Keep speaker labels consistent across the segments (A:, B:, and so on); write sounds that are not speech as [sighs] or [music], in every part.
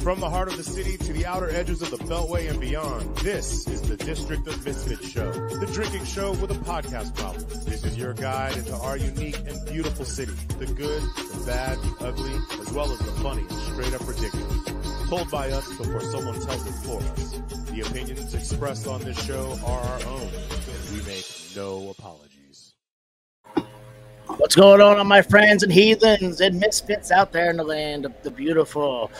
A: From the heart of the city to the outer edges of the Beltway and beyond, this is the District of Misfits Show, the drinking show with a podcast problem. This is your guide into our unique and beautiful city, the good, the bad, the ugly, as well as the funny and straight up ridiculous. Told by us before someone tells it for us. The opinions expressed on this show are our own, and we make no apologies.
B: What's going on, all my friends and heathens and misfits out there in the land of the beautiful?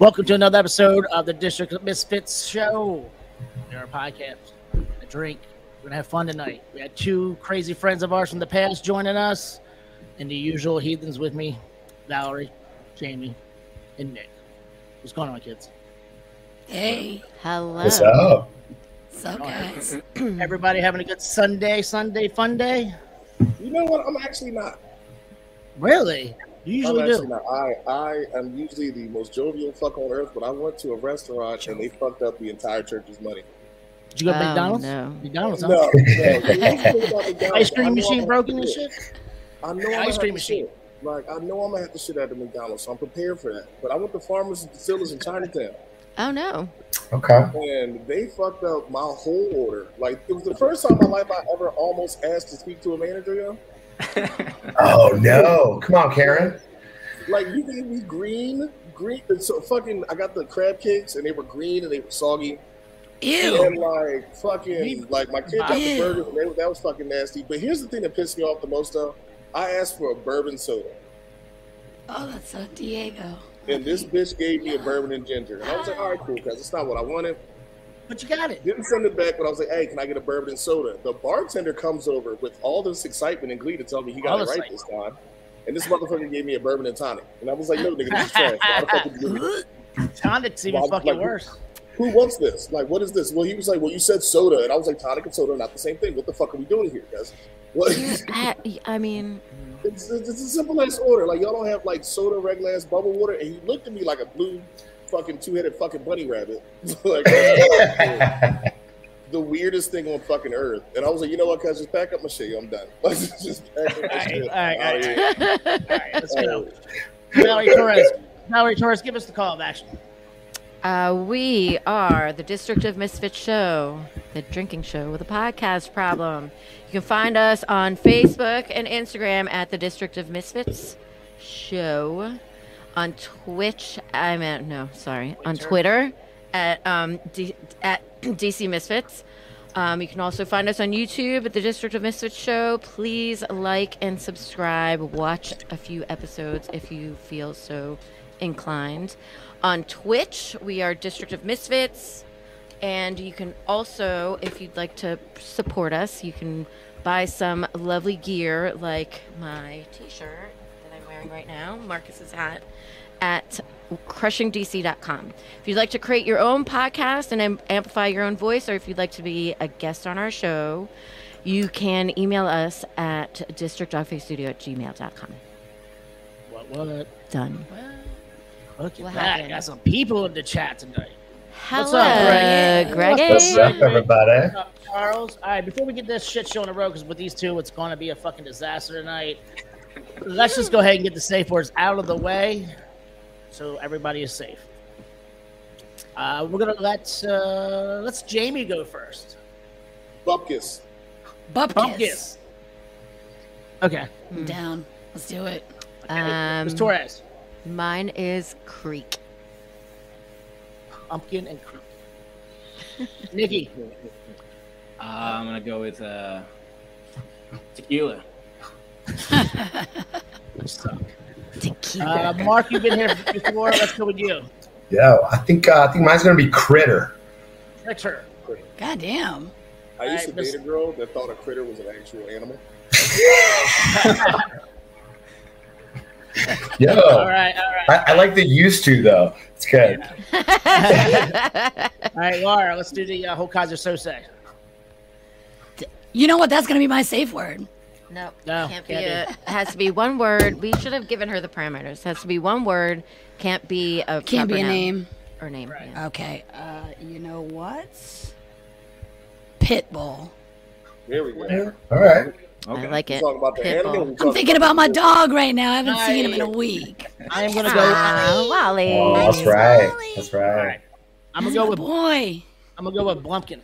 B: Welcome to another episode of the District of Misfits show. There are podcasts, a drink. We're gonna have fun tonight. We had two crazy friends of ours from the past joining us, and the usual heathens with me: Valerie, Jamie, and Nick. What's going on, kids?
C: Hey,
D: Hello.
E: What's up?
C: so guys,
B: [clears throat] Everybody having a good Sunday, Sunday fun day?
E: You know what? I'm actually not.
B: Really? You usually
E: I'm actually
B: do.
E: not. I I am usually the most jovial fuck on earth, but I went to a restaurant and they fucked up the entire church's money.
B: Did you go to
D: Oh,
B: McDonald's?
D: no.
B: McDonald's?
E: No,
B: Huh?
E: no.
B: [laughs]
E: no.
B: Ice cream
E: I know
B: machine
E: I'm
B: broken and
E: gonna
B: shit.
E: I know I'm
B: Ice
E: gonna have
B: cream
E: to
B: machine.
E: shit. Like I know I'm gonna have to shit at the McDonald's, so I'm prepared for that. But I went to Farmers and Distillers in Chinatown,
D: Oh no.
E: okay, and they fucked up my whole order. Like it was the first time in my life I ever almost asked to speak to a manager. Yo.
F: Oh no! Come on, Karen.
E: Like you gave me green, green. So fucking, I got the crab cakes and they were green and they were soggy.
C: ew.
E: And like fucking, like my kid got the
C: Ew.
E: burger. and they- That was fucking nasty. But here's the thing that pissed me off the most though. I asked for a bourbon soda,
C: Oh, that's so Diego.
E: and this bitch gave me a bourbon and ginger. And I was like, all right, cool, because it's not what I wanted.
B: But you got it.
E: Didn't send it back, but I was like, hey, can I get a bourbon and soda? The bartender comes over with all this excitement and glee to tell me he got
B: All
E: it right this
B: excitement.
E: time. And this motherfucker gave me a bourbon and tonic. And I was like, no, nigga,
B: [laughs]
E: this is trash. Why the fuck would you give me this? [laughs]
B: Tonic's even
E: Well,
B: fucking
E: like-
B: worse.
E: Who wants this? Like, what is this? Well, he was like, well, you said soda. And I was like, tonic and soda are not the same thing. What the fuck are we doing here, guys? What?
D: You're- I, I mean,
E: It's, it's it's a simple ass order. Like y'all don't have like soda, regular ass bubble water, and he looked at me like a blue, fucking two headed fucking bunny rabbit. [laughs] like the weirdest thing on fucking earth. And I was like, you know what, cuz just pack up my shit. yo, I'm done. [laughs] Like, just pack up my
B: Alright,
E: shit.
B: alright,
E: Outta here.
B: All right, let's go.
E: Outta here.
B: Valerie Torres. Valerie Torres, give us the call of action.
D: uh, we are the District of Misfits show, the drinking show with a podcast problem. You can find us on Facebook and Instagram at the District of Misfits show. On Twitch, I'm at no, sorry, on Twitter at um D, at [clears throat] DC Misfits. Um, you can also find us on YouTube at the District of Misfits Show. Please like and subscribe. Watch a few episodes if you feel so inclined. On Twitch, we are District of Misfits. And you can also, if you'd like to support us, you can buy some lovely gear like my t shirt that I'm wearing right now, Marcus's hat, at crushingdc.com. If you'd like to create your own podcast and am- amplify your own voice, or if you'd like to be a guest on our show, you can email us at districtdogfacestudio at gmail.com.
B: What, what?
D: Done.
B: Look at that.
D: What happened?
B: Got some people in the chat tonight.
D: Hello,
B: What's up,
C: Uh,
B: Greg?
D: Greg.
F: What's up, everybody?
B: What's up, Charles? All right, before we get this shit show on the road, because with these two, it's going to be a fucking disaster tonight. Let's just go ahead and get the safe words out of the way so everybody is safe. Uh, we're going to let uh, let's Jamie go first.
E: Bupkis.
C: Bupkis.
B: Bumpkins. Okay.
C: I'm down. Let's do it.
B: Ms.
D: Um,
B: Torres.
D: mine is Creek.
B: Pumpkin and Creek. Nikki.
G: Uh, I'm gonna go with uh, tequila.
B: Uh, Mark, you've been here before. Let's go with you.
F: Yo, I think uh, I think mine's gonna be Critter.
B: Next her.
C: God damn.
E: I used to
B: Alright, Miss-
E: date a girl that thought a critter was an actual animal.
F: Yo,
B: All right, all right.
F: I, I like the used to though. It's good.
B: All right, Laura, let's do the uh, Hokazer Sose.
C: [laughs] You know what? That's gonna be my safe word.
D: No,
B: No, can't
D: can't, be it. Has to be one word. We should have given her the parameters. Has to be one word. Can't be a
C: Can't be
D: proper
C: a
D: noun
C: name.
D: or name.
B: Right.
D: yeah.
C: Okay. Uh, you know what? Pitbull.
E: There we go.
F: All right.
D: I like
E: We
D: it.
E: talking about the
D: Pitbull.
E: animal. we
C: I'm
E: talking
C: thinking about my dog right now. I haven't seen him in a week.
B: I am gonna go.
D: Ah, Wally.
F: Oh, that's right. That's
B: All
F: right.
B: right. I'm gonna
C: That's
B: go
C: my
B: with
C: boy
B: I'm gonna go with Blumpkin.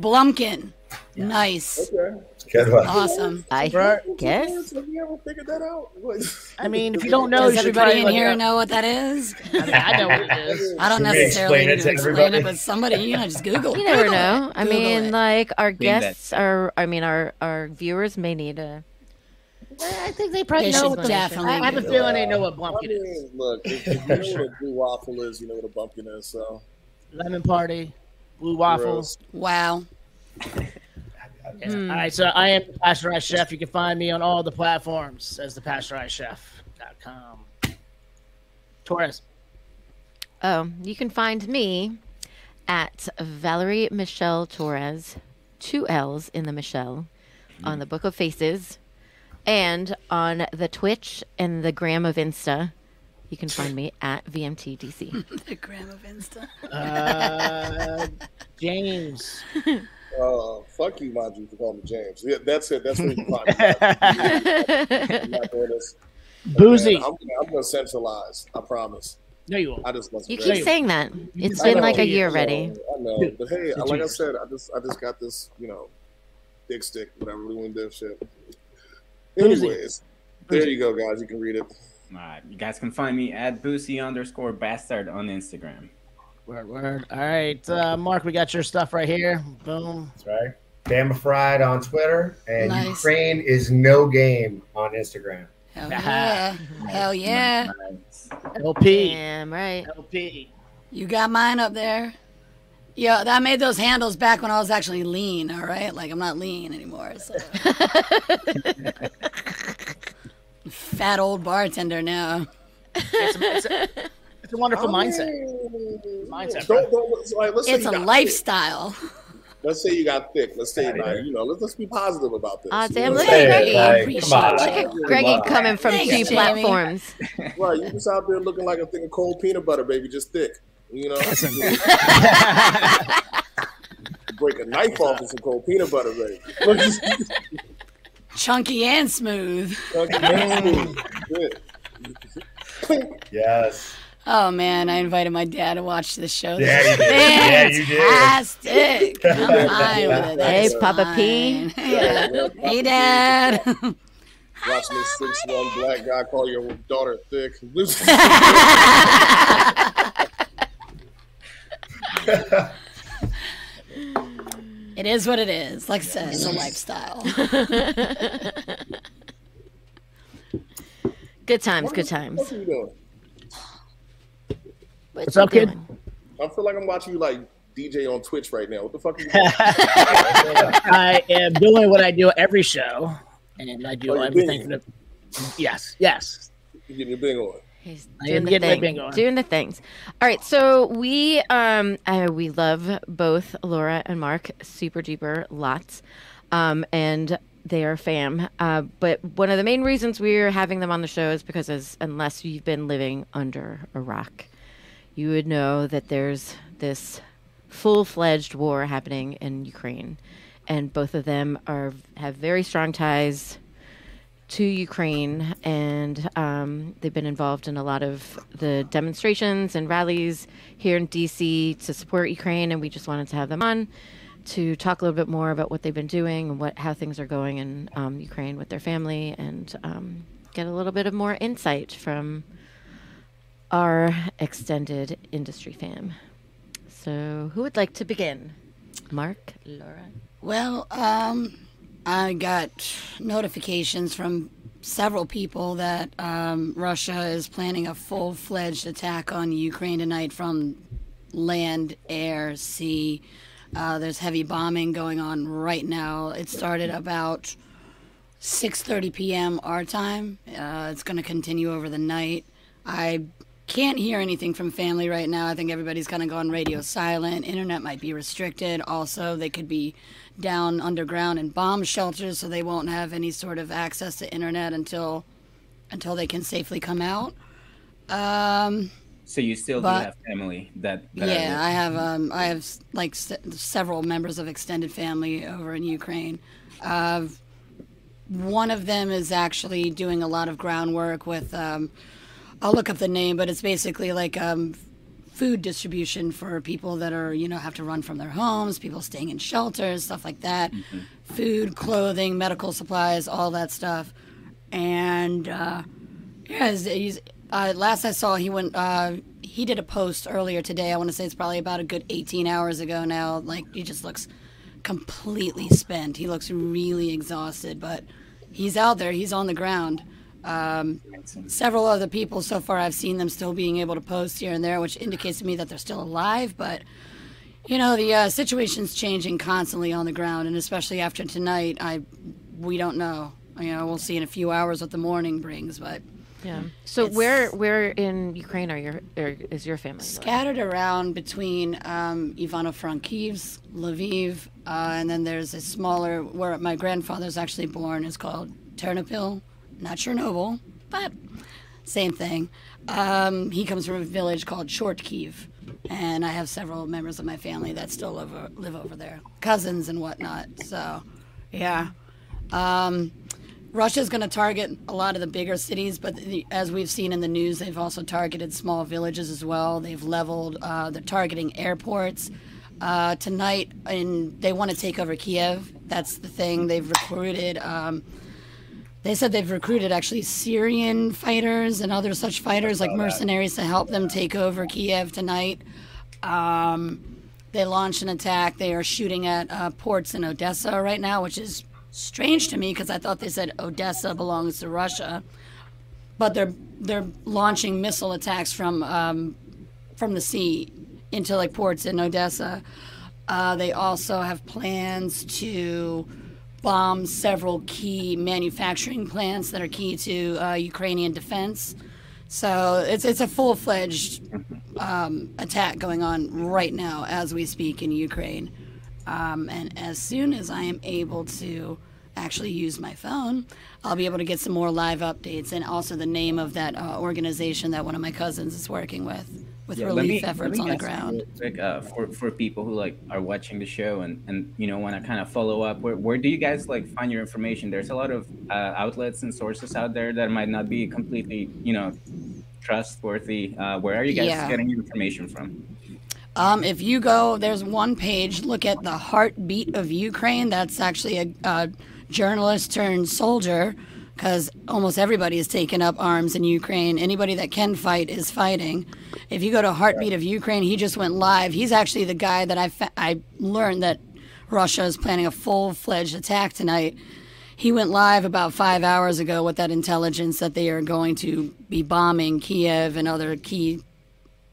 C: Blumpkin. Nice,
E: Okay.
F: Good one.
C: awesome.
D: I
B: Right?
D: guess.
E: Have you ever figured that out? [laughs]
B: I mean, if you don't know,
C: Does
B: you should
C: everybody
B: try
C: in
B: and
C: here
B: look it
C: know what that is?
B: up. [laughs] I, mean, I know what it is.
C: I don't
F: Should we
C: necessarily
F: explain
C: need
F: it
C: to,
F: to
C: explain it,
F: everybody?
C: but somebody, you know, just Google.
D: You never
C: Google it.
D: know. I
C: Google
D: mean,
C: it.
D: like our
G: Being that-
D: guests are. I mean, our our viewers may need a.
B: I think they probably
C: They
B: know
C: should
B: what the
C: definitely
B: I have a
C: do
B: feeling they know what
E: I
B: Blumpkin is.
E: mean, look, if,
B: [laughs]
E: if you know what a blue waffle is, you know what a bumpkin is. So
B: Lemon party, blue waffles.
C: Wow.
B: Yeah. All right, so I am the Pasteurized Chef. You can find me on all the platforms as the pasteurizedchef.com. Torres.
D: Oh, you can find me at Valerie Michelle Torres, two L's in the Michelle, on the Book of Faces, and on the Twitch and the gram of Insta. You can find me at
C: [laughs]
D: VMTDC.
C: The gram of
E: [laughs]
C: Insta.
B: [laughs] Uh, James.
E: uh, fuck you, mind you, for calling me James. Yeah, that's it. That's what you find. me. I'm not doing this.
B: Boozy.
E: Man, I'm, I'm gonna centralize. I promise.
B: No, you won't.
E: I just want some
D: You
E: credit.
D: keep saying that. It's
E: I
D: been
E: know,
D: like a
E: I
D: year
E: know,
D: already.
E: I know, but hey,
B: Two
E: like I
B: years.
E: said, I just I just got this, you know, dick stick, whatever we want to do shit.
B: Who's it?
E: Anyways, [laughs] there you go, guys. You can read it.
G: All right, you guys can find me at Boosie underscore bastard on Instagram.
B: Word, word. All right, uh, Mark, we got your stuff right here. Boom.
F: That's right. Bama Fried on Twitter and
C: Nice.
F: Ukraine is no game on Instagram.
C: Hell Oh, yeah. Hell yeah.
B: LP.
D: Damn right.
B: LP.
C: You got mine up there. Yo, I made those handles back when I was actually lean, all right? Like, I'm not lean anymore.
D: [laughs]
C: So. Fat old bartender now.
B: It's, it's a, [laughs] it's a wonderful mindset. Mindset, bro.
E: Oh, Don't, don't, so, like, let's say
C: It's
E: you
C: a
E: got thick.
C: lifestyle.
E: Let's say you got thick. Let's say
F: Outta
E: you got-
F: here.
E: you know. Let's let's be positive about this.
D: Aw,
E: You know
D: damn, look
E: what I'm
D: at
E: saying?
D: Greggy.
F: like,
C: appreciate
F: come on.
C: it.
D: Look at Greggy
F: Wow.
D: coming from
C: Thanks,
D: two
C: Jamie.
D: platforms.
E: [laughs] Right, you just out there looking like a thing of cold peanut butter, baby, just thick. You know, [laughs] break a knife off of some cold peanut butter, baby.
C: Chunky and smooth.
F: Yes.
C: Oh, man. I invited my dad to watch the show.
F: Yeah, you did. Yeah, you did. [laughs]
C: Fantastic. I'm fine with it.
D: Hey,
C: That's
D: Papa P.
C: fine.
D: [laughs]
C: Yeah. Hey, Dad. [laughs]
E: Watching this six one black guy call your daughter
D: [laughs]
E: thick. [laughs]
C: It is what it is. Like I said, it's a lifestyle.
D: [laughs] Good times, good times.
E: What are you doing?
D: What's
B: up, kid?
E: I feel like I'm watching you like DJ on Twitch right now. What the fuck are you doing?
B: I am doing what I do every show, [laughs] and I do
E: Oh, you're
B: everything. For
E: doing
B: the, yes, yes.
E: You getting your bing on.
D: He's
B: I
D: doing
B: am
D: the
B: getting my
D: thing,
B: bingo.
D: doing the things. All right, so we um I, we love both Laura and Mark super duper lots, um and they are fam. Uh, but one of the main reasons we're having them on the show is because as, unless you've been living under a rock, you would know that there's this full-fledged war happening in Ukraine, and both of them are have very strong ties to Ukraine, and um, they've been involved in a lot of the demonstrations and rallies here in DC to support Ukraine. And we just wanted to have them on to talk a little bit more about what they've been doing and what how things are going in um, Ukraine with their family, and um, get a little bit of more insight from our extended industry fam. So, who would like to begin? Mark, Laura.
C: Well, um, I got notifications from several people that um, Russia is planning a full fledged attack on Ukraine tonight from land, air, sea. Uh, there's heavy bombing going on right now. It started about 6:30 p.m. our time. Uh, it's going to continue over the night. I can't hear anything from family right now. I think everybody's kind of gone radio silent. Internet might be restricted. Also, they could be down underground in bomb shelters, so they won't have any sort of access to internet until until they can safely come out. Um,
G: So you still
C: But-
G: do have family that, that are
C: yeah,
G: with-
C: I have um, I have like se- several members of extended family over in Ukraine. Uh, one of them is actually doing a lot of groundwork with. Um, I'll look up the name, but it's basically like um, food distribution for people that are you know have to run from their homes, people staying in shelters, stuff like that. Food, clothing, medical supplies, all that stuff. And uh, yeah, he's, he's, uh, last I saw, he went. Uh, he did a post earlier today. I want to say it's probably about a good 18 hours ago now. Like he just looks completely spent. He looks really exhausted, but he's out there. He's on the ground. Um, several other people so far, I've seen them still being able to post here and there, which indicates to me that they're still alive. But you know, the uh, situation's changing constantly on the ground, and especially after tonight, I we don't know. You know, we'll see in a few hours what the morning brings, but.
H: Yeah. So
C: It's-
H: where where in Ukraine are your or is your family? living?
C: scattered around between um, Ivano-Frankivsk, Lviv, uh, and then there's a smaller where my grandfather's actually born is called Ternopil, not Chernobyl, but same thing. Um, he comes from a village called Shortkiv, and I have several members of my family that still live o- live over there, cousins and whatnot. So, yeah. Um, Russia's going to target a lot of the bigger cities, but the, as we've seen in the news, they've also targeted small villages as well. They've leveled, uh, they're targeting airports. Uh, tonight, and they want to take over Kiev. That's the thing. They've recruited. Um, they said they've recruited actually Syrian fighters and other such fighters like mercenaries to help them take over Kiev tonight. Um, they launched an attack. They are shooting at uh, ports in Odessa right now, which is strange to me because I thought they said Odessa belongs to Russia, but they're they're launching missile attacks from um, from the sea into like ports in Odessa. Uh, they also have plans to bomb several key manufacturing plants that are key to uh, Ukrainian defense. So it's it's a full fledged um, attack going on right now as we speak in Ukraine. Um, and as soon as I am able to actually use my phone, I'll be able to get some more live updates and also the name of that uh, organization that one of my cousins is working with, with
G: Yeah, let
C: relief
G: me- let
C: efforts
G: me
C: on the
G: ask you
C: ground.
G: real quick, uh, for for people who like are watching the show and and you know want to kind of follow up, where where do you guys like find your information? There's a lot of uh, outlets and sources out there that might not be completely you know trustworthy. Uh, where are you guys
C: Yeah.
G: getting your information from?
C: Um, if you go, there's one page, look at the heartbeat of Ukraine. That's actually a, a journalist turned soldier because almost everybody is taking up arms in Ukraine. Anybody that can fight is fighting. If you go to Heartbeat of Ukraine, he just went live. He's actually the guy that I, fa- I learned that Russia is planning a full fledged attack tonight. He went live about five hours ago with that intelligence that they are going to be bombing Kiev and other key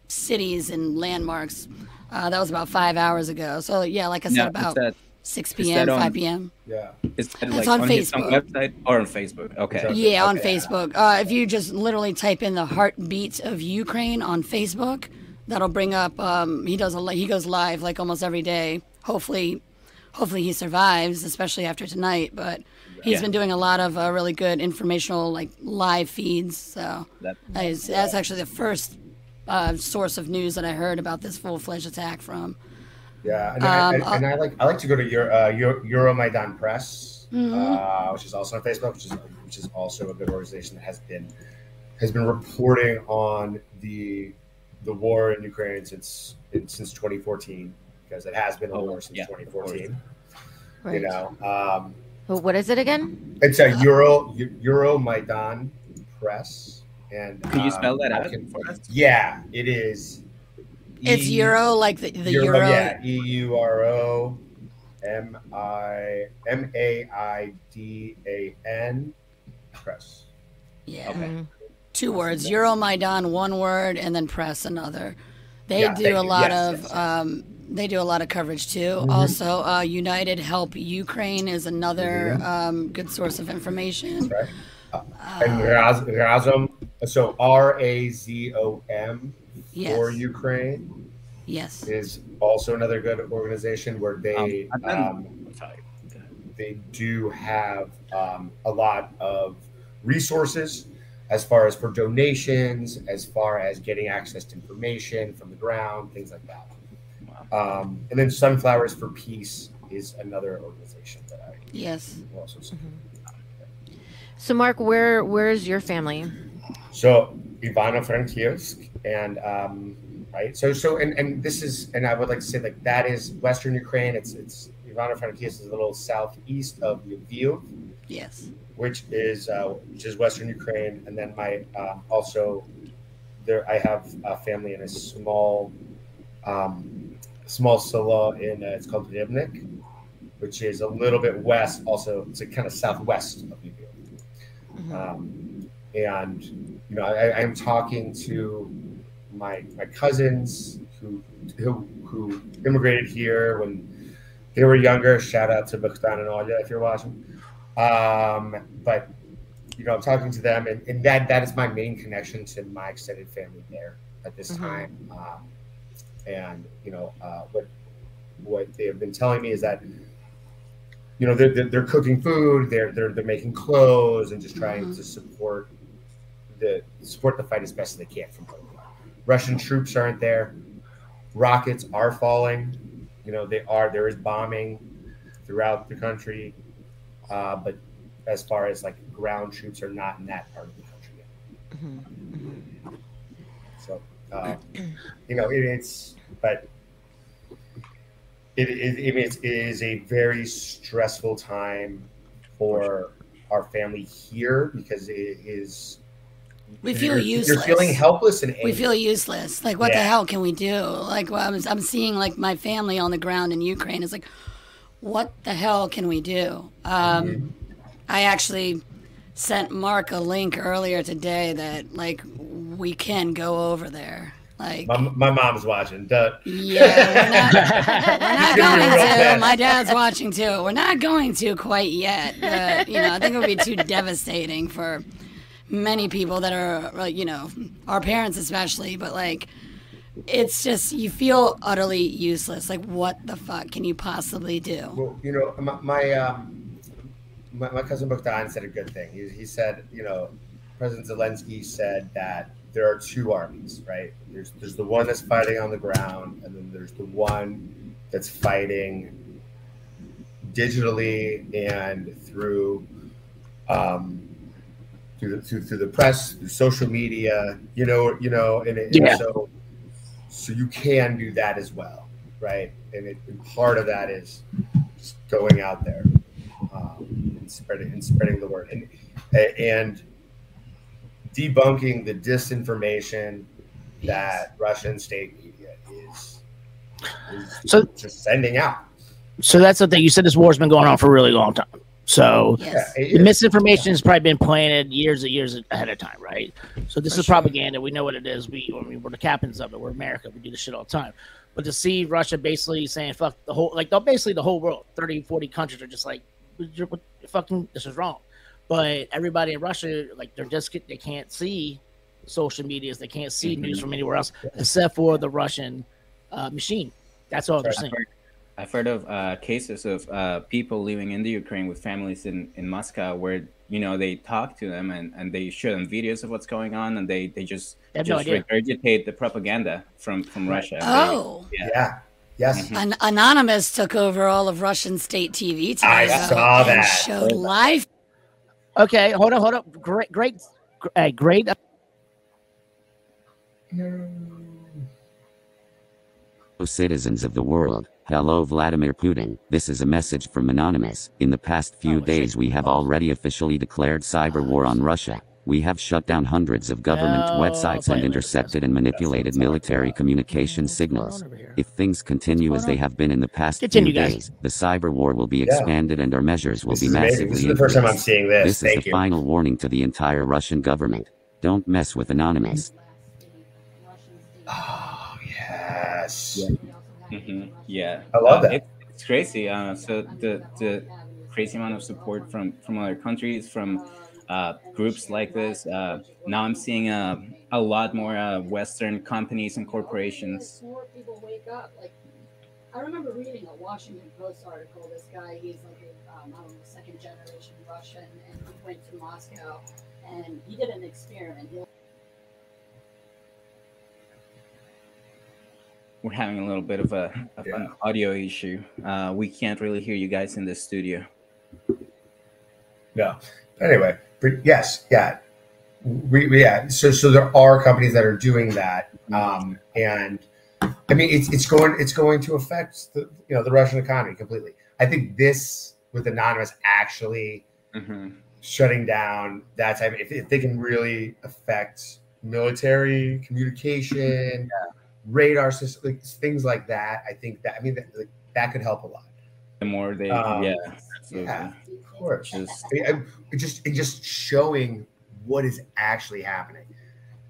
C: cities and landmarks. Uh, that was about five hours ago. So yeah, like I said,
G: Yeah,
C: about
G: it's that-
C: 6
G: that um,
C: p.m.,
G: on-
C: 5 p.m.
F: Yeah.
G: Is that,
C: It's
G: like
C: on
G: his own
C: Facebook.
G: website or on Facebook? Okay.
F: It's on-
C: Yeah, on
F: Okay.
C: Facebook. Uh, if you just literally type in the heartbeats of Ukraine on Facebook, that'll bring up. Um, he does a li- he goes live like almost every day. Hopefully, hopefully he survives, especially after tonight. But he's
G: Yeah.
C: been doing a lot of uh, really good informational like live feeds. So
G: That-
C: that is, that's actually the first uh, source of news that I heard about this full fledged attack from.
F: Yeah, and,
C: Um,
F: I, and,
C: I'll-
F: and I like I like to go to Euro, uh, Euro, Euromaidan Press,
G: Mm-hmm.
F: uh, which is also on Facebook, which is which is also a good organization that has been has been reporting on the the war in Ukraine since in, since 2014 because it has been a
G: Oh,
F: war since
G: yeah, of
F: 2014. You
H: Right.
F: know, um,
H: Who- What is it again?
F: it's a Euro Euromaidan Press, and
G: Can you
F: um,
G: spell that
F: I
G: out
F: can-
G: for us?
F: yeah, it is.
C: It's
F: E-
C: Euro, like the, the Euro.
F: yeah, E U R O M I M A I D A N press.
C: Yeah. Mm-hmm.
G: Okay.
C: Two words. Euromaidan, one word, and then press another. They
F: Yeah, thank
C: do
F: you.
C: a lot
F: Yes,
C: of
F: yes, Mm-hmm. yes.
C: um, they do a lot of coverage too. Also, uh, United Help Ukraine is another um, good source of information.
F: Mm-hmm. Right.
C: Uh,
F: and Raz- Razom, so R A Z O M
C: Yes.
F: for Ukraine
C: Yes.
F: is also another good organization where they
G: Um, I've been-
F: um, they do have um, a lot of resources as far as for donations, as far as getting access to information from the ground, things like that. Um, and then Sunflowers for Peace is another organization that I
C: Yes.
F: will also support.
H: Mm-hmm. So, Mark, where where's your family?
F: So Ivano Frankivsk and um, right. So so and, and this is and I would like to say like that is Western Ukraine. It's it's Ivano Frankivsk is a little southeast of Lviv,
C: Yes.
F: which is uh, which is Western Ukraine, and then my um, also there I have a family in a small um, small silo in uh, it's called Rybnik, which is a little bit west. Also, it's a kind of southwest of Lviv. Um, and you know, I, I am talking to my my cousins who who who immigrated here when they were younger. Shout out to Bakhtan and Olya if you're watching. Um, but you know, I'm talking to them, and, and that that is my main connection to my extended family there at this
H: Mhm.
F: time. Um, and you know, uh, what what they have been telling me is that you know they're, they're, they're cooking food they're, they're they're making clothes and just trying
C: Mhm.
F: to support the support the fight as best they can from home russian troops aren't there rockets are falling you know they are there is bombing throughout the country uh, but as far as like ground troops are not in that part of the country yet
C: Mm-hmm.
F: so, uh, you know, it, it's, but it, it, it, is, it is a very stressful time for our family here because it is.
C: We
F: you're-
C: feel
F: you're,
C: useless.
F: You're feeling helpless and
C: We
F: angry.
C: feel useless. Like, what the
F: Yeah.
C: hell can we do? Like, well, I'm, I'm seeing like my family on the ground in Ukraine. It's like, what the hell can we do? Um,
F: Mm-hmm.
C: I actually sent Mark a link earlier today that like we can go over there. Like, Mm-hmm.
F: my, my mom's watching. Duh.
C: yeah, we're not, we're not
F: You're gonna
C: going
F: be real
C: to.
F: bad.
C: My dad's watching too. We're not going to quite yet. But, you know, I think it would be too devastating for many people that are, like, you know, our parents especially. But like, it's just you feel utterly useless. Like, what the fuck can you possibly do?
F: Well, you know, my my, um, my, my cousin Bogdan said a good thing. He, he said, you know, President Zelensky said that there are two armies, right? There's there's the one that's fighting on the ground, and then there's the one that's fighting digitally and through um, through, the, through through the press, through social media, you know, you know, and, it,
B: Yeah.
F: and so so you can do that as well, right? And, it, and part of that is just going out there um, and spreading and spreading the word and and debunking the disinformation that Russian state media is, is
B: So-
F: just sending out.
B: So that's the thing. You said this war's been going on for a really long time. So
C: Yes.
F: Yeah, it
B: the
F: is.
B: misinformation has probably been planted years and years ahead of time, right? So this
C: For
B: is
C: sure.
B: propaganda. We know what it is. We, I mean, we're the captains of it. We're America. We do this shit all the time. But to see Russia basically saying "fuck" the whole, like the- basically the whole world, 30, 40 countries are just like, "What you're- what- "Fucking, this is wrong." But everybody in Russia, like, they're just they can't see social medias. They can't
F: Mm-hmm.
B: see news from anywhere else except for the Russian uh, machine. That's all they're
G: I've
B: seeing.
G: heard, I've heard of uh, cases of uh, people living in the Ukraine with families in, in Moscow where you know they talk to them and, and they show them videos of what's going on and they, they just
B: They have no
G: just
B: idea.
G: regurgitate the propaganda from from Russia. Mm-hmm.
C: Oh.
F: yeah, yes.
C: An- Anonymous took over all of Russian state TV today.
F: I
C: though,
F: saw
C: and
F: that.
C: Showed live
B: Okay, hold up, hold up. Great, great, gr- uh, great.
I: Oh, citizens of the world, hello Vladimir Putin. This is a message from Anonymous. In the past
F: Oh,
I: few days, we have already officially declared cyber war on Russia. We have shut down hundreds of government
B: No,
I: websites
B: wait a
I: and
B: minute.
I: intercepted and manipulated military communication signals. If things continue as they have been in the past
B: Continue,
I: few
B: guys.
I: days, the cyber war will be
F: Yeah.
I: expanded and our measures will
F: This
I: be
F: is amazing.
I: massively
F: This is the first time I'm
I: increased.
F: seeing this.
I: This is
F: Thank
I: the
F: you.
I: final warning to the entire Russian government. Don't mess with Anonymous.
F: Oh yes.
G: Mhm. Yeah,
F: I love
G: Uh,
F: that.
G: it- it's crazy. Uh, so the the crazy amount of support from from other countries, from uh, groups like this. Uh, now I'm seeing uh, a lot more uh, Western companies and corporations.
J: More people wake up. Like, I remember reading a Washington Post article. This guy, he's like a um, I don't know, second generation Russian, and he went to Moscow and he did an experiment. He
G: We're having a little bit of a of an audio issue. Uh, we can't really hear you guys in the studio.
F: Anyway, But yes, yeah, we, we- yeah. So so there are companies that are doing that, um, and I mean it's it's going it's going to affect the you know the Russian economy completely. I think this with anonymous actually
G: Mhm.
F: shutting down that type. If, if they can really affect military communication, radar system, like, things like that, I think that I mean that, like, that could help a lot.
G: The more they,
F: Um,
G: yeah,
F: Yeah, of course.
G: Just-
F: I mean, I'm- it just and just showing what is actually happening.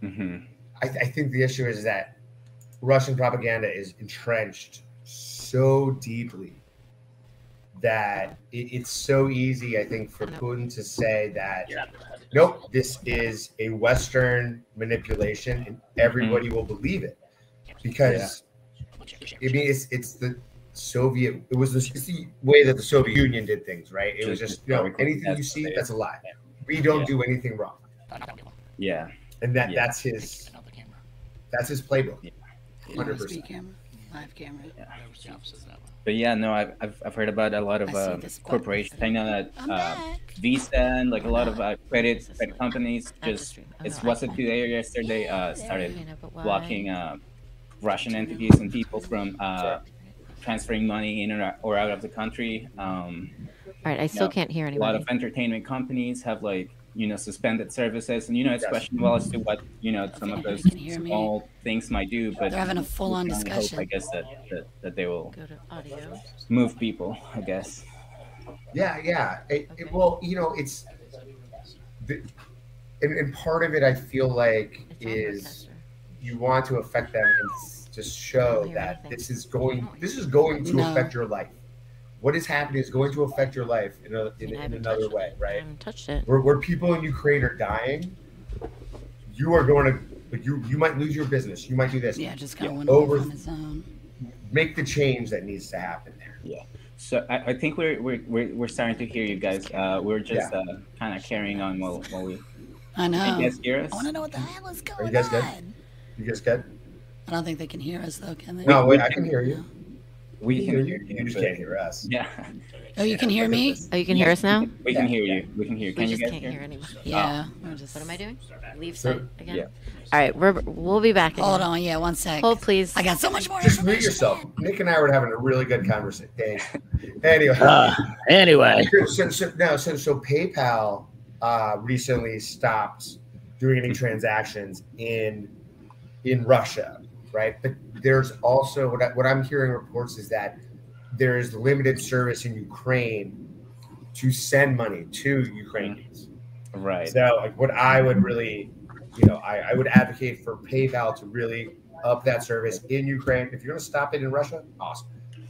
G: hmm
F: I, I think the issue is that Russian propaganda is entrenched so deeply that it, it's so easy, I think, for Putin to say that nope, this is a Western manipulation, and everybody will believe it because I mean it's it's the Soviet. It was the, it's the way that the Soviet Union did things, right? It was just you know anything you see that's a lie. We don't do anything wrong,
G: yeah.
F: and that
G: Yeah.
F: that's his that's his playbook. Hundred
C: USB
F: percent.
C: camera, live camera.
G: But yeah, no, I've, I've, I've heard about a lot of
C: I see
G: uh,
C: this button.
G: corporations. I know that
C: I'm
G: uh, Visa and like a lot of uh, credit credit companies just it's was it today or yesterday uh, started blocking uh, Russian entities and people from uh, transferring money in or- or out of the country. Um,
H: All right, I still
G: know,
H: can't hear
G: A lot
H: anybody.
G: of entertainment companies have like you know suspended services, and you know it's
F: Yes.
G: questionable as to what you know some of
C: Okay,
G: those
C: you can hear me.
G: small things might do. But
C: They're having a full-on
G: we can only hope, I
C: discussion.
G: guess that, that that they will
H: Go to audio.
G: move people. I guess.
F: Yeah, yeah. It, it,
H: Okay.
F: well, you know, it's the, and, and part of it. I feel like
H: It's on
F: is
H: Roadcaster.
F: you want to affect them and s- just show
H: hear
F: that
H: anything.
F: this is going. This is going to
C: No.
F: affect your life. What is happening is going to affect your life in, a,
H: I mean,
F: in,
H: I
F: in
H: haven't
F: another
H: touched
F: way,
H: it. I
F: right?
H: haven't touched it.
F: Where, where people in Ukraine are dying, you are going to. But you you might lose your business. You might do this.
C: Yeah, just kind of went
F: Over-
C: off on its own.
F: Make the change that needs to happen there.
G: So I, I think we're, we're we're we're starting to hear you guys. Uh, we're just uh, kind of carrying on while while we.
C: I know.
G: Can you guys hear us?
C: I want to know what the hell is going
F: Are you guys good?
C: on.
F: You guys good?
C: I don't think they can hear us though, can they?
F: No, wait. I can hear you.
G: We can hear
F: you. You just
G: but-
F: can't hear us.
G: Yeah, [laughs]
C: Oh, you can hear me?
H: Oh, you can hear us now?
G: we can
F: Yeah.
G: hear you. We can hear Ah, you. Can
H: we
G: you
H: just
G: guys
H: can't hear anybody.
C: Yeah. we're just-
H: Oh. What am I doing? Leave
F: So-
H: site again?
G: yeah.
H: All right, we're, we'll be back.
C: Hold
H: again.
C: on, yeah, one sec.
H: Hold, please.
C: I got so much more
F: Just mute
C: information.
F: yourself. Nick and I were having a really good conversation. anyway,
B: [laughs] Uh, anyway,
F: so, so no, so so PayPal uh, recently stopped doing any transactions in in Russia, right? But there's also what I, what I'm hearing reports is that there is limited service in Ukraine to send money to Ukrainians.
G: Right.
F: So, like, what I would really, you know, I, I would advocate for PayPal to really up that service in Ukraine. If you're going to stop it in Russia, awesome.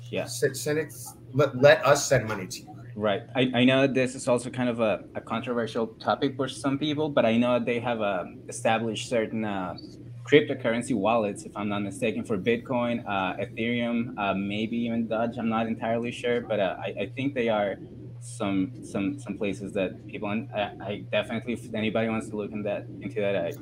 G: Yeah.
F: Send, send it. Let, let us send money to Ukraine.
G: Right. I, I know that this is also kind of a, a controversial topic for some people, but I know they have uh, established certain uh, cryptocurrency wallets, if I'm not mistaken, for Bitcoin, uh, Ethereum, uh, maybe even Dodge. I'm not entirely sure, but uh, I, I think they are some some some places that people. And I, I definitely, if anybody wants to look in that into that, I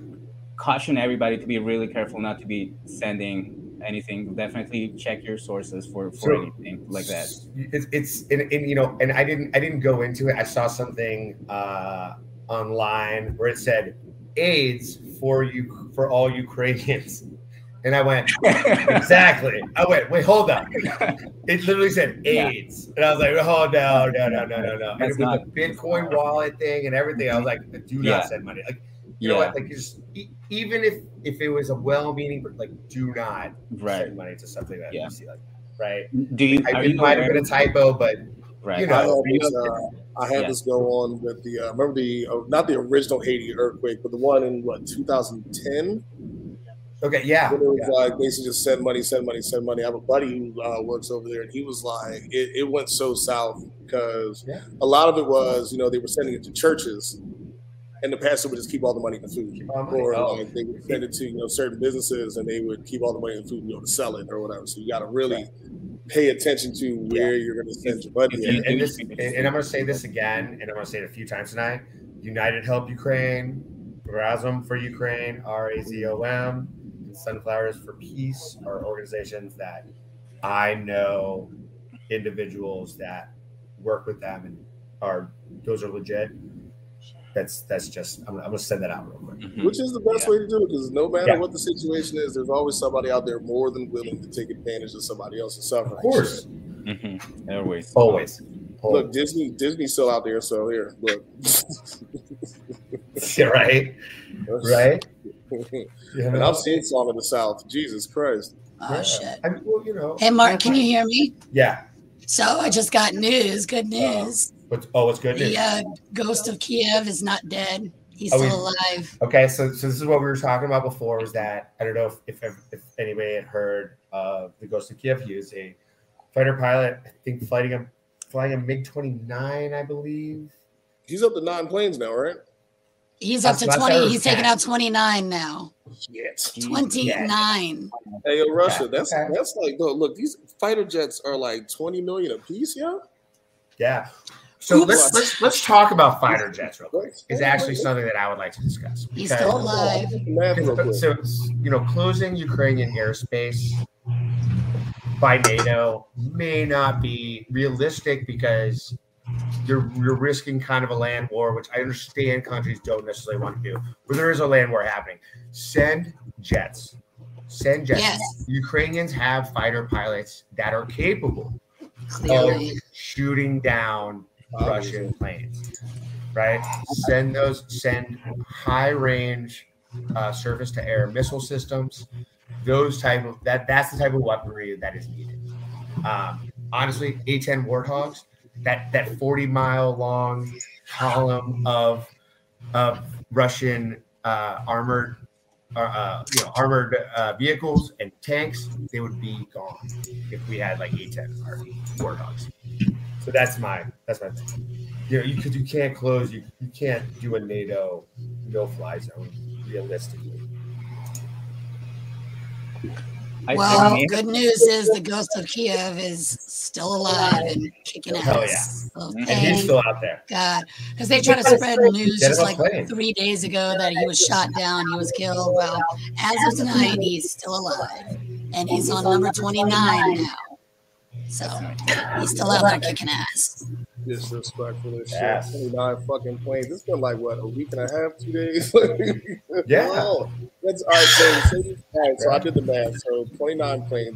G: caution everybody to be really careful not to be sending anything. Definitely check your sources for for
F: So-
G: anything like that.
F: It's, it's and, and you know, and I didn't I didn't go into it. I saw something uh, online where it said AIDS for you for all Ukrainians, and I
G: [laughs]
F: went exactly. I went wait hold up. It literally said
G: Yeah.
F: AIDS, and I was like oh no no no no no no. And
G: That's
F: with the
G: not-
F: Bitcoin wallet thing and everything, I was like do not
G: Yeah.
F: send money. Like you know
G: Yeah.
F: what? Like you just e- even if if it was a well-meaning, but like do not
G: Right.
F: send money to something that
G: Yeah.
F: you see like that, right.
G: Do you?
F: I,
G: are
F: it
G: you
F: might have
G: aware-
F: been a typo, but
G: Right.
F: you
E: I
F: know,
E: had this, uh, I had
G: Yeah.
E: this go on with the uh, remember the uh, not the original Haiti earthquake, but the one in what 2010.
F: okay, yeah.
E: When it was uh, like basically just send money, send money, send money. I have a buddy who uh, works over there, and he was like, it, it went so south because
F: Yeah.
E: a lot of it was you know they were sending it to churches, and the pastor would just keep all the money in the food,
F: all the money.
E: or
F: Oh.
E: like they would send it to you know certain businesses, and they would keep all the money in the food, and you know, to sell it or whatever. So you got to really pay attention to where you're going to send your money.
G: If
E: at.
G: you-
F: And, and this, and, and I'm going to say this again, and I'm going to say it a few times tonight. United Help Ukraine, Razom for Ukraine, R A Z O M, and Sunflowers for Peace are organizations that I know individuals that work with them and are those are legit. That's that's just I'm, I'm gonna send that out real quick.
E: Which is the best
F: Yeah.
E: way to do it because no matter
F: Mm-hmm. Yeah.
E: what the situation is, there's always somebody out there more than willing to take advantage of somebody else's suffering.
F: Of course,
G: Mm-hmm. Always.
F: always.
E: Look, Disney Disney's still out there, so here, look.
F: [laughs] Yeah, right, right. You
E: [laughs] and
F: know?
E: I've seen some in the South. Jesus Christ.
C: Oh, shit.
F: I mean, well, you know.
C: Hey, Mark, can you hear me?
F: Yeah,
C: So I just got news. Good news.
F: but oh, it's good news.
C: The uh, ghost of Kiev is not dead. He's
F: Are we-
C: still alive.
F: Okay, so so this is what we were talking about before was that I don't know if if, if anybody had heard of the Ghost of Kiev. He is a fighter pilot, I think flying a flying a MiG twenty nine, I believe.
E: He's up to nine planes now, right?
C: He's up
F: That's
C: to
F: what
C: 20.
F: I heard.
C: He's taking out 29 now.
E: Shit.
C: 29.
E: Hey yo, Russia, that's
F: Okay.
E: that's like no, look, these fighter jets are like twenty million a piece, yeah?
F: Yeah. So let's,
E: Oops.
F: let's let's talk about fighter jets real quick. It's
E: Right?
F: actually something that I would like to discuss.
C: He's
F: because-
C: still alive.
E: Math real quick.
F: So you know, closing Ukrainian airspace by NATO may not be realistic because you're you're risking kind of a land war, which I understand countries don't necessarily want to do, but there is a land war happening. Send jets. Send jets.
C: Yes.
F: Ukrainians have fighter pilots that are capable
C: Clearly.
F: shooting down Russian planes. Right? Send those, send high range uh, surface to air missile systems. Those type of that that's the type of weaponry that is needed. Um, honestly, A10 warthogs, that that 40 mile long column of of Russian uh, armored uh, uh, you know armored uh, vehicles and tanks, they would be gone if we had like A10 or warthogs. So that's my that's my thing. You know, because you, can't close, you you can't do a NATO no fly zone realistically.
G: I, I
C: Well,
G: may-
C: good news is the ghost of Kiev is still alive and kicking
F: Hell
C: ass. So
G: And
F: And he's
C: thank
F: still out there.
C: God, because they tried to spread news
F: Get
C: just
F: him a
C: like
F: plane.
C: three days ago that he was shot down, he was killed. Well, as of tonight, he's still alive, and he's on number twenty-nine now. So he's still out there kicking ass.
E: Disrespectful as shit.
F: Yes.
E: 29 fucking planes. It's been like what, a week and a half, two days? [laughs]
F: Yeah.
E: Wow. That's all right. So, so, all right, so I did the math. So 29 planes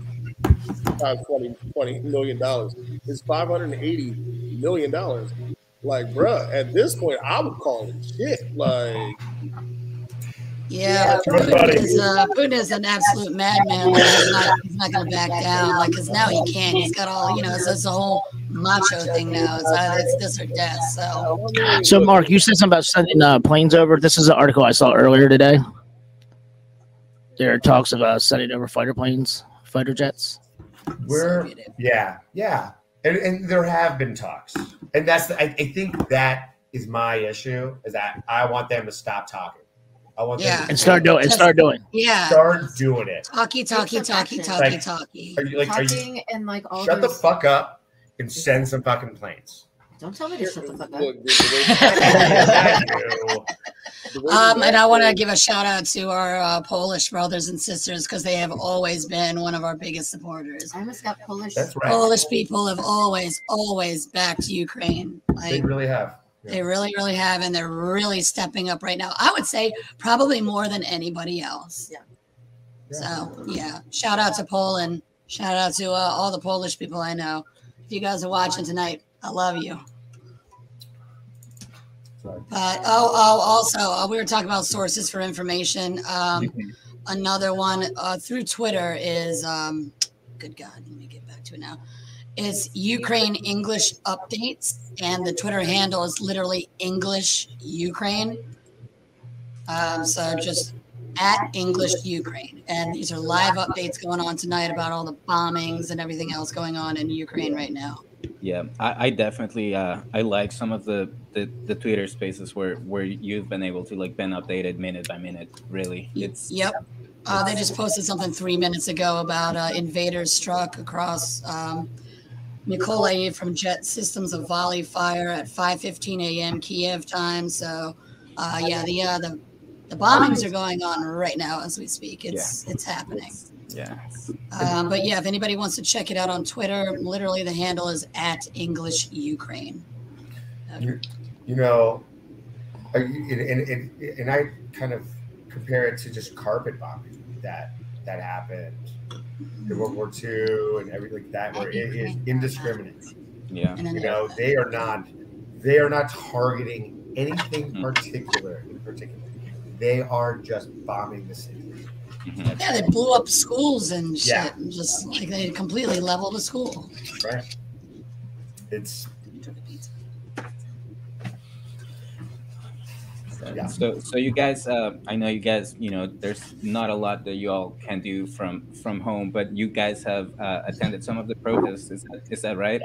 E: times 20, 20 million dollars is 580 million dollars. Like, bruh, at this point, I would call it shit. Like,
C: Yeah, Putin is, uh, Putin is an absolute madman. Like, he's not, he's not gonna back down. Like, cause now he can't. He's got all, you know, it's, it's a whole macho thing now. It's, uh, it's this or death. So
E: I mean,
B: So,
E: look,
B: Mark, you said something about sending uh, planes over. This is an article I saw earlier today. There are talks of uh, sending over fighter planes, fighter jets.
F: We're
C: Soviet Union.
F: yeah, yeah, and, and there have been talks, and that's the, I, I think that is my issue is that I want them to stop talking. I want
C: Yeah.
F: them to
B: And start doing. And start doing.
C: yeah,
F: start doing it.
C: talkie, talkie, talkie, talkie,
F: Like-
C: talkie.
F: Are you like are you
H: Talking and like all
F: shut the
H: those-
F: fuck up and send some fucking planes?
H: Don't tell me to shut the fuck up.
E: look, the- the way-
F: [laughs] Thank you.
E: the way
C: Um,
E: the
C: and I
E: black
C: want to
E: planes-
C: give a shout out to our uh, Polish brothers and sisters because they have always been one of our biggest supporters.
J: I almost got Polish.
F: That's right.
C: Polish people have always, always backed Ukraine.
F: They
C: Like
F: really have. Yeah.
C: they really, really have, and they're really stepping up right now. I would say probably more than anybody else.
J: Yeah.
C: So yeah, shout out to Poland. Shout out to uh, all the Polish people I know. If you guys are watching tonight, I love you.
F: Sorry.
C: But oh, oh, also uh, we were talking about sources for information. Um, another one uh, through Twitter is um, good God, let me get back to it now. It's Ukraine English updates, and the Twitter handle is literally English Ukraine. Um, so just at English Ukraine, and these are live updates going on tonight about all the bombings and everything else going on in Ukraine right now.
G: yeah, I, I definitely uh, I like some of the, the the Twitter spaces where where you've been able to like been updated minute by minute. Really, it's
C: Yep. Uh, they just posted something three minutes ago about uh, invaders struck across um, Mykolaiv from jet systems of volley fire at 5:15 a.m. Kiev time. So, uh, yeah, the, uh, the the bombings are going on right now as we speak. It's it's happening.
G: yeah.
C: Um, but yeah, if anybody wants to check it out on Twitter, literally the handle is at English Ukraine.
F: You, you know, I- and, and, and, and I kind of compare it to just carpet bombing that that happened in World War II and everything like that, where it is indiscriminate.
G: Yeah.
C: And then
F: You
C: they-
F: know, they are not they are not targeting anything particular in particular. They are just bombing the city.
G: Mhm.
C: yeah, they blew up schools and shit.
F: Yeah.
C: and Just like they completely leveled a school.
F: Right? It's Yeah.
G: So, so you guys, uh, I know you guys, you know, there's not a lot that you all can do from from home, but you guys have uh, attended some of the protests. Is that, is that right?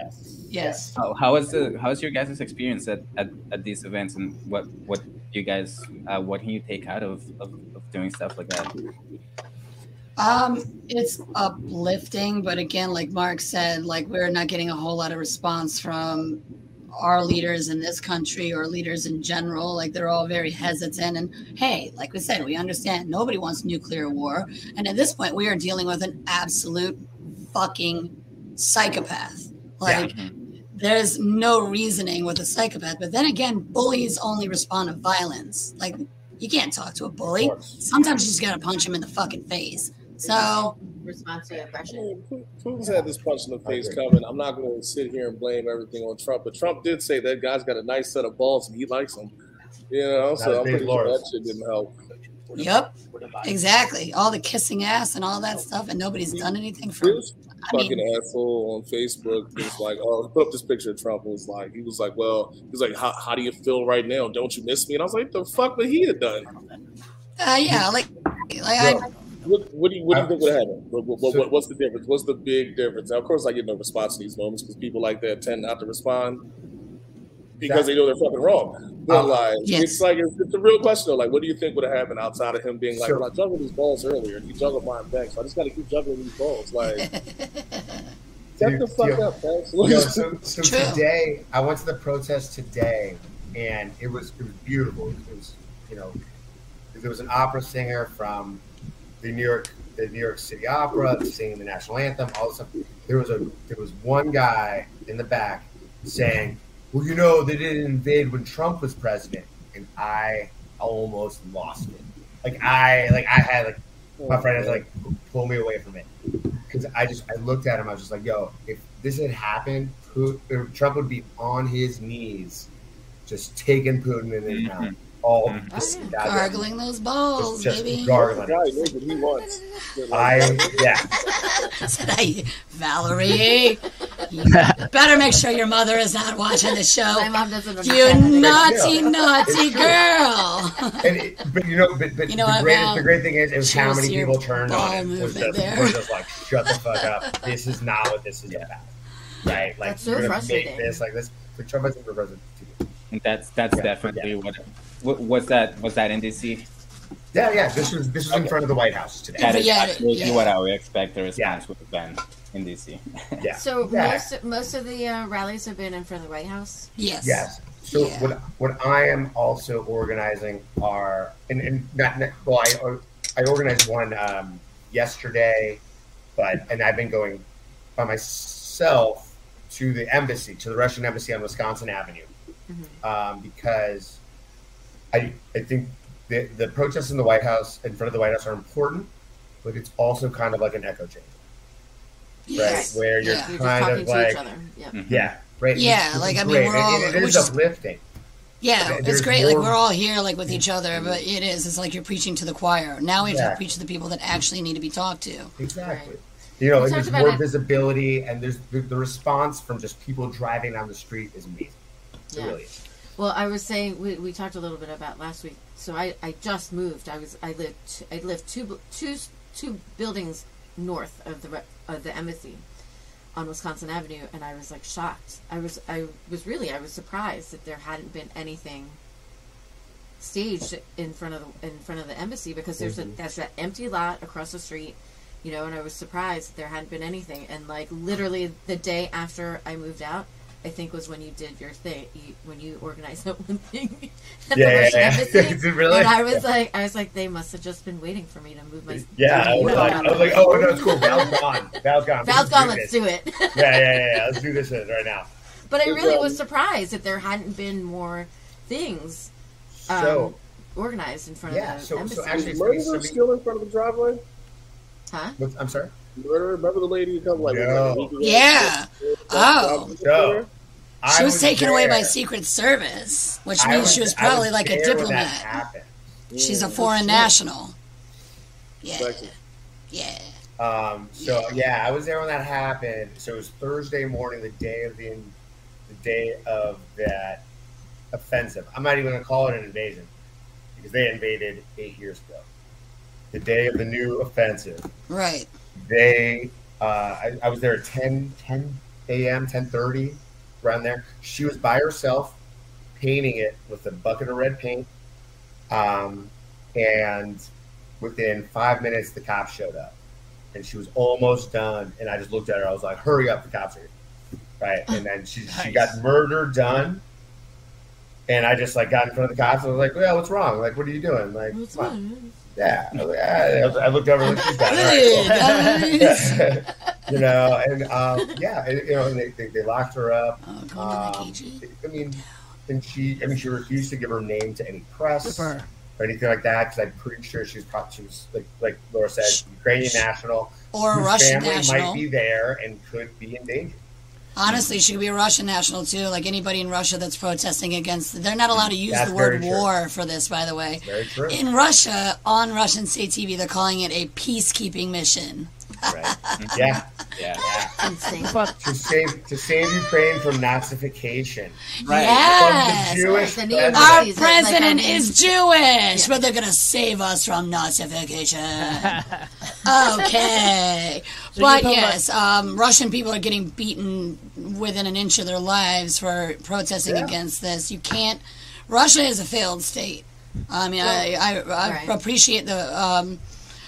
C: Yes.
F: Oh,
G: How, how was the how's your guys' experience at, at, at these events, and what what you guys uh, what can you take out of, of, of doing stuff like that?
C: Um, it's uplifting, but again, like Mark said, like we're not getting a whole lot of response from our leaders in this country or leaders in general. Like they're all very hesitant. And hey, like we said, we understand nobody wants nuclear war. And at this point, we are dealing with an absolute fucking psychopath. Like there's no reasoning with a psychopath. But then again, bullies only respond to violence. Like you can't talk to a bully. Sometimes you just gotta punch him in the fucking face. So
J: Response to oppression.
E: Putin's had this punch in the face
F: agree.
E: coming. I'm not going to sit here and blame everything on Trump, but Trump did say that guy's got a nice set of balls and he likes them. You know,
F: That
E: so
F: was
E: I'm
F: Dave
E: pretty sure that
F: Lawrence.
E: shit didn't help.
C: yep, exactly. All the kissing ass and all that stuff, and nobody's done anything for.
E: This
C: I
E: fucking
C: mean,
E: asshole on Facebook was like, "Oh, put up this picture of Trump." Was like, he was like, "Well, he's like, how, how do you feel right now? Don't you miss me?" And I was like, "The fuck would he have done?
C: uh, yeah, like, like I,
F: Well,
E: What, what do you what do you think would have happened? What, what, what-
F: So-
E: what's the difference? What's the big difference?" Now, of course, I get no response in these moments because people like that tend not to respond because they know they're fucking wrong. But
F: Uh,
E: like,
C: Yes.
E: it's like it's, it's a real question though. Like, what do you think would have happened outside of him being like,
F: Sure.
E: "Well, I juggled these balls earlier. and He juggled mine back, so I just got to keep juggling these balls." Like, shut the
F: Dude,
E: fuck
F: yeah.
E: up, guys.
F: Yo, so, so
C: True.
F: today I went to the protest today, and it was it was beautiful. It was you know there was an opera singer from the New York the New York City Opera singing the national anthem. All this stuff. There was a there was one guy in the back saying, "Well, you know they didn't invade when Trump was president," and I almost lost it. Like I like I had like
C: Oh,
F: my friend was like, pull me away from it. Because I just, I looked at him, I was just like, yo, if this had happened, Pu- or Trump would be on his knees, just taking Putin in his mouth. All
G: Mhm.
F: this goddamn-
C: gargling those balls,
F: just, just
C: baby. [laughs]
E: Guy
F: gargling.
E: knows what he wants.
F: I, yeah,
C: Said I, Valerie, you better make sure your mother is not watching
J: My
C: the show.
J: mom doesn't
C: You
J: understand.
C: naughty, naughty girl.
F: and it, but you know, but, but
C: You know
F: the,
C: what,
F: great,
C: Val?
F: the great thing is, is how
C: Choose
F: many
C: your
F: people turned
C: ball
F: on it. Was
C: movement
F: just,
C: there.
F: was just like, shut the fuck up. This is not what this is about, right? Like,
J: That's so
F: we're gonna
J: frustrating.
F: make this like this. But Trump hasn't been president. for two years.
G: And that's that's
F: Yeah,
G: definitely what, what was that was that in DC?
F: Yeah, yeah. This was this was in front of the White House today.
G: That is
C: Yeah,
G: absolutely
C: yeah.
G: what I would expect the
F: Yeah.
G: response would have been in DC. [laughs]
F: Yeah.
J: So
F: Yeah.
J: most most of the uh, rallies have been in front of the White House.
C: Yes.
F: Yes. So
C: Yeah.
F: what what I am also organizing are and, and not, not well I or- I organized one um, yesterday, but and I've been going by myself to the embassy to the Russian embassy on Wisconsin Avenue um, because I I think the the protests in the White House in front of the White House are important, but it's also kind of like an echo chamber, right?
C: Yes.
F: Where you're
C: Yeah.
J: You're just
F: kind
J: talking
F: of
J: to
F: like
J: each other. Yeah.
B: Mm-hmm.
F: yeah. Right.
C: Yeah,
F: Which is
C: like, I mean,
F: great.
C: we're all-
F: And it- it
C: which
F: is
C: is-
F: uplifting.
C: Yeah,
F: There-
C: it's
F: there's
C: great. Like
F: more-
C: we're all here, like with each other, but it is. It's like you're preaching to the choir. Now we have
F: Yeah.
C: to preach to the people that actually need to be talked to.
F: Exactly.
J: Right.
F: You know,
J: We
F: and
J: talked
F: there's
J: about
F: more
J: it.
F: visibility, and there's the, the response from just people driving down the street is amazing. It
J: Yeah.
F: really is.
J: Well, I was saying we, we talked a little bit about last week. So I, I just moved. I was I lived I lived two bu- two s- two buildings north of the re- of the embassy on Wisconsin Avenue, and I was like shocked. I was I was really I was surprised that there hadn't been anything staged in front of the, in front of the embassy because there's
F: Mm-hmm.
J: a there's that empty lot across the street, you know, and I was surprised that there hadn't been anything. And like literally the day after I moved out, I think was when you did your thing, you, when you organized [laughs] that one thing at
F: Yeah,
J: the
F: yeah,
J: Russian
F: yeah.
J: embassy.
F: [laughs] Is it really?
J: And I was like, I was like, they must have just been waiting for me to move my.
F: Yeah, I
J: No.
F: was like, I was like, oh no, it's
J: [laughs]
F: cool. Val's gone. Val's gone.
J: Val's gone.
F: do
J: Let's
F: this.
J: do it.
F: Yeah, yeah, yeah, yeah. Let's do this right now.
J: [laughs] But I
E: There's,
J: really
E: um,
J: was surprised that there hadn't been more things
D: um,
F: So-
D: organized in front
F: Yeah,
D: of the
F: so- so
D: embassy.
F: actually it's
E: Murderer
F: Somebody-
E: still in front of the driveway?
D: huh?
F: What's- I'm sorry.
E: Murderer? Remember the lady who come like,
F: No.
E: like,
C: Yeah. Oh.
F: No. I
C: She was, taken away by
F: there.
C: Secret Service, which
F: I
C: means she was
F: I
C: probably like
F: there
C: a
F: when that
C: diplomat.
F: happened.
C: She's a foreign national. Yeah.
E: Sexy.
C: Yeah.
F: Um, so yeah, I was there when that happened. So it was Thursday morning, the day of the, the day of that offensive. I'm not even going to call it an invasion because they invaded eight years ago. The day of the [laughs] new offensive,
C: Right.
F: they uh, I, I was there at 10, 10 a.m., ten thirty, around there. She was by herself, painting it with a bucket of red paint, um, and within five minutes, the cops showed up, and she was almost done. And I just looked at her. I was like, "Hurry up, the cops are here!" Right, and then she she got murder done. And I just like got in front of the cops. and I was like, "Well, what's wrong? Like, what are you doing? Like,
K: [laughs]
F: come on." yeah." I, was like, "Ah." [laughs] I looked over. Like, She's done. All right, cool."
C: Hey, guys.
F: [laughs] you know, and um, yeah, and, you know, and they, they, they locked her up.
C: Oh, going to the KG.
F: Um, I mean, and she, I mean, she refused to give her name to any press
C: Ripper.
F: or anything like that because I'm pretty sure she was probably she was like like Laura said, Ukrainian national,
C: Or a
F: whose
C: Russian
F: family might
C: national.
F: be there and could be in danger.
C: Honestly, she could be a Russian national too. Like anybody in Russia that's protesting against, they're not allowed to use
F: That's
C: the word
F: very true.
C: war for this, by the way.
F: Very true,
C: In Russia, on Russian state TV, they're calling it a peacekeeping mission. [laughs]
F: right? yeah,
L: Yeah.
F: [laughs]
D: Insane.
B: Fuck.
F: to save to save Ukraine from Nazification
L: Right.
F: from
C: Yes.
F: the Jewish
D: the neo-Nazis.
C: Our
D: Is it like
C: president
D: a-
C: is Jewish, but they're gonna save us from Nazification.
D: [laughs]
C: okay, but
B: talking about-
C: yes, um, Russian people are getting beaten within an inch of their lives for protesting
F: Yeah.
C: against this. You can't. Russia is a failed state. I mean, I I, I
D: Right.
C: appreciate the um,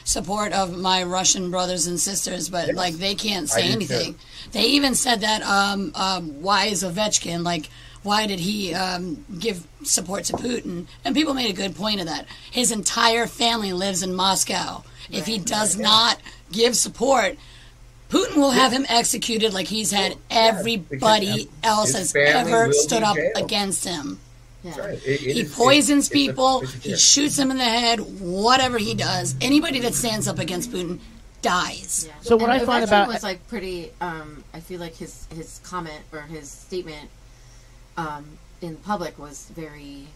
C: support of my Russian brothers and sisters, but like they can't
F: I
C: say
F: do,
C: anything.
F: too.
C: They even said that um, um, why is Ovechkin like? Why did he um, give support to Putin? And people made a good point of that. His entire family lives in Moscow. If he does not give support, Putin will have him executed like he's had everybody
F: because
C: else
F: his
C: has
F: family will
C: ever
F: be
C: stood up
F: jailed.
C: against him.
D: Yeah.
F: Right. It- it
C: He
F: is- it-
C: poisons
F: it's a-
C: people,
F: it's a
C: he
F: joke.
C: shoots them in the head, whatever he does. Anybody that stands up against Putin dies.
D: Yeah.
B: So what
D: And
B: I find
D: Ovechkin
B: about-
D: was like pretty. Um, I feel like his his comment or his statement um, in public was very,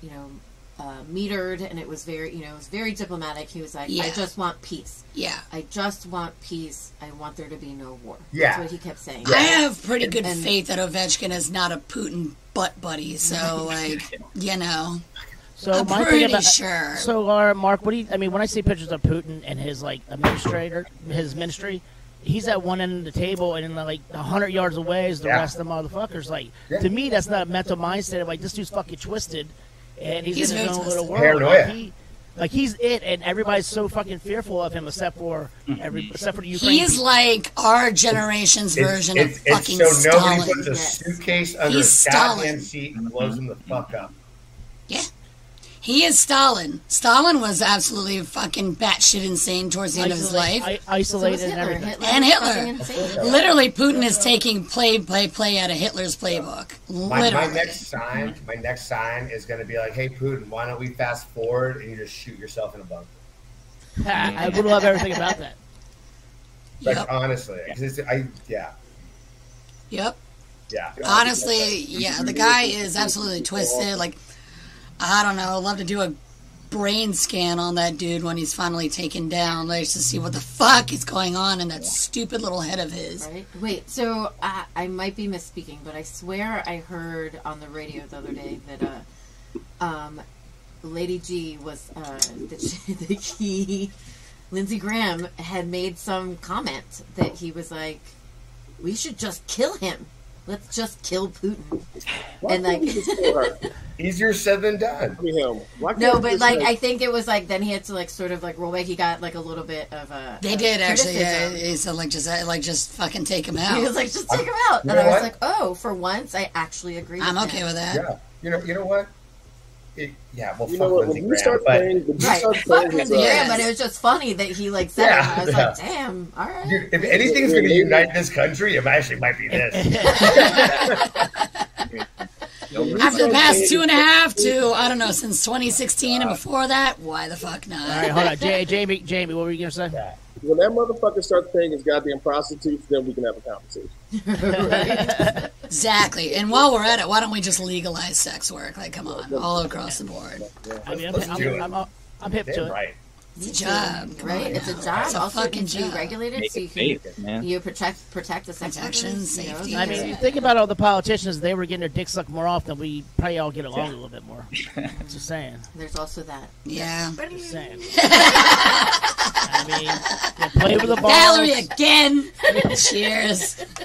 D: you know, uh, metered, and it was very, you know, it was very diplomatic. He was like, "I
C: Yeah.
D: just want peace.
C: Yeah.
D: I just want peace. I want there to be no war."
F: Yeah.
D: That's what he kept saying.
C: I have pretty good
D: And-
C: faith that Ovechkin is not a Putin butt buddy, so, like, you know,
B: So
C: I'm
B: my
C: pretty
B: thing about
C: sure.
B: so Laura, Mark, what do you? I mean, when I see pictures of Putin and his like administrator, his ministry, he's at one end of the table, and like hundred yards away is the
F: Yeah.
B: rest of the motherfuckers. Like
F: Yeah.
B: to me, that's not a mental mindset. Of, like this dude's fucking twisted, and he's,
C: He's
B: in
C: very
B: his own little
C: twisted.
B: world.
F: Paranoia.
B: Like, he, like he's it, and everybody's so fucking fearful of him, except for every,
F: Mm-hmm.
B: except for the Ukraine.
C: he is
B: people.
C: like our generation's
F: It's-
C: version
F: it's-
C: of
F: it's
C: fucking
F: so nobody
C: Stalin.
F: puts a
D: Yes.
F: suitcase under
C: He's
F: his goddamn
C: Stalin.
F: seat and blows him the fuck up.
C: He is Stalin. Stalin was absolutely fucking batshit insane towards the end of his
B: Isolate-
C: life.
B: I,
D: So
B: isolated
D: was
B: and
D: Hitler.
B: everything.
D: Hitler
C: And
D: was
C: Hitler.
D: fucking insane.
C: Literally, Putin is taking play, play, play out of Hitler's playbook.
F: My, my
C: Literally.
F: next sign, my next sign is going to be like, "Hey Putin, why don't we fast forward and you just shoot yourself in a bunker?"
B: I would love everything about that.
F: Like
C: Yep.
F: honestly, 'cause it's, I yeah
C: Yep.
F: yeah.
C: Honestly, yeah, the guy is absolutely twisted. Like, I don't know. I'd love to do a brain scan on that dude when he's finally taken down, like, to see what the fuck is going on in that stupid little head of his.
D: Right. Wait. So I, I might be misspeaking, but I swear I heard on the radio the other day that uh, um, Lady G was uh, that she, [laughs] that he, Lindsey Graham had made some comment that he was like, "We should just kill him. Let's just kill Putin."
E: Why
D: And,
E: can't
D: like-
E: you just kill
D: [laughs]
E: her?
F: [laughs] Easier said than done.
E: I mean, him. Why can't
D: No,
E: you
D: but
E: just,
D: like I think it was like then he had to like sort of like roll back. He got like a little bit of a
C: They
D: of
C: did, actually. Yeah,
D: criticism.
C: he said, like, just, uh, like, just fucking take him
D: He was
C: out.
D: like, "Just take him out,"
F: You
D: and
F: know
D: I was
F: what?
D: like, "Oh, for once, I actually agree."
C: I'm
D: with
C: okay
D: him.
C: with that.
F: Yeah, you know, you know what? It, yeah, well,
E: you
F: fuck
E: know what?
F: Lindsey
E: When you
F: Graham,
E: start
F: but
E: playing, when you
D: Right.
E: start
D: Fuck
E: playing, with,
D: Lindsey
E: uh,
D: Graham, but it was just funny that he like said it.
F: Yeah,
D: And I was
F: yeah.
D: like, damn, all right.
F: dude, if anything's going to unite this country, it actually might be this.
C: After the past two and a half to, I don't know, since 2016 and before that, why the fuck not?
B: Uh, All right, hold on, J- Jamie. Jamie, what were you gonna say?
E: When that motherfucker starts paying his goddamn prostitutes, then we can have a conversation.
C: Exactly. And while we're at it, why don't we just legalize sex work? Like, come on, all across the board.
B: I mean, I'm, I'm, I'm, I'm, I'm hip to
F: Damn
B: it.
F: right.
C: It's a job, come
D: right?
C: on
D: It's a
C: now.
D: job.
C: It's a
D: also,
C: fucking
D: it can
C: job.
D: be regulated,
G: Make
D: so
G: it
D: you can
G: safe, man.
D: you protect protect the sex workers,
C: Protection,
D: you know,
C: safety.
B: I mean, you think about all the politicians. They were getting their dicks sucked more often. We probably all get along a little bit
C: [laughs]
B: more. Just saying.
D: There's also that.
C: Yeah.
B: Just saying. I
C: [laughs]
B: mean, you play with the ball.
C: Valerie again. [laughs] Cheers. [laughs]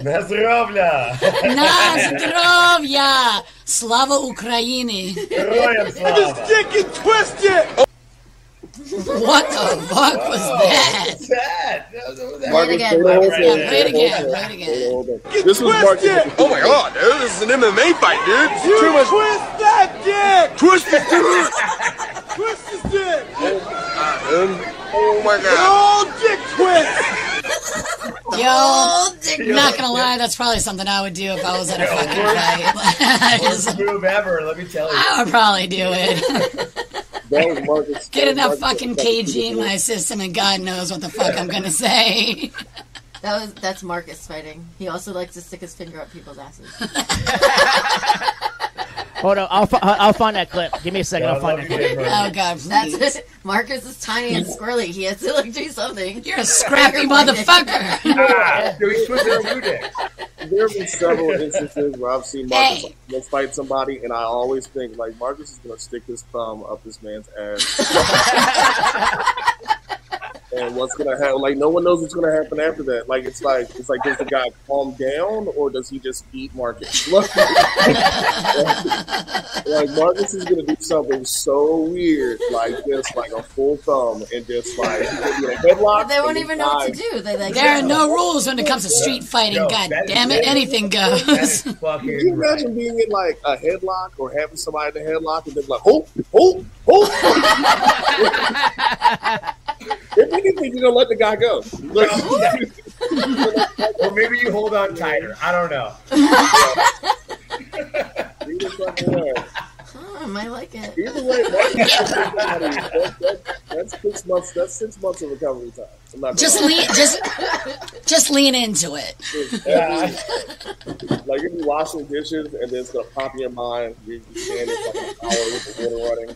F: Nazdravlja!
C: Nazdrovya. Slava Ukraini.
F: Herojem slava!
C: What the fuck was that?
F: What's that? That was- that was-
D: Play it again.
E: Taylor
D: Marcus.
E: Holden.
C: Yeah, play it again. Play it again.
E: Taylor Holden. This was Marcus.
M: Oh my god, dude, this is an MMA fight, dude. Too much. Twist that dick. Twist it, [laughs] dude. twist his dick. Oh my god. Old dick twist.
C: Yo, not gonna lie, that's probably something I would do if I was at a fucking fight. I
F: Worst
C: just-
F: move ever, let me tell you.
C: I would probably do
F: [laughs]
C: it.
E: That was Marcus.
C: Get enough
E: Marcus-
C: fucking KG in my system, and God knows what the fuck I'm gonna say.
D: That was that's Marcus fighting. He also likes to stick his finger up people's asses.
B: [laughs]
C: [laughs]
B: Hold on, I'll, fi- I'll find that clip. Give me a second.
F: I
B: I'll
F: love
B: find that
F: you,
B: clip.
F: Dave Murray.
C: Oh God,
D: That's
C: please.
D: Marcus is tiny and squirrely. He has to like do something.
C: You're a scrappy
D: [laughs]
C: motherfucker.
F: Ah, dude, he twisted two dicks.
E: There have been several instances where I've seen Marcus
C: Hey.
E: like, fight somebody, and I always think like Marcus is gonna stick his thumb up this man's ass.
D: [laughs]
E: and what's gonna happen? Like no one knows what's gonna happen after that. Like it's like it's like does the guy calm down or does he just eat Marcus? [laughs] like Marcus is gonna do something so weird, like just like a full thumb and just like he's gonna be in a headlock.
D: They won't
E: and he's
D: even know what
E: lying.
D: to do. They like
C: There are no rules when it comes to street fighting.
F: No,
C: God
F: that is
C: damn it,
F: it.
C: anything
F: That
C: goes.
F: is fucking
E: Can you
F: right.
E: imagine being in like a headlock or having somebody in a headlock and they're like, oh, oh, oh. [laughs] if anything, you're going to let the guy go. Like,
F: [laughs] Or maybe you hold on tighter. I
E: [laughs]
F: don't know. [laughs]
E: either fucking way,
D: Hmm, I like it.
E: either way that, that, that- that's six months. That's six months of recovery time. I'm not
C: [laughs] Just
E: gonna
C: lean, just, just lean into it.
F: Yeah.
E: lie. like if you're washing dishes and then it's gonna pop in your mind. You're standing like an hour with the water running.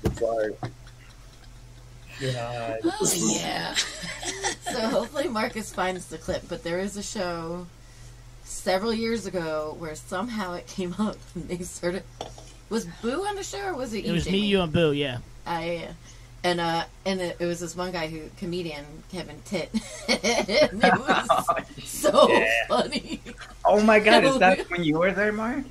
E: It's like
F: God.
C: Oh yeah.
D: [laughs] So hopefully Marcus finds the clip, but there is a show several years ago where somehow it came up [laughs] and they started was Boo on the show or was it,
B: It
D: you,
B: was me,
D: Jamie?
B: you, and Boo. Yeah.
D: I and uh and it, it was this one guy who comedian Kevin Tit. [laughs] and it was so
G: Yeah.
D: funny.
G: Oh my god, is
C: [laughs]
G: that when you were there, Mark?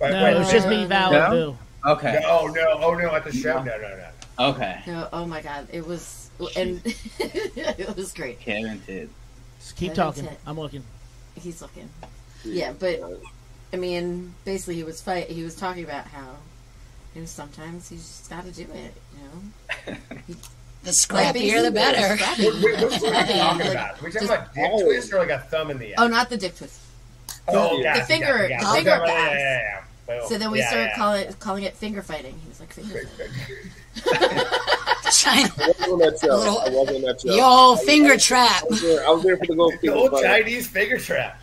F: Wait,
B: No,
F: wait,
B: it was just me, Val, and
G: No?
B: Boo.
G: Okay.
F: No, no, oh no, at the show. No, no, no.
G: Okay.
D: No, oh my god, it was and [laughs] it was great.
G: Kevin did.
B: Just keep
D: That's
B: talking.
D: it.
B: I'm looking.
D: He's looking. Yeah, but I mean, basically, he was fight. He was talking about how you know sometimes you just got to do it. You know,
F: [laughs]
C: The scrappier, the better.
F: Wait, wait, [laughs] what are
D: [laughs]
F: we talking
D: Like,
F: about? Are we talking
D: just-
F: about dick twist or like a thumb in the ass?
D: Oh, not the dick twist.
F: Oh, yeah,
D: the finger-
F: yeah,
D: the
F: yeah.
D: finger
F: Okay,
D: up the
F: yeah,
D: ass.
F: yeah, yeah, yeah. Boom.
D: So then we
F: Yeah,
D: started
F: yeah.
D: calling it calling it finger fighting. He was like
F: [laughs]
D: finger fighting.
C: China.
E: I wasn't on that show. I wasn't on that show.
C: Yo, finger trap.
E: I was there, I was there for the gold
F: The
E: finger
F: old
E: fight.
F: Chinese finger trap.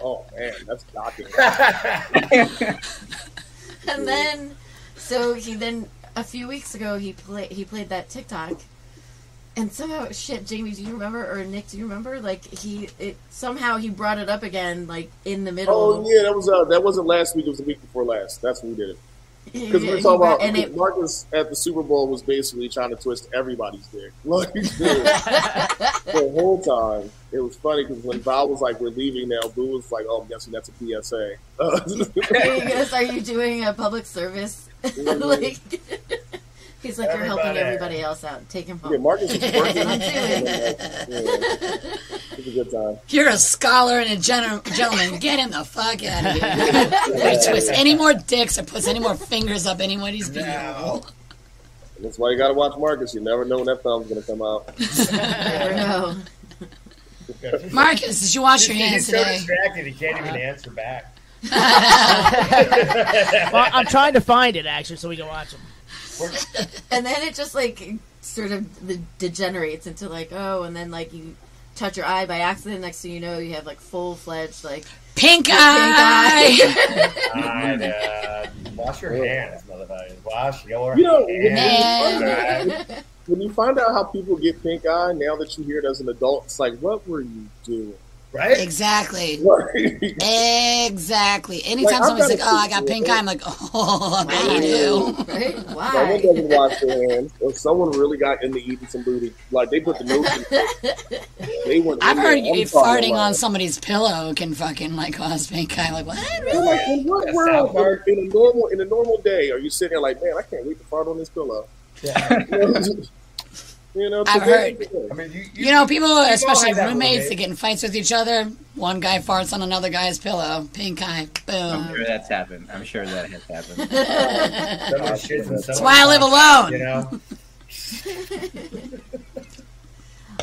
E: Oh man, that's shocking.
F: [laughs]
D: [laughs] And then, so he then a few weeks ago he played he played that TikTok, and somehow shit, Jamie, do you remember or Nick, do you remember? Like he it somehow he brought it up again, like in the middle.
E: Oh yeah, that was uh, that wasn't last week. It was the week before last. That's when we did it because we were talking about
D: and it
E: Marcus at the Super Bowl was basically trying to twist everybody's dick. [laughs] Like dude,
D: [laughs]
E: the whole time, it was funny because when Val was like, "We're leaving now," Boo was like, "Oh, I'm guessing that's a [laughs] PSA."
D: [laughs] Are you guys- are you doing a public service? [laughs] like, [laughs] he's like, you're helping
F: Everybody.
D: everybody else out. Take him
E: yeah,
D: home.
E: Marcus was
D: [laughs]
E: working.
D: I'm doing
E: yeah. It was a good time.
C: You're a scholar and a gen- gentleman. Get him the fuck out of here.
F: [laughs]
C: If he twists any more dicks or puts any more fingers up anybody's being
F: No.
E: That's why you got to watch Marcus. You never know when that thumb's gonna come out.
D: Never know.
C: [laughs] Marcus, did you wash your
F: He's
C: hands
F: so
C: today?
F: distracted he can't
D: Uh-huh.
F: even
D: [laughs]
F: answer back.
B: [laughs] Well, I'm trying to find it actually, so we can watch them.
D: and then it just like sort of the- degenerates into like oh, and then like you touch your eye by accident. Next thing you know, you have like full fledged like
C: Pink
D: Pink eye.
C: eye.
D: [laughs]
C: [laughs]
F: I, uh, wash your hands, motherfuckers. Wash your
E: You know,
F: hands.
C: Man. [laughs]
E: When you find out how people get pink eye, now that you hear it as an adult, it's like, what were you doing? [laughs]
F: Right?
C: exactly.
E: Like,
C: Exactly. Anytime
E: I've
C: somebody's
E: got
C: like,
E: a
C: "Oh, I
E: picture
C: got
E: of
C: pink
E: it.
C: eye," I'm like, "Oh, I bet you do."
D: right?
E: someone
D: Why?
E: doesn't wash their hands. Or someone really got into eating some booty. Like, they put the
C: [laughs]
E: notion. They weren't
C: I've
E: in
C: heard
E: there. I'm
C: you
E: talking
C: farting
E: about-
C: on somebody's pillow can fucking like cause [laughs] pink eye. Like what?
E: They're like, in what
F: That
E: world?
F: South Park.
E: In a normal, in a normal day, are you sitting there like, man, I can't wait to fart on this pillow? you know, 'cause
C: I've
E: they-
F: I mean, you, you,
C: You know, people, especially
F: had that
C: roommates,
F: roommate.
C: that get in fights with each other. One guy farts on another guy's pillow. Pink eye. Boom.
G: I'm
F: [laughs]
G: sure that's happened. I'm sure that has happened.
F: someone shits
C: [laughs]
F: and
C: That's
F: someone
C: why I live
F: farts, You
C: alone.
F: know?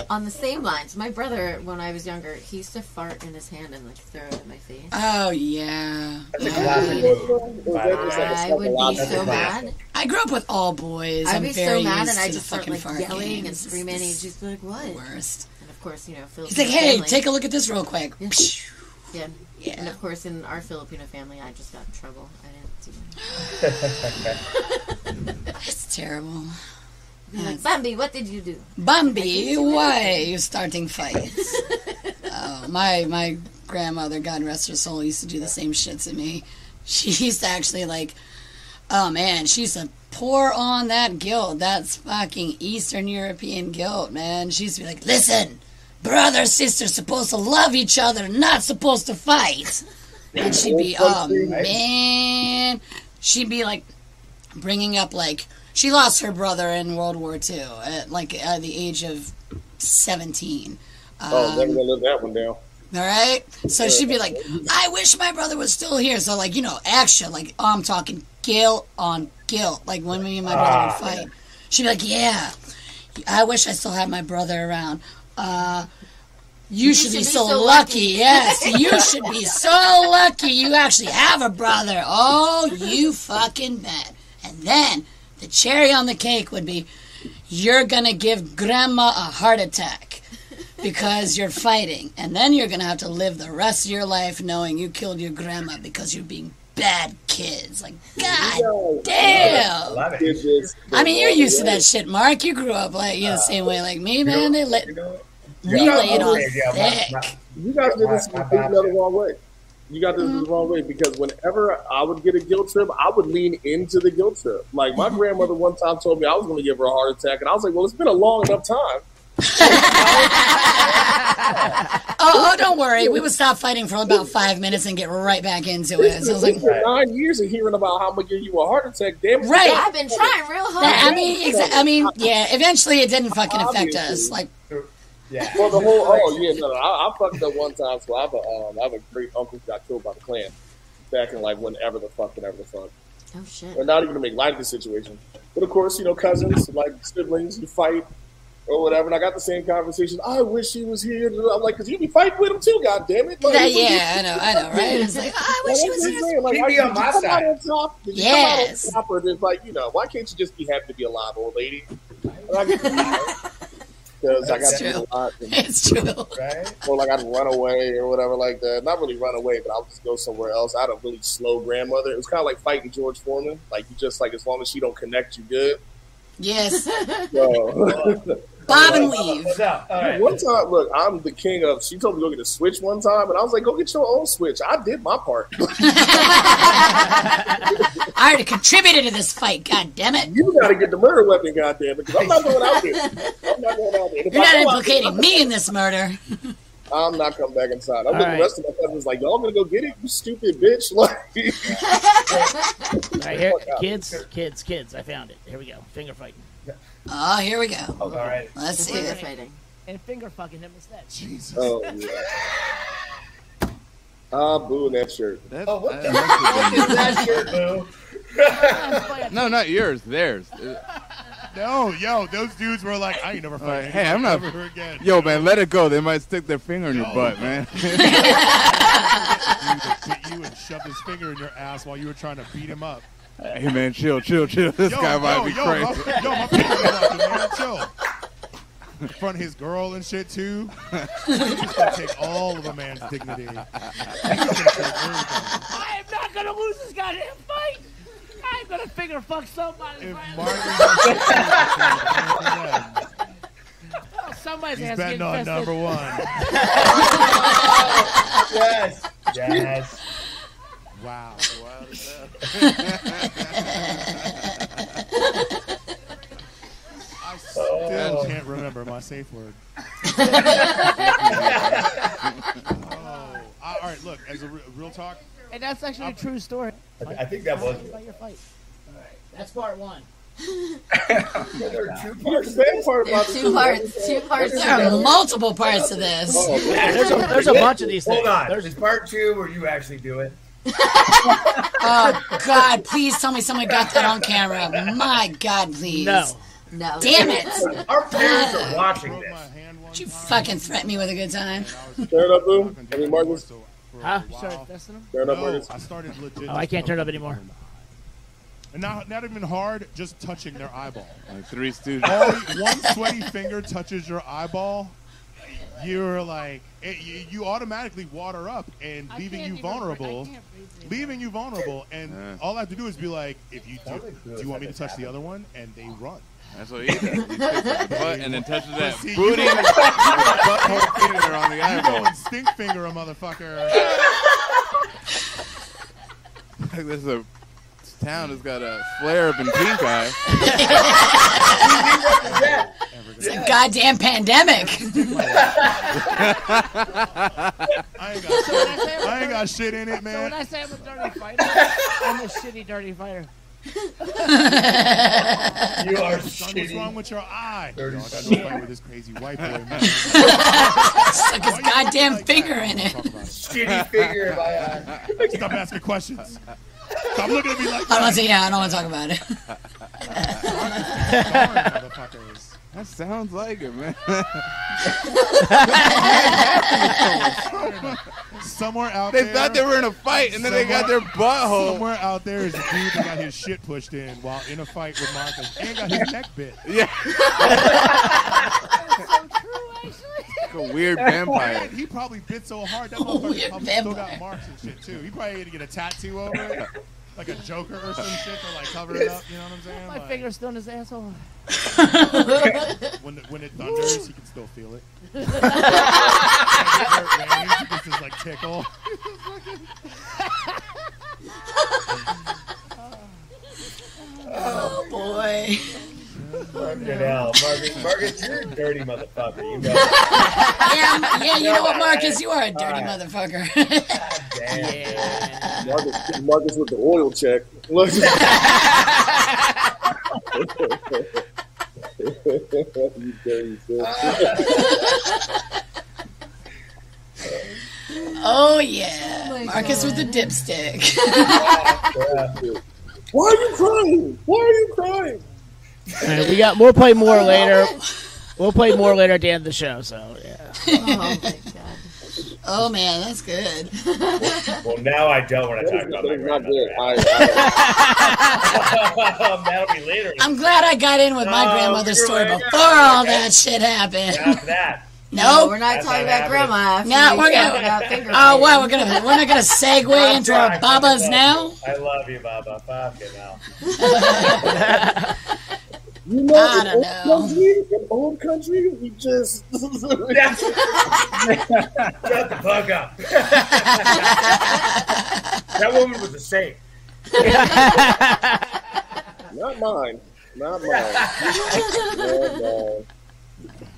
D: On the same lines, my brother when I was younger, he used to fart in his hand and like throw it in my face.
C: Oh yeah.
F: That's a classic move. by the
E: That was
F: way.
E: like a
D: I would be
E: psychological
D: so
F: classic.
D: mad.
C: I grew up with all boys.
D: I'd
C: I'm
D: be
C: very
D: so mad,
C: used
D: and I
C: to the
D: just start
C: fucking
D: like
C: fart
D: yelling
C: games.
D: and
C: This is
D: screaming, and he's
C: the
D: just like, "What?"
C: worst.
D: And of course, you know, Filipino
C: He's like, "Hey,
D: family.
C: take a look at this real quick."
D: Yeah.
C: Psh,
D: Yeah.
C: Yeah.
D: And of course, in our Filipino family, I just got in trouble. I didn't do
C: [laughs]
D: it.
C: That's terrible.
D: They're Like, Bambi, what did you do?
C: Bambi, why are you starting fights? oh, my my grandmother, God rest her soul, used to do the same shit to me. She [laughs] used to actually like, oh man, she used to pour on that guilt. That's fucking Eastern European guilt, man. She used to be like, listen, brother, sister, supposed to love each other, not supposed to fight. And she'd be, oh man, she'd be like, bringing up like she lost her brother in World War II at like at the age of seventeen.
E: Oh, never
C: Um,
E: gonna live that one down.
C: all right. So she'd be like, I wish my brother was still here. So, like, you know, action. Like, oh, I'm talking guilt on guilt. Like, when me and my brother would fight, she'd be like, Yeah, I wish I still had my brother around. Uh, you, should, be, so, lucky. Yes, you should be so lucky you actually have a brother. Oh, you fucking bet. And then the cherry on the cake would be, You're going to give grandma a heart attack because you're fighting, and then you're gonna have to live the rest of your life knowing you killed your grandma because you're being bad kids. Like, God
E: No,
C: damn!
F: Love it.
E: did this.
C: I mean, you're used to that shit, Mark. You grew up like you know, the same way, like me, man. They let
F: You know what?
C: we
F: Yeah,
C: laid
F: I'm
C: on
F: saying, yeah, my- my-
C: thick.
E: You guys did this
F: My- my
E: completely the
F: bad.
E: wrong way. You got this
C: Mm-hmm.
E: the wrong way because whenever I would get a guilt trip, I would lean into the guilt trip. Like
C: [laughs]
E: my grandmother one time told me I was going to give her a heart attack, and I was like, "Well, it's been a long enough time."
C: Oh, oh, don't worry. We would stop fighting for about five minutes and get right back into it. So I was like,
E: It's been nine years of hearing about how I'm going to give you a heart attack. Damn it,
C: Right.
D: I've been trying real hard.
C: I mean, exa- I mean, yeah. Eventually, it didn't fucking affect us.
E: Obviously.
C: Like,
F: Yeah.
E: Well, the whole oh yeah, no, no, I, I fucked up one time. So I have a um, I have a great uncle who got killed by the Klan back in like whenever the fuck, whenever the fuck.
D: Oh shit.
E: Or not even to make light of the situation, but of course you know cousins like siblings you fight or whatever. And I got the same conversation. I wish he was here. I'm like, cause you be fighting with him too. God damn it! Like,
C: yeah,
E: you-
C: yeah, I know, I know, right? It's like, oh, I
E: Like,
C: wish he
E: that's
C: was
E: what I'm
C: here.
E: saying. Like,
F: Keep
E: are
F: me
E: you-
F: on
E: did
F: my
E: you come out
F: side.
E: on top? Did you come out on
C: Yes.
E: top? Or just like, you know, why can't you just be happy to be alive, old lady? And I get because I got
C: That's
E: to
C: true.
E: do a lot. And
C: It's true.
E: [laughs]
F: Right?
E: or like I'd run away or whatever like that. Not really run away, but I'll just go somewhere else. I had a really slow grandmother. It was kind of like fighting George Foreman. Like you just like as long as she don't connect, you good.
D: [laughs]
C: Yes,
E: So
C: Bob and Weave.
F: So,
E: [laughs]
F: all right.
E: one time, look, I'm the king of. She told me to go get a switch one time, and I was like, go get your own switch. I did my part.
C: I already contributed to this fight. God damn it!
E: you got to get the murder weapon, goddamn it, because I'm not going out there.
C: [laughs]
E: I'm not going out there. If
C: You're
E: I
C: not
E: go out there,
C: implicating me in this murder.
E: I'm not coming back inside. I'm with
B: right.
E: the rest of my cousins like, y'all gonna go get it, you stupid bitch. [laughs] Like,
B: All right, here, kids, kids, kids. I found it. Here we go. Finger fighting
C: Oh, here we go.
F: All right.
C: Let's see.
D: Finger
C: it.
D: fighting.
B: and finger fucking him instead. Jesus.
E: oh yeah. Ah, boo that shirt.
M: That's,
F: Oh, what the-
M: uh, that's what they
F: Boo.
K: [laughs]
M: do. no, not yours. Theirs. Uh,
A: No, yo, those dudes were like, I ain't never
K: Like,
A: fighting.
K: hey, I'm not.
A: Ever again.
K: Yo, man, let it go. They might stick their finger in your butt, [laughs]
M: [laughs]
K: man.
A: Dude that bit you and shoved his finger in your ass while you were trying to beat him up.
K: hey, man, chill, chill, chill. This
A: Yo,
K: guy might
A: yo,
K: be
A: yo,
K: crazy.
A: My, yo, my people fucking, man, chill. In front of his girl and shit too. You can take all of a man's dignity.
B: I am not gonna lose this goddamn fight. I'm gonna finger fuck somebody.
A: If
B: finally. [laughs]
A: Martin-
B: Oh, somebody's
A: He's
B: ass
A: betting
B: getting
A: on
B: fisted.
A: number one.
F: [laughs] yes. Yes.
A: Wow. I still
E: [laughs]
A: can't remember my safe word. oh, all right. Look, as a re- real talk,
B: And that's actually a true story.
F: I think that was.
B: About your fight. That's part one.
F: There
B: [laughs]
F: are two
E: Here's the bad part about this.
J: Two parts. Two parts.
C: There are multiple parts of this.
B: [laughs] There's a, there's a bunch of these things.
F: Oh, Hold on.
B: There's
F: There's part two where you actually do
C: [laughs]
F: it.
C: Oh God! Please tell me someone got that on camera. My God, please.
B: no.
J: No.
C: Damn
D: [laughs]
C: it!
F: Our parents are
A: broke
F: watching
A: my
F: this.
A: hand one
C: Did you
A: time.
C: fucking threaten me with a good time?
E: Turn it up, Boo. I mean, Marcus.
A: So for a
B: Huh?
A: while-
B: Sorry, that's them?
E: Turn it up,
A: No,
E: Marcus.
A: I started legit.
B: Oh, I can't turn it up anymore.
A: And not, not even hard, just touching their eyeball.
K: Like three students.
C: Oh,
A: All, one sweaty finger touches your eyeball, you're like, it, you, you automatically water up and leaving you vulnerable. Leaving you vulnerable, and
K: Yeah.
A: all I have to do is be like, if you do,
F: Sounds like
A: do you want me to touch the other one? And they run.
K: [laughs] That's what he does. He picks
A: [laughs]
K: up the butt and then touches that
A: See, you-
K: booty [laughs] and butthole finger on the
A: You go
K: eyeball.
A: and
K: [laughs]
A: stink finger a
B: [laughs]
A: motherfucker.
K: Like, There's a town that's got a flare up in pink eye.
C: It's a goddamn pandemic. [laughs]
A: I ain't got,
B: So when I say I'm a
A: I ain't
B: dirty-
A: got shit in it,
B: so when
A: man.
B: I say I'm a
F: [laughs]
B: dirty fighter, I'm a shitty dirty fighter.
F: You are
A: Son, what's wrong
F: shitty.
A: with your eye?
F: Dirty
A: Yo, I got in a
F: shit.
A: fight with this crazy white
F: [laughs]
A: boy. Man.
C: Stuck his goddamn finger in it.
A: Talk about it.
F: Shitty figure in my eye.
A: Stop asking questions. Stop looking at me like
C: I don't want
A: that.
C: to. Yeah, I don't want to talk about [laughs] it.
A: Darn motherfuckers.
K: That sounds like it, man.
A: Somewhere out
K: They
A: there.
K: thought they were in a fight and then they got their butthole.
A: Somewhere out there is a dude that got his shit pushed in while in a fight with Marcus and got his neck bit.
K: [laughs] Yeah. Like a weird vampire.
A: And he probably bit so hard that
C: Weird
A: motherfucker probably still
C: vampire.
A: got marks and shit too. He probably had to get a tattoo over it, like a Joker or some shit to like cover it up. You know what I'm saying?
B: [laughs] My
A: Like,
B: finger's still in his asshole.
A: When the, when it thunders, you can still feel
C: [laughs]
A: it.
B: [laughs]
A: Like, when it rains, you can just like tickle.
C: Oh boy.
F: Fucking hell. Marcus, Marcus, you're a dirty motherfucker.
B: [laughs]
F: You know it.
D: [laughs]
C: Yeah, yeah. You know what, Marcus? You are a dirty motherfucker. [laughs]
F: Damn.
E: Marcus, Marcus with the oil
C: [laughs]
E: check. Look. you dirty bitch.
C: oh yeah. Marcus with the dipstick.
E: [laughs] Why are you crying? Why are you crying?
B: Alright, we got. We'll play more later. We'll play more later at the end of the show. So yeah.
D: Oh my god.
C: Oh man, that's good.
F: Well, now I don't want to talk about
E: That
F: my
E: is not
F: grandmother.
E: good. I,
F: That'll be later.
C: [laughs] I'm glad I got in with my
F: Oh,
C: grandmother's
F: you're
C: story
F: right.
C: before all that shit [laughs] happened.
F: Stop that.
C: Nope.
D: We're not
F: That's
D: talking
F: not
D: about grandma. after
C: No,
D: we
C: we're
D: talk
C: gonna-
D: about finger
C: Oh
D: pain.
C: wow, we're gonna we're not gonna
D: [laughs]
C: segue into our babas now.
F: I love you, Baba. Fucking hell.
E: you know,
C: I
E: in
C: don't
E: old
C: know.
E: Country, in old country, we just.
F: Shut the fuck up. that woman was
C: [laughs]
F: a saint.
E: Not mine. Not
F: [laughs]
E: mine. Not mine.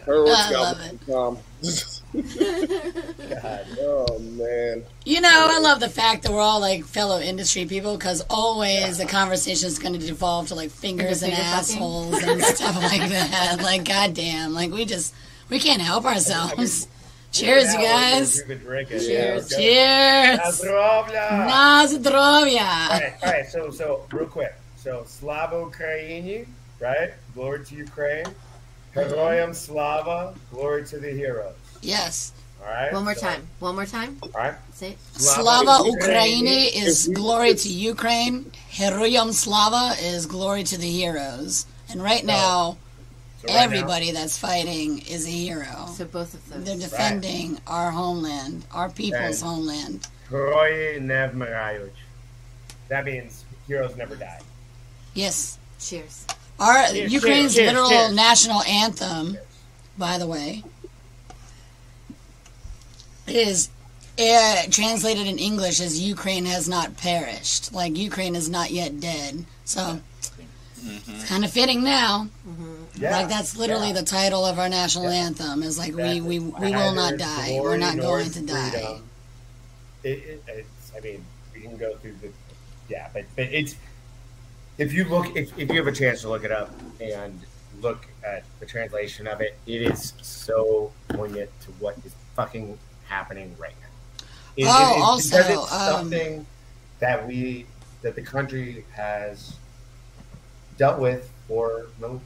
E: Her
C: I love
E: Tom.
C: [laughs]
E: God. Oh man.
C: You know, I love the fact that we're all like fellow industry people because always the conversation is going to devolve to like fingers and
D: Finger fucking.
C: assholes and
D: [laughs]
C: stuff like that. Like, goddamn, like we just we can't help ourselves. [laughs] Cheers, you guys.
F: You could drink it.
D: Cheers.
F: Yeah, okay.
C: Cheers.
F: Pozdravля.
C: Nazdrovia.
F: All right, all right. So, so real quick. So, Slavo Ukrainian, right? Glory to Ukraine. Heroyam slava. Glory to the heroes.
C: Yes.
F: All right.
D: One more
F: so-
D: time. One more time.
F: All right.
D: Say it.
C: Slava Ukraini is glory to Ukraine. Heruyam Slava is glory to the heroes. And right now,
F: Oh. So right now-
C: everybody that's fighting is a hero.
D: So both of those.
C: They're defending our homeland, our people's
F: Right.
C: homeland.
F: Heroi nev mirayuj. That means heroes never die.
C: Yes.
D: Cheers.
C: Our
F: Cheers,
C: Ukraine's
F: cheers,
C: literal
F: cheers.
C: national anthem, by the way, is uh, translated in English as "Ukraine has not perished." Like Ukraine is not yet dead. So
F: Mm-hmm.
C: it's kind of fitting now.
F: Yeah,
C: like that's literally
F: yeah.
C: the title of our national anthem. Is like we we, we will
F: Neither
C: not die. We're
F: glory
C: not
F: nor
C: going to die.
F: freedom. It, it, it's, I mean, we can go through
C: Uh,
F: the, yeah, but, but it's, if you look, if, if you have a chance to look it up and look at the translation of it, it is so poignant to what is fucking happening right now. It- it-
C: Oh,
F: it-
C: also,
F: because it's
C: um,
F: something that we, that the country has dealt with for, mil-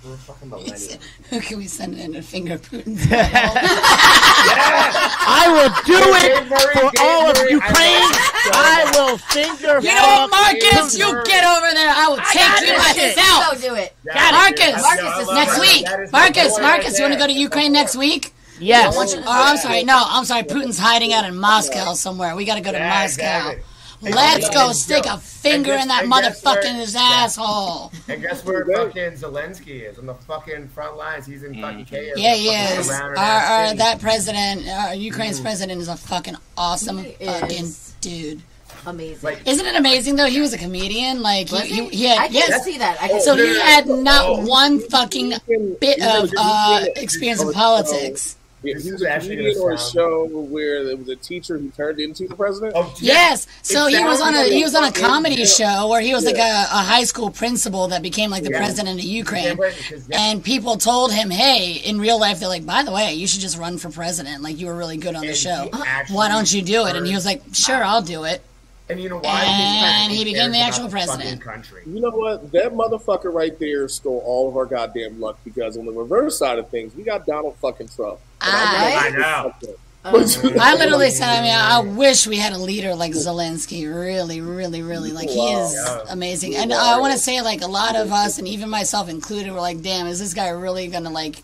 F: for fucking millennia.
C: Who [laughs] can we send in a finger
B: [laughs]
C: Putin?
B: I will do it for all of Ukraine. I will finger.
C: You know what, Marcus? You get over there. I will take
D: got
C: you
D: it.
C: myself.
D: Go do it.
C: Marcus,
D: Marcus is
C: next
D: next
C: week. Marcus, Marcus, you want to go to Ukraine next week?
B: Yes.
C: I want you- Oh, I'm sorry. No, I'm sorry. Putin's hiding out in Moscow somewhere. We got to go to Moscow. Let's go stick a finger in that motherfucker's asshole.
F: And guess where fucking Zelensky is on the fucking front lines? He's in fucking chaos.
C: Mm-hmm. Yeah,
F: Fucking
C: he is. Our,
F: surrounded
C: our,
F: ass Mm.
C: that president, uh, Ukraine's president, is a fucking awesome
D: He is.
C: fucking dude.
D: Amazing.
C: Isn't it amazing though? He was a comedian. Like he,
D: Was he?
C: he, he had
D: I can
C: yes.
D: see that. I can
C: so
D: see
C: he had
D: that.
C: not
F: Oh.
C: one fucking bit of uh, experience in politics.
E: Yeah, he was
F: is
E: a
F: actually
E: comedian
F: gonna
E: or a
F: sound-
E: show where there was a teacher who turned into the president.
F: Oh,
C: Yes. So he was on a he was on a comedy show where he was like a,
E: Yeah.
C: a high school principal that became like the
F: Yeah.
C: president of Ukraine.
F: Yeah, because- yeah.
C: And people told him, "Hey, in real life, they're like, by the way, you should just run for president. Like you were really good on the
F: And
C: show.
F: he actually uh,
C: Why don't you do it?" And he was like, "Sure, I'll do it."
F: And you know why?
C: And he became the
F: cares
C: actual
F: about fucking
C: president.
F: Country.
E: You know what? That motherfucker right there stole all of our goddamn luck because on the reverse side of things, we got Donald fucking Trump. And
F: I
E: I'm
F: know.
E: not gonna fuck that.
C: Um, I literally said, I mean, I wish we had a leader like Zelensky. Really, really, really. Like, he is
F: Wow.
C: amazing. And I want to say, like, a lot of us, and even myself included, were like, damn, is this guy really going to, like,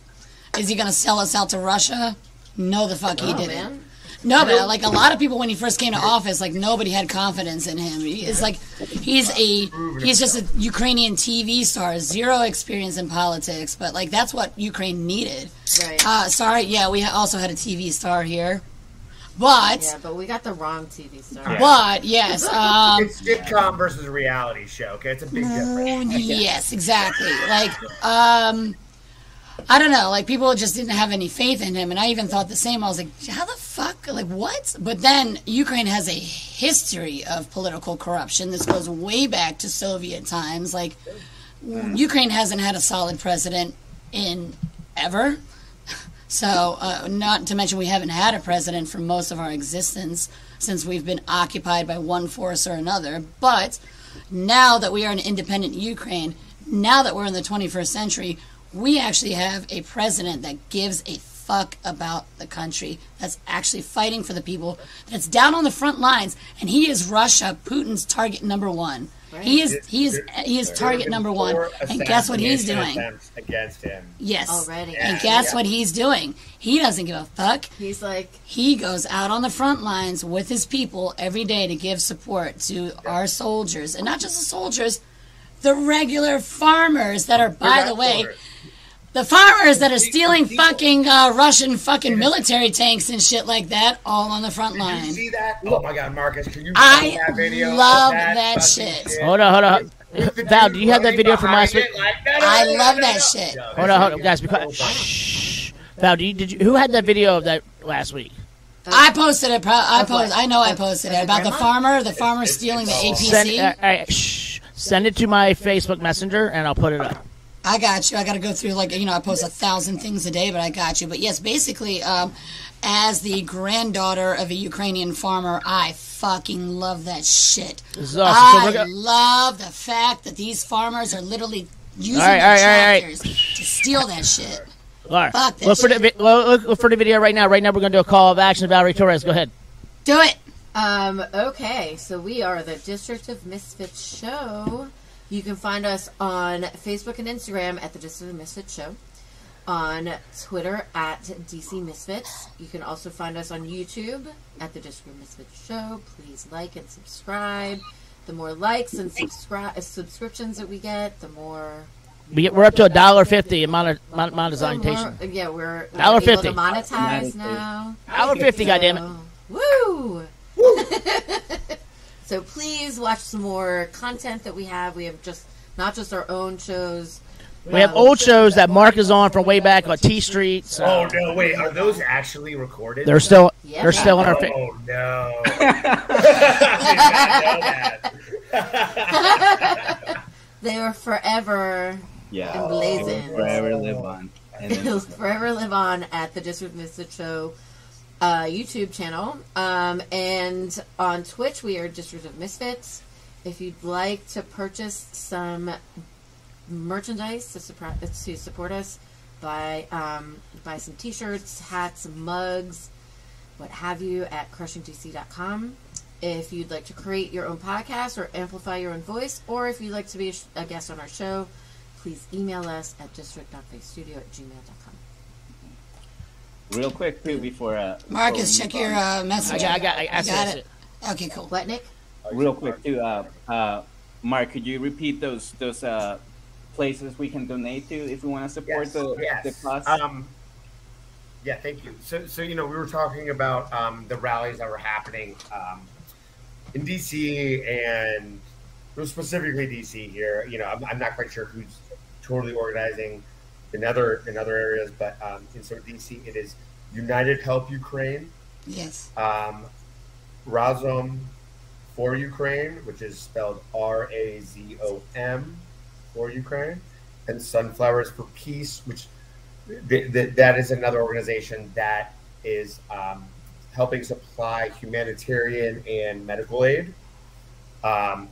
C: is he going to sell us out to Russia? No, the fuck he
D: Oh,
C: didn't.
D: man.
C: No, but like a lot of people, when he first came to office, like nobody had confidence in him. He- It's like he's a he's just a Ukrainian TV star, zero experience in politics. But like that's what Ukraine needed.
D: Right.
C: Uh, sorry, yeah, we ha- also had a TV star here, but
D: yeah, but we got the wrong TV star.
C: but
F: [laughs]
C: yes, um,
F: It's sitcom versus reality show. Okay, it's a big
C: [laughs]
F: difference. [laughs]
C: Oh, yes, exactly. Like um, I don't know, like people just didn't have any faith in him, and I even thought the same. I was like, how the fuck, like what? But then Ukraine has a history of political corruption. This goes way back to Soviet times. Like Ukraine hasn't had a solid president in ever. [laughs] So, uh, not to mention, we haven't had a president for most of our existence since we've been occupied by one force or another. But now that we are an independent Ukraine, now that we're in the 21st century, we actually have a president that gives a fuck about the country, that's actually fighting for the people, that's down on the front lines, and he is Russia, Putin's target number one. He is he is he is target number one,
F: Four
C: and guess what he's
F: assassination
C: doing?
F: attempts Against him.
C: Yes.
D: Already.
C: And
F: Yeah,
C: guess
F: yeah.
C: what he's doing? He doesn't give a fuck.
D: He's like,
C: He goes out on the front lines with his people every day to give support to our soldiers, and not just the soldiers, the regular farmers that are, by
F: They're
C: the
F: not
C: way,
F: soldiers.
C: the farmers that are stealing fucking uh, Russian fucking military tanks and shit like that, all on the front
F: Did you
C: line.
F: see that? Oh my god, Marcus! Can you
C: I
F: find that video of
C: love that
F: fucking
C: shit.
B: Hold on, hold on.
F: With the
B: Val,
F: dude
B: do you have that
F: running
B: video from last
F: behind
B: week?
F: it, like, no, no,
C: I
F: no, no,
C: love
F: no,
C: that
F: no.
C: shit.
F: Yeah,
B: Hold
F: that's
B: on, hold on,
F: fucking
B: guys. Be quiet. Shh. Val, do you, did you, who had that video of that last week?
C: I posted it. Pro- I
D: Of what?
C: post. I know I posted it about the farmer. The farmer stealing the
B: Send, uh,
C: APC.
B: uh, shh. Send it to my Facebook Messenger, and I'll put it up.
C: I got you. I got to go through like you know I post a thousand things a day, but I got you. But yes, basically, um, as the granddaughter of a Ukrainian farmer, I fucking love that shit.
B: This is awesome. So
C: I
B: we're go-
C: love the fact that these farmers are literally
J: using
B: All right, all right, all right, all right.
J: contractors to steal that shit.
B: All right.
J: Fuck that
B: Look for, the, vi- look, look- look for the video right now. Right now, we're going to do a call of action. Valerie Torres, go ahead.
J: Do it.
D: Um, okay, so we are the District of Misfits Show. You can find us on Facebook and Instagram at the District of Misfits Show, on Twitter at DC Misfits. You can also find us on YouTube at the District of Misfits Show. Please like and subscribe. The more likes and subscri- uh, subscriptions that we get, the more
B: We get, we're up to a dollar fifty in monet, mon,
D: monetization.
B: monetization.
D: yeah, we're, we're
B: Dollar
D: able
B: fifty.
D: to monetize now.
B: Dollar fifty, goddamn it.
D: Woo! [laughs] so please watch some more content that we have. We have just not just our own
G: [laughs]
D: shows. [laughs]
B: We have old shows that Mark is on from way back on T Street. So
F: Oh no! Wait, are those actually recorded?
B: They're still- they're still in our fa-
F: Oh no!
C: [laughs]
D: They are forever
G: [laughs] Yeah.
D: emblazoned.
G: Forever live on. [laughs] And
D: It'll
G: then,
C: [laughs]
D: forever live on at the District Mystic Show uh, YouTube channel. Um, and on Twitch, we are District of Misfits. If you'd like to purchase some merchandise to, supr- to support us, buy, um, buy some t shirts, hats, mugs, what have you, at crushingdc.com. If you'd like to create your own podcast or amplify your own voice, or if you'd like to be a, sh- a guest on our show, please email us at district.facestudio at gmail.com.
G: real quick too before uh,
C: Marcus,
G: before we
C: check
G: move
C: your
G: on.
C: uh, message.
B: I got- I got- I
C: You got
B: see
C: it. Okay, cool.
D: What, Nick?
G: real quick too. Uh, uh, Mark, could you repeat those those uh, places we can donate to if we want to support
F: Yes,
G: the
F: yes.
G: the cause?
F: Um, yeah, thank you. So, so you know, we were talking about um, the rallies that were happening um, in DC and specifically DC here. You know, I'm, I'm not quite sure who's totally organizing in other in other areas, but um, in sort of DC, it is United Help Ukraine,
C: Yes.
F: um, Razom for Ukraine, which is spelled R A Z O M for Ukraine, and Sunflowers for Peace, which th- th- that is another organization that is um, helping supply humanitarian and medical aid. Um,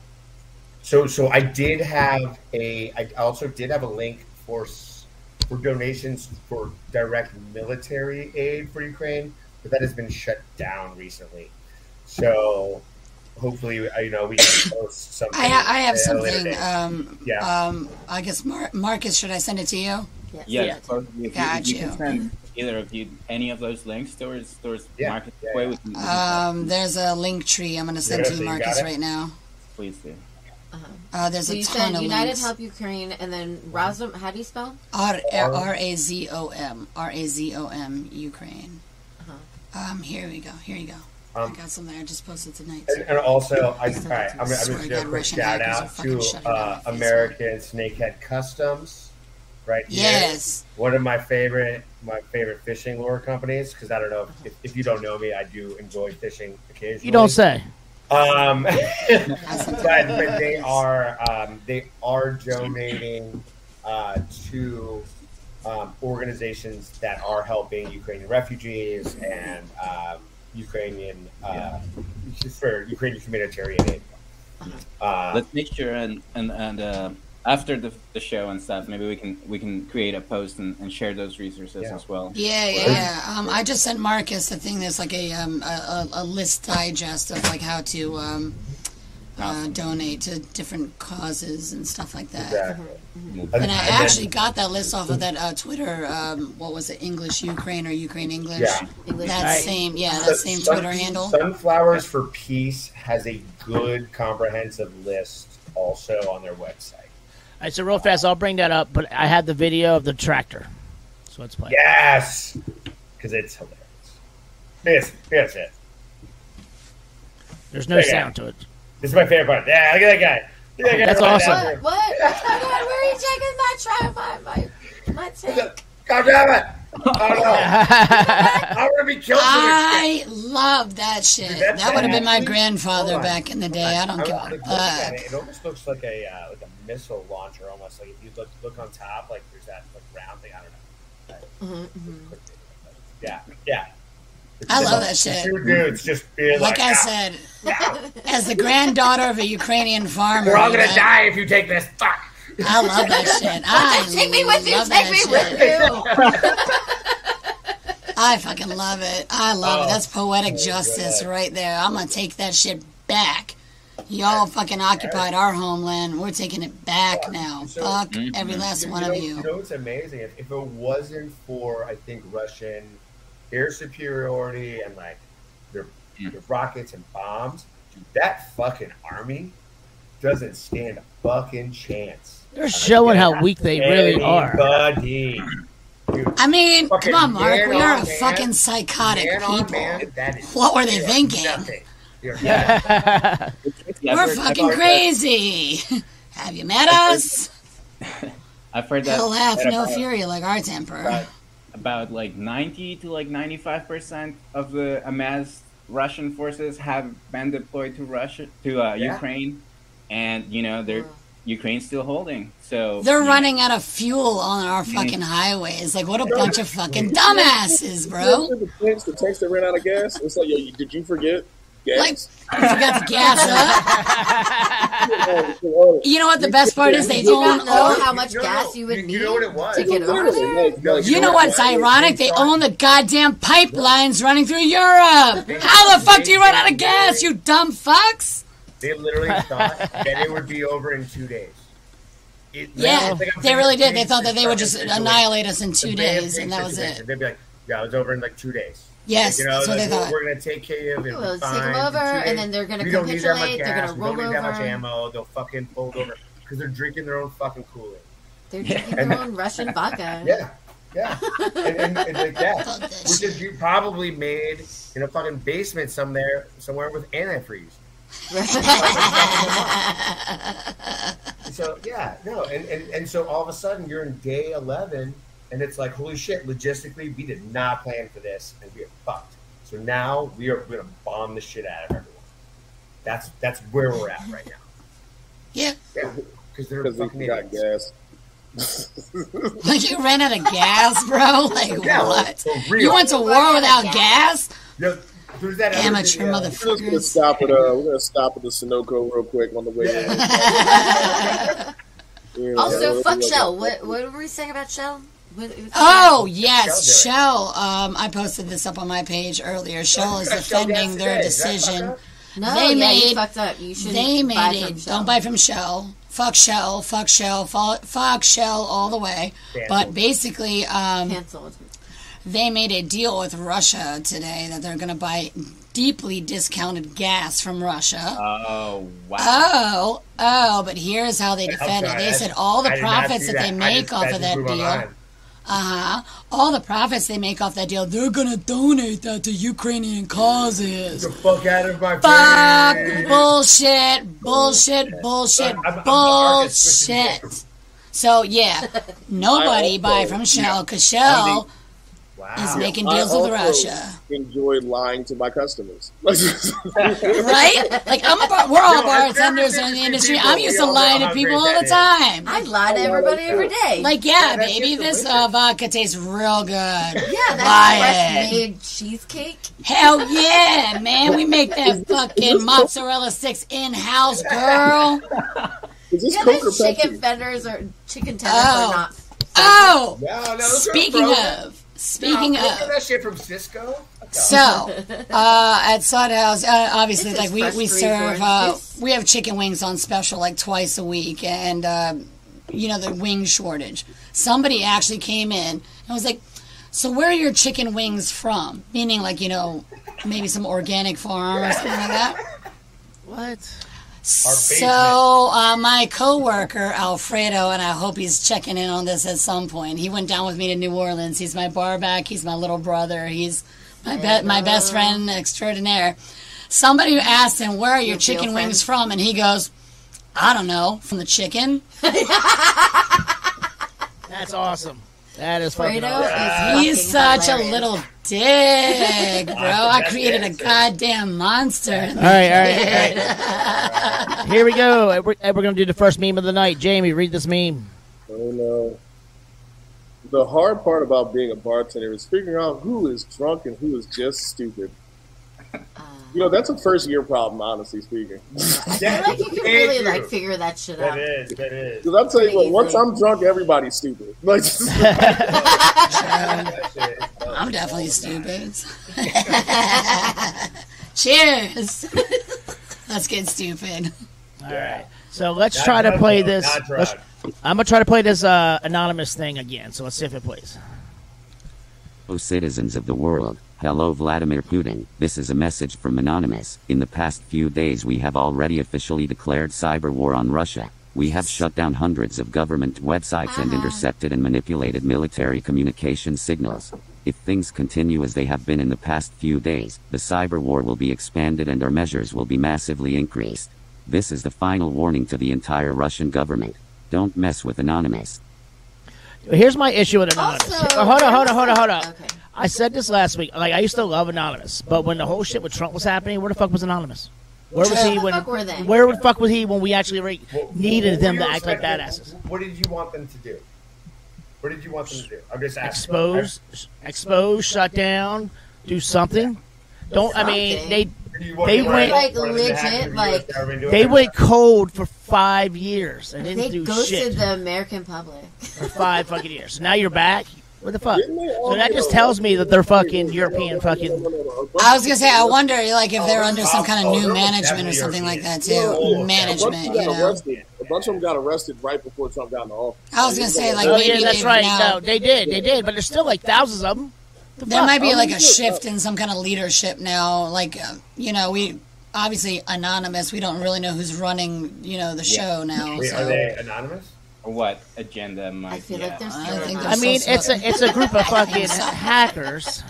F: so, so I did have a, I also did have a link for s- for donations for direct military aid for Ukraine, but that has been shut down recently. So, hopefully, I- you know, we can post something.
C: I, ha- I have
F: at a later
C: something.
F: date.
C: Um,
F: Yeah.
C: um, I guess Mar- Marcus, should I send it to you?
D: Yes.
G: Yeah, both of you. If
C: Got
G: you, if you
C: you.
G: can send either of you any of those links towards towards
F: Yeah,
G: Marcus
F: yeah,
G: Way
F: yeah.
G: with
C: Um, there's a link tree I'm going to send
F: Yeah,
C: to
F: so
C: you,
F: you got
C: Marcus,
F: it?
C: right now.
G: please do.
C: Uh, there's
D: So
C: a
D: you
C: ton
D: said
C: of
D: United
C: links.
D: Help Ukraine and then Razum. How do you spell?
C: R
F: R-
C: R A Z O M. R A Z O M, Ukraine.
D: Uh-huh.
C: Um, here we go. Here you go. I
F: Um,
C: got something I just posted tonight.
F: And, and also, I, all
C: Swear
F: right, I'm, I'm just
C: to
F: going to
C: God,
F: do a quick
C: Russian
F: shout
C: hackers are
F: out
C: fucking
F: to
C: shutting down
F: uh,
C: my Facebook.
F: American Snakehead Customs, right here.
C: Yes.
F: One of my favorite, my favorite fishing lure companies. Because I don't know if, if, if you don't know me, I do enjoy fishing occasionally.
B: You don't say.
F: Um, [laughs] but, but
C: [laughs]
F: they are um, they are donating uh, to um, organizations that are helping Ukrainian refugees and um, Ukrainian uh, for Ukrainian humanitarian aid. Uh,
G: Let's make sure and and and uh, after the, the show and stuff, maybe we can we can create a post and, and share those resources
F: Yeah.
G: as well.
C: Yeah, yeah, yeah. Um, I just sent Marcus the thing that's like a um, a, a, a list digest of like how to um, uh, donate to different causes and stuff like that.
F: exactly.
C: And, I
F: then-
C: actually got that list off of that uh, Twitter. Um, what was it, English Ukraine or Ukraine English?
F: Yeah.
D: English.
C: That
D: Right.
C: same, yeah,
F: So
C: that same
F: Sun-
C: Twitter handle.
F: Sunflowers for Peace has a good comprehensive list also on their website.
B: All right, so real fast, I'll bring that up, but I have the video of the tractor. So let's play. it.
F: Yes, because it's hilarious. Yes, yes, yes.
B: There's no
F: Okay.
B: sound to it.
F: This is my favorite part. Yeah, look at that guy. Look at that guy
B: That's
F: right
B: awesome.
F: there.
D: What? What? Oh my God! Where are you taking my try my my my tank?
F: God damn it! Oh,
C: [laughs]
F: no. I want to be killed for
C: I love that shit.
F: Dude, that's
C: that would have been my
F: actually-
C: grandfather
F: hold on.
C: back in the day. I don't
F: this.
C: give
F: I'm,
C: a
F: like, looking at
C: fuck.
F: it, it almost looks like a uh, like a missile launcher, almost like if you look look on top, like there's that like round thing. I don't know. Yeah, yeah. It's
C: I
F: just
C: love
F: like
C: that shit.
F: Two dudes just being like,
C: Like I
F: "Ah,
C: said, as the granddaughter of a Ukrainian farmer,
F: we're all
C: you
F: gonna
C: know,
F: die if you take this. Fuck.
C: I love
D: [laughs]
C: that shit. I
D: Take me with you,
C: love
D: take
C: that
D: me
C: shit.
D: with
C: [laughs] I fucking love it. I love
D: Oh,
C: it. That's poetic
D: my
C: justice
D: God.
C: right there. I'm gonna take that shit back. Y'all fucking occupied our homeland. We're taking it back now. Fuck
G: Mm-hmm.
F: mm-hmm.
C: every last one
F: know,
C: of you.
F: know what's amazing? If, if it wasn't for, I think, Russian air superiority and like their,
G: Mm.
F: their rockets and bombs, dude, that fucking army doesn't stand a fucking chance.
B: They're showing how weak they really are. [laughs]
F: Anybody.
C: I mean,
F: Fucking
C: come on, Mark.
F: man
C: We are
F: on
C: a
F: man.
C: fucking psychotic
F: Man on man,
C: people.
F: that is-
C: What were they
F: you are
C: thinking?
F: nothing. You're
B: Yeah.
C: We're fucking crazy. [laughs] Have you met us?
G: I've heard that.
C: He'll laugh
G: that
C: no
G: about-
C: fury like our temper.
G: about, about like 90 to like 95 percent of the amassed Um, Russian forces have been deployed to Russia to uh,
C: Yeah.
G: Ukraine, and you know they're Ukraine's still holding. So
C: They're
G: you know,
C: running out of fuel on our fucking highways. Like, what a bunch of fucking dumbasses, bro.
E: The tanks, the tanks that ran out of gas. It's like, yo, you- did you forget gas?
C: You forgot to gas up.
E: [laughs]
C: You know what the best part is? They
D: You do
C: own
D: not know
C: all.
D: how much gas you would need to
C: You
D: get over there.
C: You know what's ironic? They own the goddamn pipelines running through Europe. How the fuck do you run out of gas, you dumb fucks?
F: They literally
B: [laughs]
F: thought that it would be over in two days. It-
C: Yeah,
F: it's like I'm
C: they
F: thinking
C: really
F: of
C: did. They
F: Phoenix
C: thought that they would just
F: situation.
C: annihilate us in two
F: The Bay of
C: days, and
F: Phoenix
C: that was
F: situation.
C: it.
F: They'd be like, "Yeah, it was over in like two days."
C: Yes,
F: Like,
C: that's what
F: like,
C: they
F: we're-
C: thought.
F: We're gonna take Kyiv. It'll
D: We'll take 'em
F: be fine. In two
D: over, and
F: days,
D: then they're gonna
F: we don't need that much
D: capitulate, they're
F: gas,
D: gonna
F: we don't
D: roll
F: need that much
D: over."
F: ammo. They'll fucking fold over because they're drinking their own fucking Kool Aid.
D: They're drinking
F: And-
D: their own Russian vodka.
F: Yeah, yeah. and, and, and like that, which is you probably made in a fucking basement somewhere, somewhere with antifreeze. so yeah, no, and, and and so all of a sudden you're in day eleven, and it's like holy shit, logistically we did not plan for this, and we are fucked. So now we are gonna bomb the shit out of everyone. That's that's where we're at right now.
C: Yeah.
F: Yeah, because they're
E: Because we
F: fucking
E: got
F: idiots.
C: Like you ran out of gas, bro. Like
F: Yeah,
C: what?
F: for real.
C: You went to war without gas?
F: Yeah, there's that other
C: Amateur
F: video.
E: We're just gonna stop at uh, we're gonna stop at the Sunoco real quick on the way.
C: [laughs]
E: in. You know,
D: Also,
E: we'll
D: fuck
E: be like,
D: Shell. What what were we saying about Shell? What, it was-
C: Oh yes, Shell. Um, I posted this up on my page earlier. Shell is
D: Shell
C: defending
D: gas
C: their
D: today. Is that fucked
C: decision.
D: up? No, yeah, you fucked up. You shouldn't
C: They made
D: buy from
C: it.
D: Shell.
C: Don't buy from Shell. Fuck Shell. Fuck Shell. fo- Fuck Shell all the way. But
D: Canceled.
C: basically, um,
D: Canceled.
C: they made a deal with Russia today that they're going to buy deeply discounted gas from Russia.
G: Oh wow!
C: Oh, oh, but here's how they
G: I'm
C: defend it.
G: sorry,
C: They
G: I-
C: said all the
G: I did not
C: profits
G: see
C: that, they
G: that. I
C: make
G: just- I
C: off of
G: just
C: that
G: blew my
C: deal. Uh
G: mind.
C: huh. Uh-huh. All the profits they make off that deal, they're gonna donate that to Ukrainian causes.
F: The fuck out of my
C: Fuck bullshit, bullshit, bullshit, bullshit. So yeah, nobody
E: I
C: buy
E: also-
C: from Shell because
E: I
C: Shell
E: mean-
F: [laughs]
C: is making
E: I
C: deals
E: also
C: with Russia.
E: Enjoy lying to my customers. [laughs]
C: right? Like I'm a bar- we're
E: No,
C: all
E: I've
C: bartenders in the industry. I'm used to lying to people all the time.
D: I lie to everybody every day.
C: Like
D: Yeah,
C: yeah,
D: that
C: baby,
D: shit's
C: this uh, vodka tastes real good. Yeah,
D: that's
C: Buy
D: fresh
C: it.
D: made cheesecake.
C: Hell yeah, man! We make that fucking mozzarella sticks in house, girl.
E: Is
D: Yeah, those chicken fenders or chicken tenders
C: Oh.
D: are not.
C: Oh,
F: No, no, those are
C: speaking
F: frozen.
C: of, speaking
F: no,
C: of,
F: that shit from Cisco.
C: So, uh, at Sod House, uh, obviously,
F: This
C: like
F: is
C: we,
F: fresh
C: we
F: breeze
C: serve,
F: orange
C: uh,
F: juice.
C: we have chicken wings on special like twice a week, and um you know the wing shortage. Somebody actually came in and was like, "So where are your chicken wings from?" Meaning like you know maybe some organic farm or something like that.
B: What?
C: So uh, my coworker Alfredo, and I hope he's checking in on this at some point. He went down with me to New Orleans. He's my barback. He's my little brother. He's my be- my best friend extraordinaire. Somebody asked him, "Where are your chicken wings from?" and he goes, "I don't know, from the chicken."
B: That's awesome. That is
C: Fredo
B: fucking
C: is
B: awesome.
C: he's such a little dick, bro. I created a goddamn monster. All
B: All right, all right, all right. Here we go. And We're, and we're going to do the first meme of the night. Jamie, read this meme.
E: Oh no. The hard part about being a bartender is figuring out who is drunk and who is just stupid.
C: Uh,
E: You know, that's a first year problem, honestly speaking. [laughs]
D: I feel [laughs] like you can really like figure that shit out.
F: is, that is.
E: Because I'll tell you what, once I'm drunk, everybody's stupid. [laughs] Like,
C: I'm definitely stupid. [laughs] Cheers. Let's get stupid.
B: All right. So let's try to play this. let's- I'm gonna try to play this uh, anonymous thing again. So let's see if it plays.
I: Oh, citizens of the world. Hello, Vladimir Putin. This is a message from Anonymous. In the past few days, we have already officially declared cyber war on Russia. We have shut down hundreds of government websites
D: Ah.
I: and intercepted and manipulated military communication signals. If things continue as they have been in the past few days, the cyber war will be expanded and our measures will be massively increased. This is the final warning to the entire Russian government. Don't mess with Anonymous.
B: Here's my issue with Anonymous. Oh, hold on, hold on, hold on, hold on. I said this last week. Like I used to love Anonymous, but when the whole shit with Trump was happening, where the fuck was Anonymous? Where was he
D: Where the
B: when?
D: fuck were they?
B: Where the fuck was he when we actually re- needed
F: What
B: them
F: were
B: to
F: you
B: act like
F: expecting-
B: badasses?
F: What did you want them to do? What did you want them to do? I'm just asking.
B: Expose, expose, shut down, do something. Don't. I mean, they they went
D: like legit like
B: they went cold for five years and
D: they
B: didn't do
D: ghosted
B: shit
D: the American public. [laughs]
B: for five fucking years. So now you're back. What the fuck?
D: Didn't they
B: So
D: all
B: that
D: go-
B: just tells me that they're fucking European fucking.
C: I was gonna say, I wonder, like, if they're under some kind of
E: Oh,
C: new
E: they're
C: management
E: definitely
C: or something like that
E: Yeah,
C: too.
E: yeah. A bunch
C: Management,
E: of them
C: you
E: got
C: know.
E: arrested. A bunch of them got arrested right before Trump got in the office.
C: I was gonna say, like,
B: oh
C: maybe
B: yeah, that's
C: they've
B: right.
C: now-
B: No, they did, they did, but there's still like thousands of them. The
C: There
B: fuck?
C: might be
B: Oh,
C: like a
B: shit.
C: shift in some kind of leadership now. Like, uh, you know, we obviously anonymous. We don't really know who's running, you know, the show now.
G: Wait,
C: so.
G: are they
F: anonymous?
G: Or what agenda might? I
C: feel
G: yeah.
C: like they're I still think
B: I mean, it's a it's
C: [laughs]
B: a group of fucking hackers.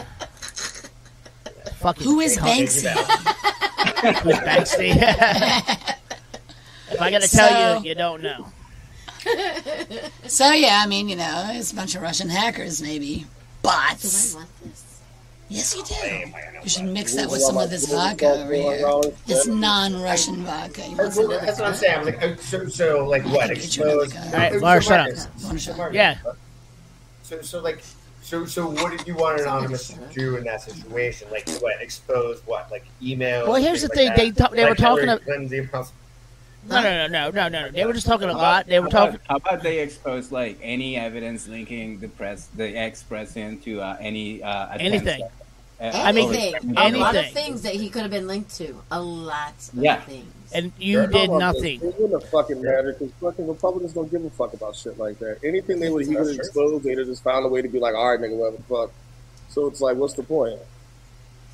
B: Fucking
C: Who is
B: cunts.
C: Banksy?
B: Who is Banksy? [laughs] if I gotta tell
C: So-
B: you, you don't know.
C: so yeah, I mean, you know, it's a bunch of Russian hackers, maybe bots. Yes, you do. You should mix that with some of this vodka over here. This non-Russian vodka. You want
F: That's
C: some
F: what,
C: of
F: that's
C: this
F: what I'm saying. I'm like, uh, so, so like what? Expose.
B: All right, Laura, shut up. Yeah.
F: So, so like, so, so what did you want anonymous to do in that situation? Like, what? Expose what? Like email.
B: Well, here's the thing, they ta- they were talking ab- No, no, no, no, no, no. no. They were just talking a lot. They were
G: How about-
B: talking.
G: How about they expose like any evidence linking the press, the ex president to uh, any uh, attempts
B: Anything.
G: at-
B: I mean,
G: at-
B: anything.
D: A
G: at-
D: lot of
B: Anything.
D: things that he could have been linked to. A lot of
G: Yeah.
D: things.
B: And you did nothing.
E: It wouldn't have fucking mattered because fucking Republicans don't give a fuck about shit like that. Anything they would he would
F: That's true.
E: expose, they'd have just found a way to be like, all right, nigga, whatever the fuck. So it's like, what's the point?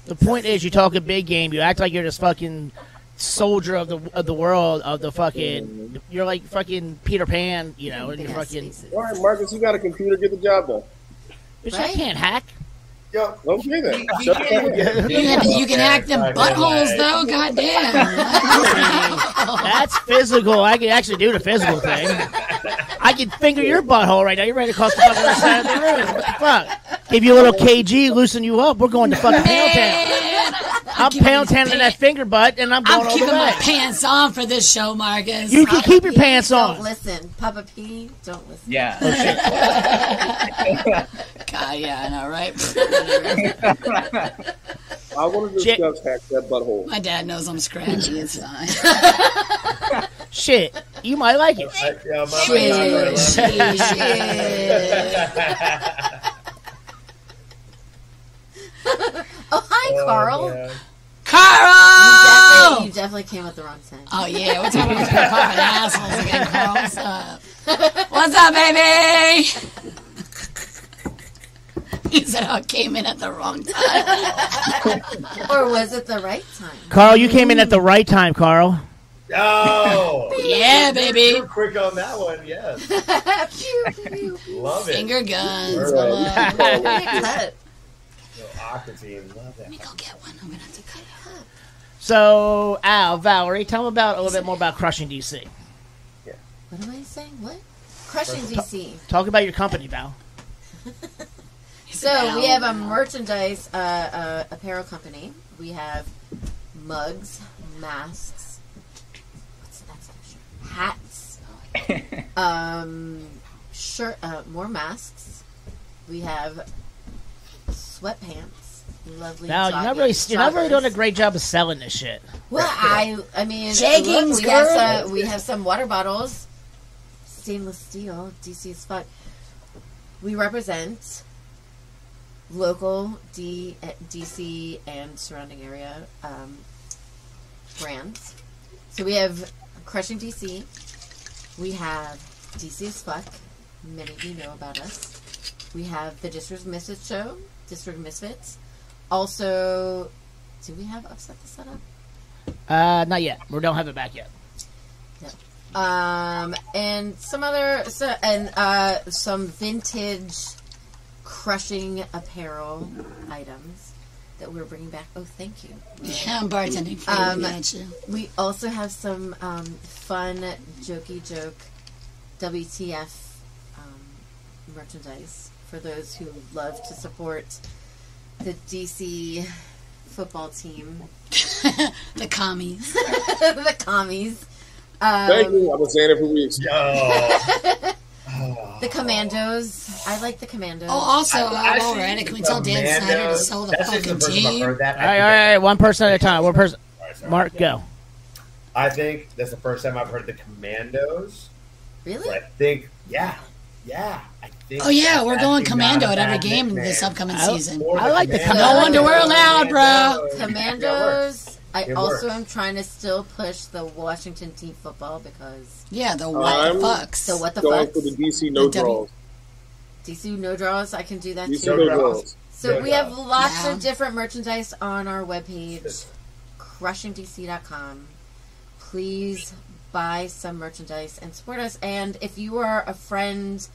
B: The point is, you talk a big game. You act like you're this fucking soldier of the of the world of the fucking. You're like fucking Peter Pan, you know, and you're fucking.
E: All right, Marcus, you got a computer, get the job done.
B: Bitch, I can't hack.
F: Yo,
E: okay then.
F: You
E: Shut the fuck up.
C: [laughs] You can, you can hack them buttholes though. Goddamn.
B: That's physical. I can actually do the physical thing. I can finger your butthole right now. You're right across the fucking other side of the room. What the fuck? Give you a little KG, loosen you up. We're going to [laughs] fucking pound town. I'm pound town in that finger butt, and I'm going
C: I'm
B: all the
C: keeping my
B: way.
C: pants on for this show, Marcus.
B: You can keep your pants
D: Don't
B: on.
D: listen, Papa P. Don't listen.
G: Yeah.
C: [laughs] God, yeah, I know,
B: [laughs]
C: right?
D: [laughs]
G: [laughs]
E: I want to discuss hack that butthole.
C: My dad knows I'm scratchy. It's fine. [laughs]
B: Shit, you might like it.
D: Oh, hi,
F: [laughs]
D: Carl.
C: Carl!
D: You definitely, you definitely came at the wrong time.
C: Oh yeah, we're talking about fucking assholes
D: [laughs]
C: again, Carl. What's up? What's up, baby? He said I came in at the wrong time.
D: or was it the right time?
B: Carl, you came in at the right time, Carl.
F: Oh,
C: [laughs] Yeah, baby.
F: You're quick on that one, yes. Love it.
C: Finger guns.
F: All
C: Hello.
F: right.
D: Cut.
F: Yo, Aquatine, love that.
B: So, Al, Valerie, tell them about a little bit more about Crushing DC.
D: What am I saying? What? Crushing DC.
B: Talk about your company, Val.
D: So we have a merchandise uh, uh, apparel company. We have mugs, masks. What's the next picture? Hats. um, shirt. Uh, more masks. We have sweatpants. lovely.
B: No, you're not really.
D: chocolate-
B: You're not really doing a
D: chocolates.
B: great job of selling this shit.
C: [laughs]
D: Well, I, I mean,
C: Jeggings,
D: look, we have
C: girl.
D: some, we have some water bottles, stainless steel, DC as fuck. We represent local D, eh, DC and surrounding area um, brands. So we have Crushing DC. We have DC as fuck. Many of you know about us. We have the District Misfits show, District Misfits. Also, do we have upset the setup?
B: Uh, not yet. We don't have it back yet.
D: um, and some other so, and uh, some vintage crushing apparel items that we're bringing back. Oh, thank you. Um,
C: Yeah, I'm bartending for you, gotcha.
D: We also have some um, fun jokey joke WTF um, merchandise for those who love to support the DC football team.
C: [laughs] the commies.
D: [laughs] the commies. Um,
E: Thank you. I've been saying it for weeks.
D: The Commandos. I like the Commandos.
C: Oh, also, uh, while we're at it, can we tell Dan Snyder to sell the fucking team?
B: All right, all right, one person at a time. One person. Mark,
F: [laughs]
B: go.
F: I think that's the first time I've heard the Commandos.
D: Really?
F: But I think, yeah, yeah. I think
C: Oh yeah, we're
F: that's
C: going
F: not
C: commando
F: a
C: at every
F: bad
C: game
F: nickname.
C: this upcoming
B: I-
C: season.
F: Or
B: I like the
C: No
B: Commandos.
C: wonder we're allowed, bro.
F: Commandos.
D: Commandos. I
F: It
D: also
F: works.
D: am trying to still push the Washington team football because
C: Yeah, the what the
E: I'm-
C: fucks.
D: so what the
E: Going
D: fuck?
E: for the DC no
C: The W-
E: draws.
D: DC no draws. I can do that
E: DC
D: too.
E: no draws.
D: So
F: No
D: we have
F: draws.
D: lots
C: Yeah.
D: of different merchandise on our webpage, crushingdc.com. Please buy some merchandise and support us. And if you are a friend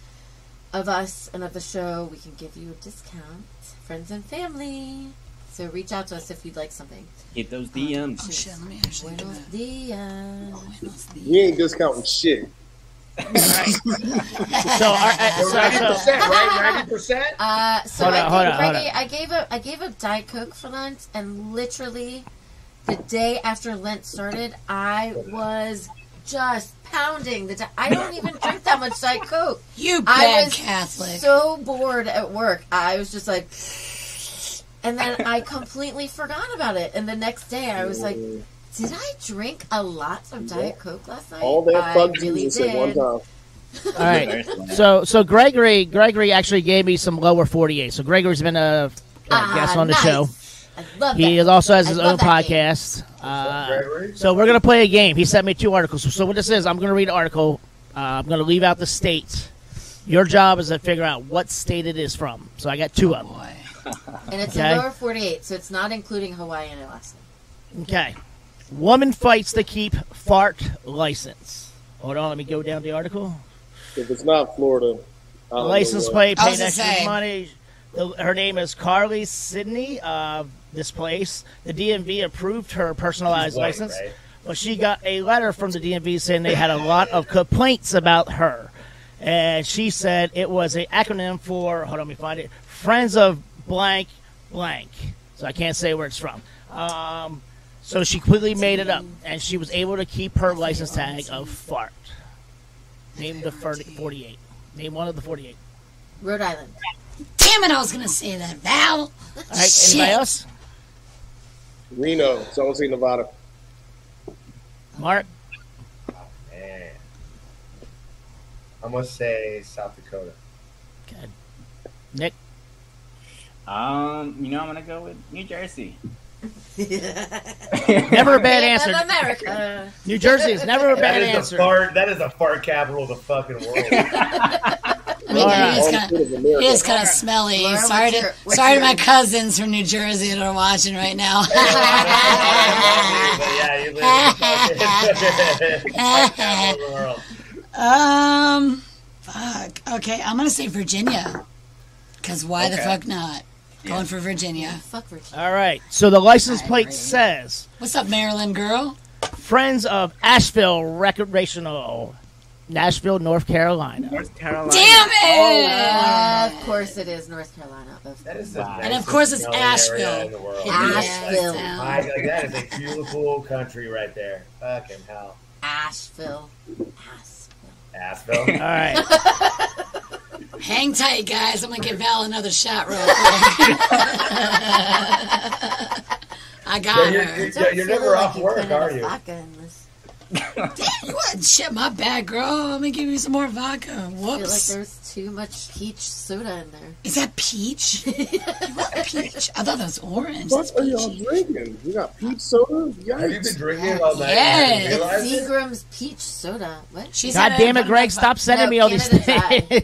D: of us and of the show, we can give you a discount. Friends and family. So reach out to us if you'd like something.
G: Hit those DMs.
C: Oh shit, let me actually do
D: Buenos
C: that. Oh,
D: dias.
C: Buenos
E: We ain't discounting
C: [laughs]
E: shit.
B: So, all right, so-
F: Ninety
B: so-
D: [laughs]
F: percent, right? Ninety percent.
D: Uh, so
B: Hold
D: I,
B: on, hold on, hold
D: Frankie, I gave up. I gave up Diet Coke for Lent, and literally, the day after Lent started, I was just pounding the. Di- I don't even drink that much Diet Coke.
C: You
D: I
C: bad
D: was
C: Catholic.
D: so bored at work. I was just like, and then I completely forgot about it. And the next day, I was like, "Did I drink a lot of Diet Coke last night?"
E: All that
D: I
E: fuck
D: really
E: Jesus at one
D: did.
E: time.
B: all right. So, so Gregory, Gregory actually gave me some lower forty-eight. So Gregory's been a, a
D: Ah,
B: guest on the
D: nice.
B: show.
D: I love
B: He
D: that.
B: is also has
D: I
B: his
D: love
B: own
D: that game.
B: podcast. Uh,
F: Gregory?
B: so we're gonna play a game. He sent me two articles. So what this is, I'm gonna read an article. Uh, I'm gonna leave out the state. Your job is to figure out what state it is from. So I got two of them.
C: Boy.
D: [laughs] And it's
B: Okay.
D: in lower 48, so it's not including Hawaii and Alaska.
B: Okay. Woman fights to keep fart license. Hold on, let me go down the article.
E: [laughs] If it's not Florida, I don't know
B: license
E: what.
B: plate
C: I
B: paid
C: was
B: extra
C: gonna say.
B: money. The- uh, her name is Carly Sydney of this place. The DMV approved her personalized
F: She's white,
B: license,
F: right?
B: but she got a letter from the DMV saying they had a lot of complaints about her, and she said it was an acronym for hold on, let me find it. Friends of blank blank. So I can't say where it's from. Um, so she quickly made it up, and she was able to keep her license tag of fart. Name the 40, 48. Name one of the 48.
D: Rhode Island.
C: Damn it, I was gonna say that. Val.
B: All right, anybody
C: Shit.
B: else?
E: Reno, Zone C, Nevada.
B: Mark, Uh,
F: Man, I'm gonna say South Dakota.
B: okay. Nick,
G: Um, you know, I'm gonna go with
D: [laughs]
G: New Jersey.
B: never a bad answer.
D: Of America.
B: [laughs] New Jersey is
F: [laughs]
B: never a bad
F: That is the
B: answer.
F: fart. That is the fart capital of the fucking
B: [laughs]
F: world.
C: I mean,
B: Laura.
C: it is
E: All
C: kind
E: the shit
C: of,
E: is America.
C: it is kind of smelly.
D: Laura,
C: sorry
D: what's
C: to,
D: your- what's
C: sorry to
D: your-
C: my cousins from New Jersey that are watching right
D: [laughs]
C: now.
F: But yeah, you live in the fucking fart capital of the world.
C: um, fuck. Okay, I'm gonna say Virginia. Cause why the
G: Okay.
C: fuck not? Going for Virginia.
D: Fuck Virginia.
B: All right, so the license
C: I
B: plate
C: agree.
B: says
C: What's
F: [laughs]
C: up, Maryland girl?
B: Friends of Asheville Recreational, Nashville, North Carolina.
G: North Carolina.
C: Damn it!
D: Uh, of course it is North Carolina. Of-
F: That is the
C: And of
F: nicest
C: course it's
F: smelling
C: Asheville.
F: area in the world.
D: Asheville.
F: My God, that is a beautiful country right there. Fucking hell.
D: Asheville. Asheville.
F: Asheville.
B: All right,
C: [laughs]
D: [laughs] [laughs]
C: Hang tight, guys. I'm gonna give Val another shot real quick. God.
F: Yeah, you're- you're- you're never off work, are you? [laughs]
C: You wouldn't shit my bag, girl. Let me give you some more vodka.
D: I feel like
C: Whoops.
D: there's too much peach soda in there.
C: Is that
D: [laughs]
C: peach? What peach? I thought that was orange. That's
E: What are y'all
C: peachy.
E: drinking? You got peach soda? Yikes.
F: Have you been drinking all night?
C: Yes.
F: You didn't
D: It's
F: realize it?
D: Seagram's peach soda. What?
C: She
B: God
C: said
B: damn it,
C: I'm
B: Greg!
C: not-
B: Stop sending
D: No,
B: me all these
D: Canada's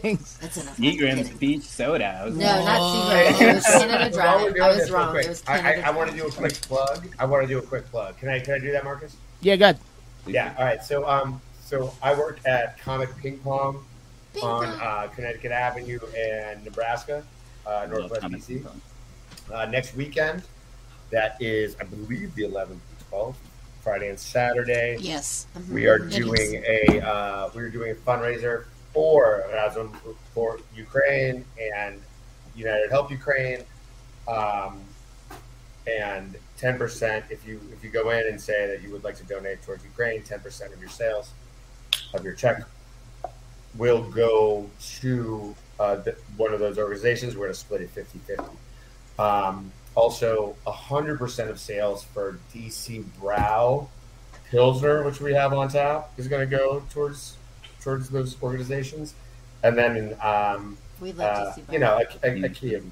B: [laughs] things.
D: That's enough.
G: Seagram's peach soda. I was
D: No,
G: like,
D: not Seagram's. It was Canada
F: While we're
D: Dry.
F: doing
D: I
F: this
D: was
F: real
D: wrong.
F: quick,
D: It was
F: I,
D: Canada
F: I, I want to
D: Dry.
F: do a quick plug. I want to do a quick plug. Can I? Can I do that, Marcus?
B: Yeah,
F: [laughs]
B: good.
F: Yeah. All right. So, um, so I work at Comic Ping Pong
D: Ping
F: on
D: pong.
F: uh, Connecticut Avenue and Nebraska, uh,
G: I love
F: Northwest
G: comic
F: DC.
G: book.
F: Uh, next weekend, that is, I believe, the 11th, 12th, Friday and Saturday.
C: Yes.
F: We are
C: It
F: doing a uh, we're doing a fundraiser for Erasmus for Ukraine and United Help Ukraine, um, and ten percent if you if you go in and say that you would like to donate towards Ukraine, ten percent of your sales of your check will go to uh, the, one of those organizations. We're going to split it 50-50. Um, also, hundred percent of sales for DC Brow. Pilsner, which we have on tap, is going to go towards towards those organizations, and then um,
D: We'd love
F: uh,
D: to see both.
F: you know a, a, a Kia meal,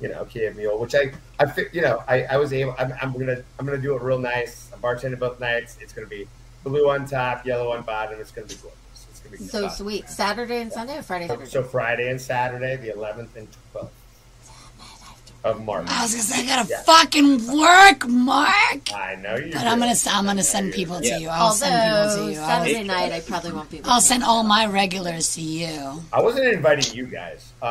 F: you know a Kia meal, which I I fi- you know I, I was able I'm, I'm gonna I'm gonna do it real nice. I'm bartending both nights. It's gonna be blue on top, yellow on bottom. It's gonna be gorgeous. It's gonna be
D: So
F: uh,
D: sweet. Saturday and Sunday or Friday? Saturday?
F: So Friday and Saturday, the 11th and 12th of March.
C: I was gonna say I gotta
F: Yeah.
C: fucking work, Mark.
F: I know you.
C: But I'm gonna s- I'm gonna send people to
G: Yeah.
C: you. I'll send people
D: Although
C: to you. I'll,
D: Saturday
C: [laughs]
D: night, I probably won't be.
C: I'll
D: looking.
C: send all my regulars to you.
F: I wasn't inviting you guys.
C: [laughs]
F: Um,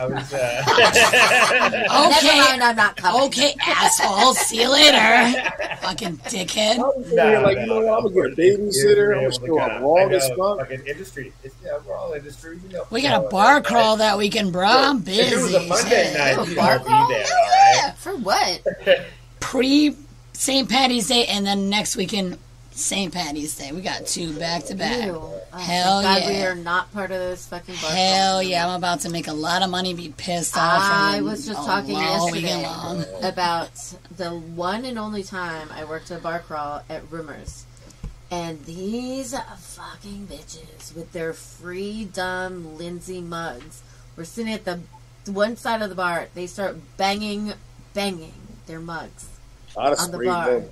F: I was. [laughs] Uh,
C: Okay.
D: [laughs] Never mind, I'm not coming.
C: Okay, asshole. See you later. Fucking dickhead.
E: I'm sitting here like, you know what? I'm gonna get a babysitter. I'm
F: Yeah,
E: gonna
F: we
E: go
F: got-
E: out long
F: I
E: as
F: know,
E: fuck.
F: Fucking industry. It's, yeah, we're all industry. You know,
C: We
F: you
C: got
F: know,
C: a bar
F: like,
C: crawl that weekend, bro. I'm
F: If
C: busy.
F: it was a Monday
C: Shit.
F: night,
D: Oh,
F: you'd
D: bar
F: all be there. All
D: crawl?
F: right.
D: Yeah, for what?
C: Pre St. Patty's Day, and then next weekend, St. Patty's Day. We got two back to back.
D: Ew. Oh, thank
C: Hell
D: God we
C: yeah.
D: are not part of those fucking bar
C: Hell
D: crawls.
C: yeah, I'm about to make a lot of money, be pissed off.
D: I
C: and oh,
D: was just
C: all
D: talking
C: long weekend
D: yesterday
C: long.
D: [laughs] about the one and only time I worked a bar crawl at Rumors. And these fucking bitches with their free dumb Lindsay mugs were sitting at the one side of the bar. They start banging, banging their mugs
E: I'd
D: on
E: have
D: the
E: screamed
D: bar.
E: then.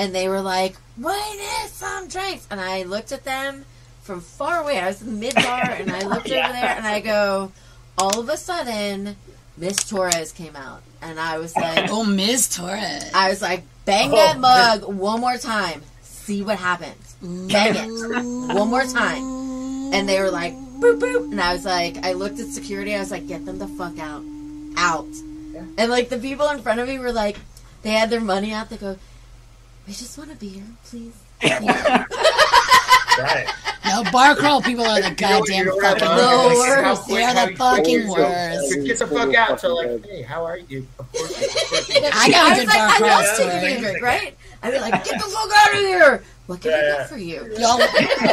D: and they were like, "Wait, there's some drinks." And I looked at them from far away. I was mid
C: [laughs]
D: bar, and I looked over there, and I go, "All of a sudden, Miss Torres came out," and I was like,
C: Oh, Ms. Torres. Oh,
D: "I was like, bang that mug one more time, see what happens, bang it one more time," and they were like, "Boop boop," and I was like, I looked at security. I was like, "Get them the fuck out, out." And like the people in front of me were like, they had their money out. They go, "We just want to be here,
C: [laughs]
D: please."
F: Right.
C: No, bar crawl people are the
F: You know what-
C: goddamn
F: you know what I
C: fucking
F: love?
D: The
C: worst.
F: Like, how
D: worst.
F: quick-
C: They are
F: how
C: the
F: you-
C: fucking
E: Oh,
C: worst.
E: yeah.
F: Get the fuck out. So like, hey, how are you? Of
C: [laughs]
F: course. Of course you-
C: I got a
D: I
C: good
D: was like,
C: bar
D: I
C: crawl
D: was
C: story.
D: taking a drink, right? I'd be like, get the fuck out of here. What can I
F: Yeah.
D: do for you?
C: Y'all,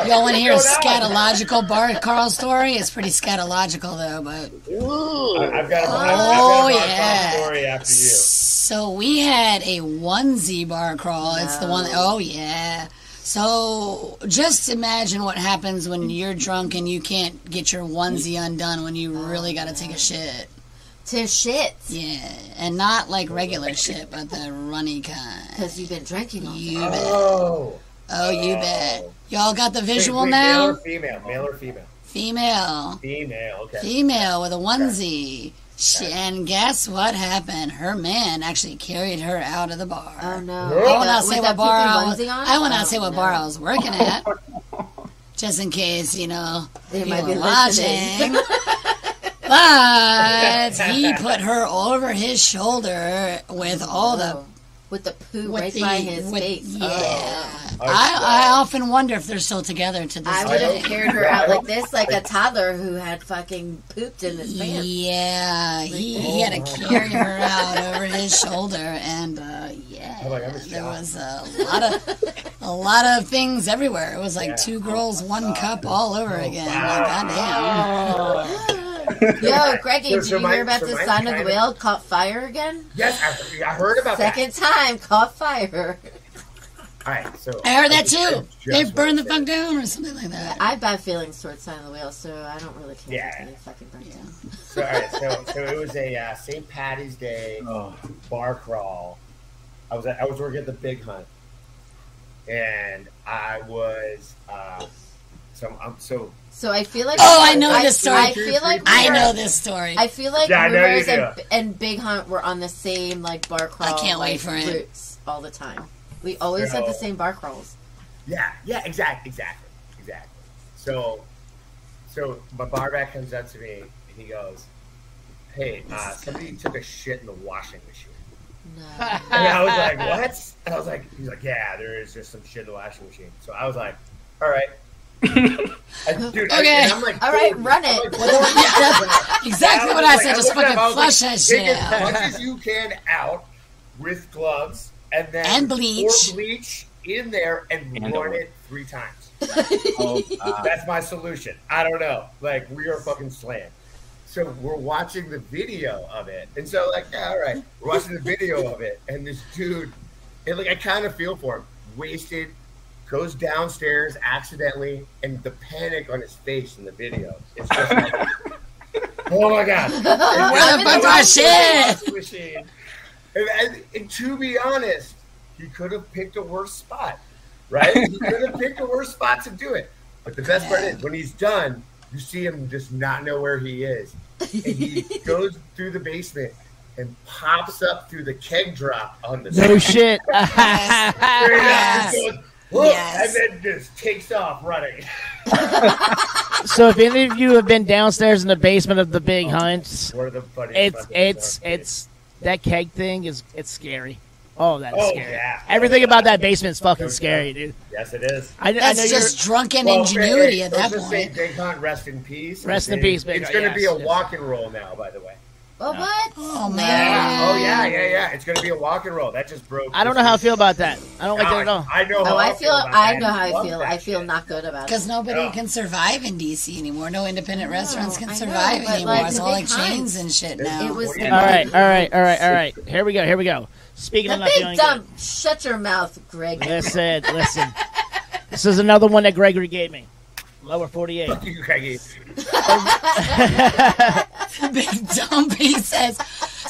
C: y'all want to
F: [laughs]
C: hear a scatological bar crawl story? It's pretty scatological though, but
F: I- I've got
C: Oh,
F: a, I've, I've got a bar
C: yeah.
F: crawl story after you.
C: So we had a onesie bar crawl. It's the one oh yeah. So just imagine what happens when you're drunk and you can't get your onesie undone when you really got to take a shit.
D: Oh, To shit.
C: Yeah, and not like regular shit, but the runny kind.
D: Because you've been drinking all
C: You
D: day.
C: bet.
F: Oh.
C: Oh, you bet. Y'all got the visual
F: Wait, wait, Male or
C: now?
F: female? Male or female?
C: Female.
F: Female. Okay.
C: female with a onesie. She, and guess what happened? Her man actually carried her out of the bar.
D: Oh, no.
F: I
C: I
F: will
C: will not say what bar I was. I will
D: want
C: not
D: to
C: say what bar I was working at,
D: [laughs]
C: just in case you know
D: They
C: people
D: might be
C: watching.
D: [laughs]
C: but
F: [laughs]
C: he put her over his shoulder with all the
D: Oh, With the poo
C: with
D: right
C: the-
D: by his
C: with-
D: face.
C: Yeah,
D: Oh.
C: I, I often wonder if they're still together to this
D: I would
C: day.
D: have carried her out like this, like a toddler who had fucking pooped in his pants. oh.
C: Yeah, he, he had to carry her out over
D: [laughs]
C: his shoulder, and uh, yeah,
F: Oh my God, I'm
C: there was
F: shocked.
C: a lot of a lot of things
F: Oh,
C: everywhere. It was like two girls, one cup, all over again. Like, goddamn.
D: Yo, Greggy,
F: So-
D: did
F: so
D: you
F: my-
D: hear about
F: so
D: the
F: my
D: sign of the
F: kind
D: whale caught fire again?
F: Yes, I, I heard about that.
D: Second time caught fire.
F: All right, so
C: I heard that
F: just- I
C: too.
F: just
C: They burned the
F: wanna say-
C: fuck down or something like that.
D: I have bad feelings towards sign of the whale, so I don't really care.
F: Yeah.
D: if they fucking burn down.
F: So, all right, so, so it was a uh, St. Patty's Day bar crawl. I was at, I was working at the Big Hunt, and I was uh, so I'm, I'm so
D: So I feel like
C: Oh, I know this story.
D: I feel like
C: I
D: we were-
C: know this story.
D: I feel like
F: Yeah, I know you
D: Rumors and,
F: do.
D: and Big Hunt were on the same like bar crawl.
C: can't wait for
D: like,
C: it.
D: routes all the time. We always had the
F: So-
D: same bar crawls.
F: Yeah, yeah, exactly, exactly, exactly. So, so my barback comes up to me and he goes, "Hey, uh, somebody took a shit in the washing machine."
D: No.
F: And I was
C: [laughs]
F: like, "What?" And I was like, "He's like, yeah, there is just some shit in the washing machine." So I was like, "All right." I,
C: [laughs]
F: dude, I-
C: Okay.
F: and I'm like,
D: All right,
F: "Dude,
D: run
F: [laughs] I'm
D: it.
F: like, what do
C: [laughs]
F: I do?"
C: exactly
F: was
C: what I
F: like-
C: said.
F: I
C: Just
F: looked at
C: fucking
F: him, I was
C: flush
F: like,
C: that
F: take
C: shit
F: as
C: out.
F: much as you can out with gloves and then
C: And bleach.
F: pour bleach in there and,
G: And
F: run
G: oil.
F: it three times.
G: Oh,
N: [laughs] uh,
G: God.
F: That's my solution. I don't know. Like we are fucking slammed. So we're watching the video of it, and so like, yeah, all right, we're watching the video of it, and this dude, and like, I kind of feel for him. Wasted, goes downstairs accidentally, and the panic on his face in the video is just like, oh my god,
C: Where the fuck do I shit?
F: machine. And, and, and to be honest, he could have picked a worse spot, right? He could have picked a worse spot to do it. But the best part is when he's done, you see him just not know where he is. And he goes through the basement and pops up through the keg drop on the
C: [laughs]
B: No shit.
F: Straight up, just goes, "Whoa,"
C: Yes.
F: and then just takes
B: [laughs]
F: off running.
B: so if any of you have been downstairs in the basement of the
F: Oh.
B: big hunt,
F: One of the funniest
B: it's
F: fucking
B: it's
F: stuff, dude.
B: it's that keg thing is it's scary. Oh, that's
F: Oh,
B: scary.
F: yeah.
B: Everything about that basement is fucking
F: Oh, yeah.
B: scary, dude.
F: yes, it is.
B: I, I know
C: That's
B: you're-
C: just drunken
F: Well,
C: ingenuity
F: hey,
C: at
F: let's
C: that
F: just say
C: point.
F: Big Hunt, rest in peace.
B: Rest in
F: It's-
B: peace, Big
F: It's
B: Hunt,
F: going to be a
B: yes, yes.
F: walk and roll now, by the way.
D: Well, what?
C: Oh
F: Yeah.
C: man.
F: Oh yeah, yeah, yeah. It's gonna be a walk and roll. That just broke.
B: I don't know how I feel about that. I don't like that
F: God,
B: at all.
F: I know. how
D: Oh, I feel.
F: about
D: I
F: that.
D: know how I
F: love
D: feel.
F: that
D: I feel
F: shit.
D: not good about it.
C: Because nobody
F: Yeah.
C: can survive in DC anymore. No independent restaurants can
D: I know,
C: survive
D: but,
C: anymore.
D: like,
C: it's
D: the
C: all like
D: big kinds.
C: chains and shit
D: It
C: now.
D: was
G: Yeah.
C: [laughs]
B: All right, all right, all right, all right. Here we go. Here we go. Speaking
D: the
B: of not feeling
D: big dumb.
B: good,
D: Shut your mouth, Greg.
B: listen, listen. This is another one that Gregory gave me. Lower forty-eight.
F: Fuck you, Craigie.
C: Big dumpy says.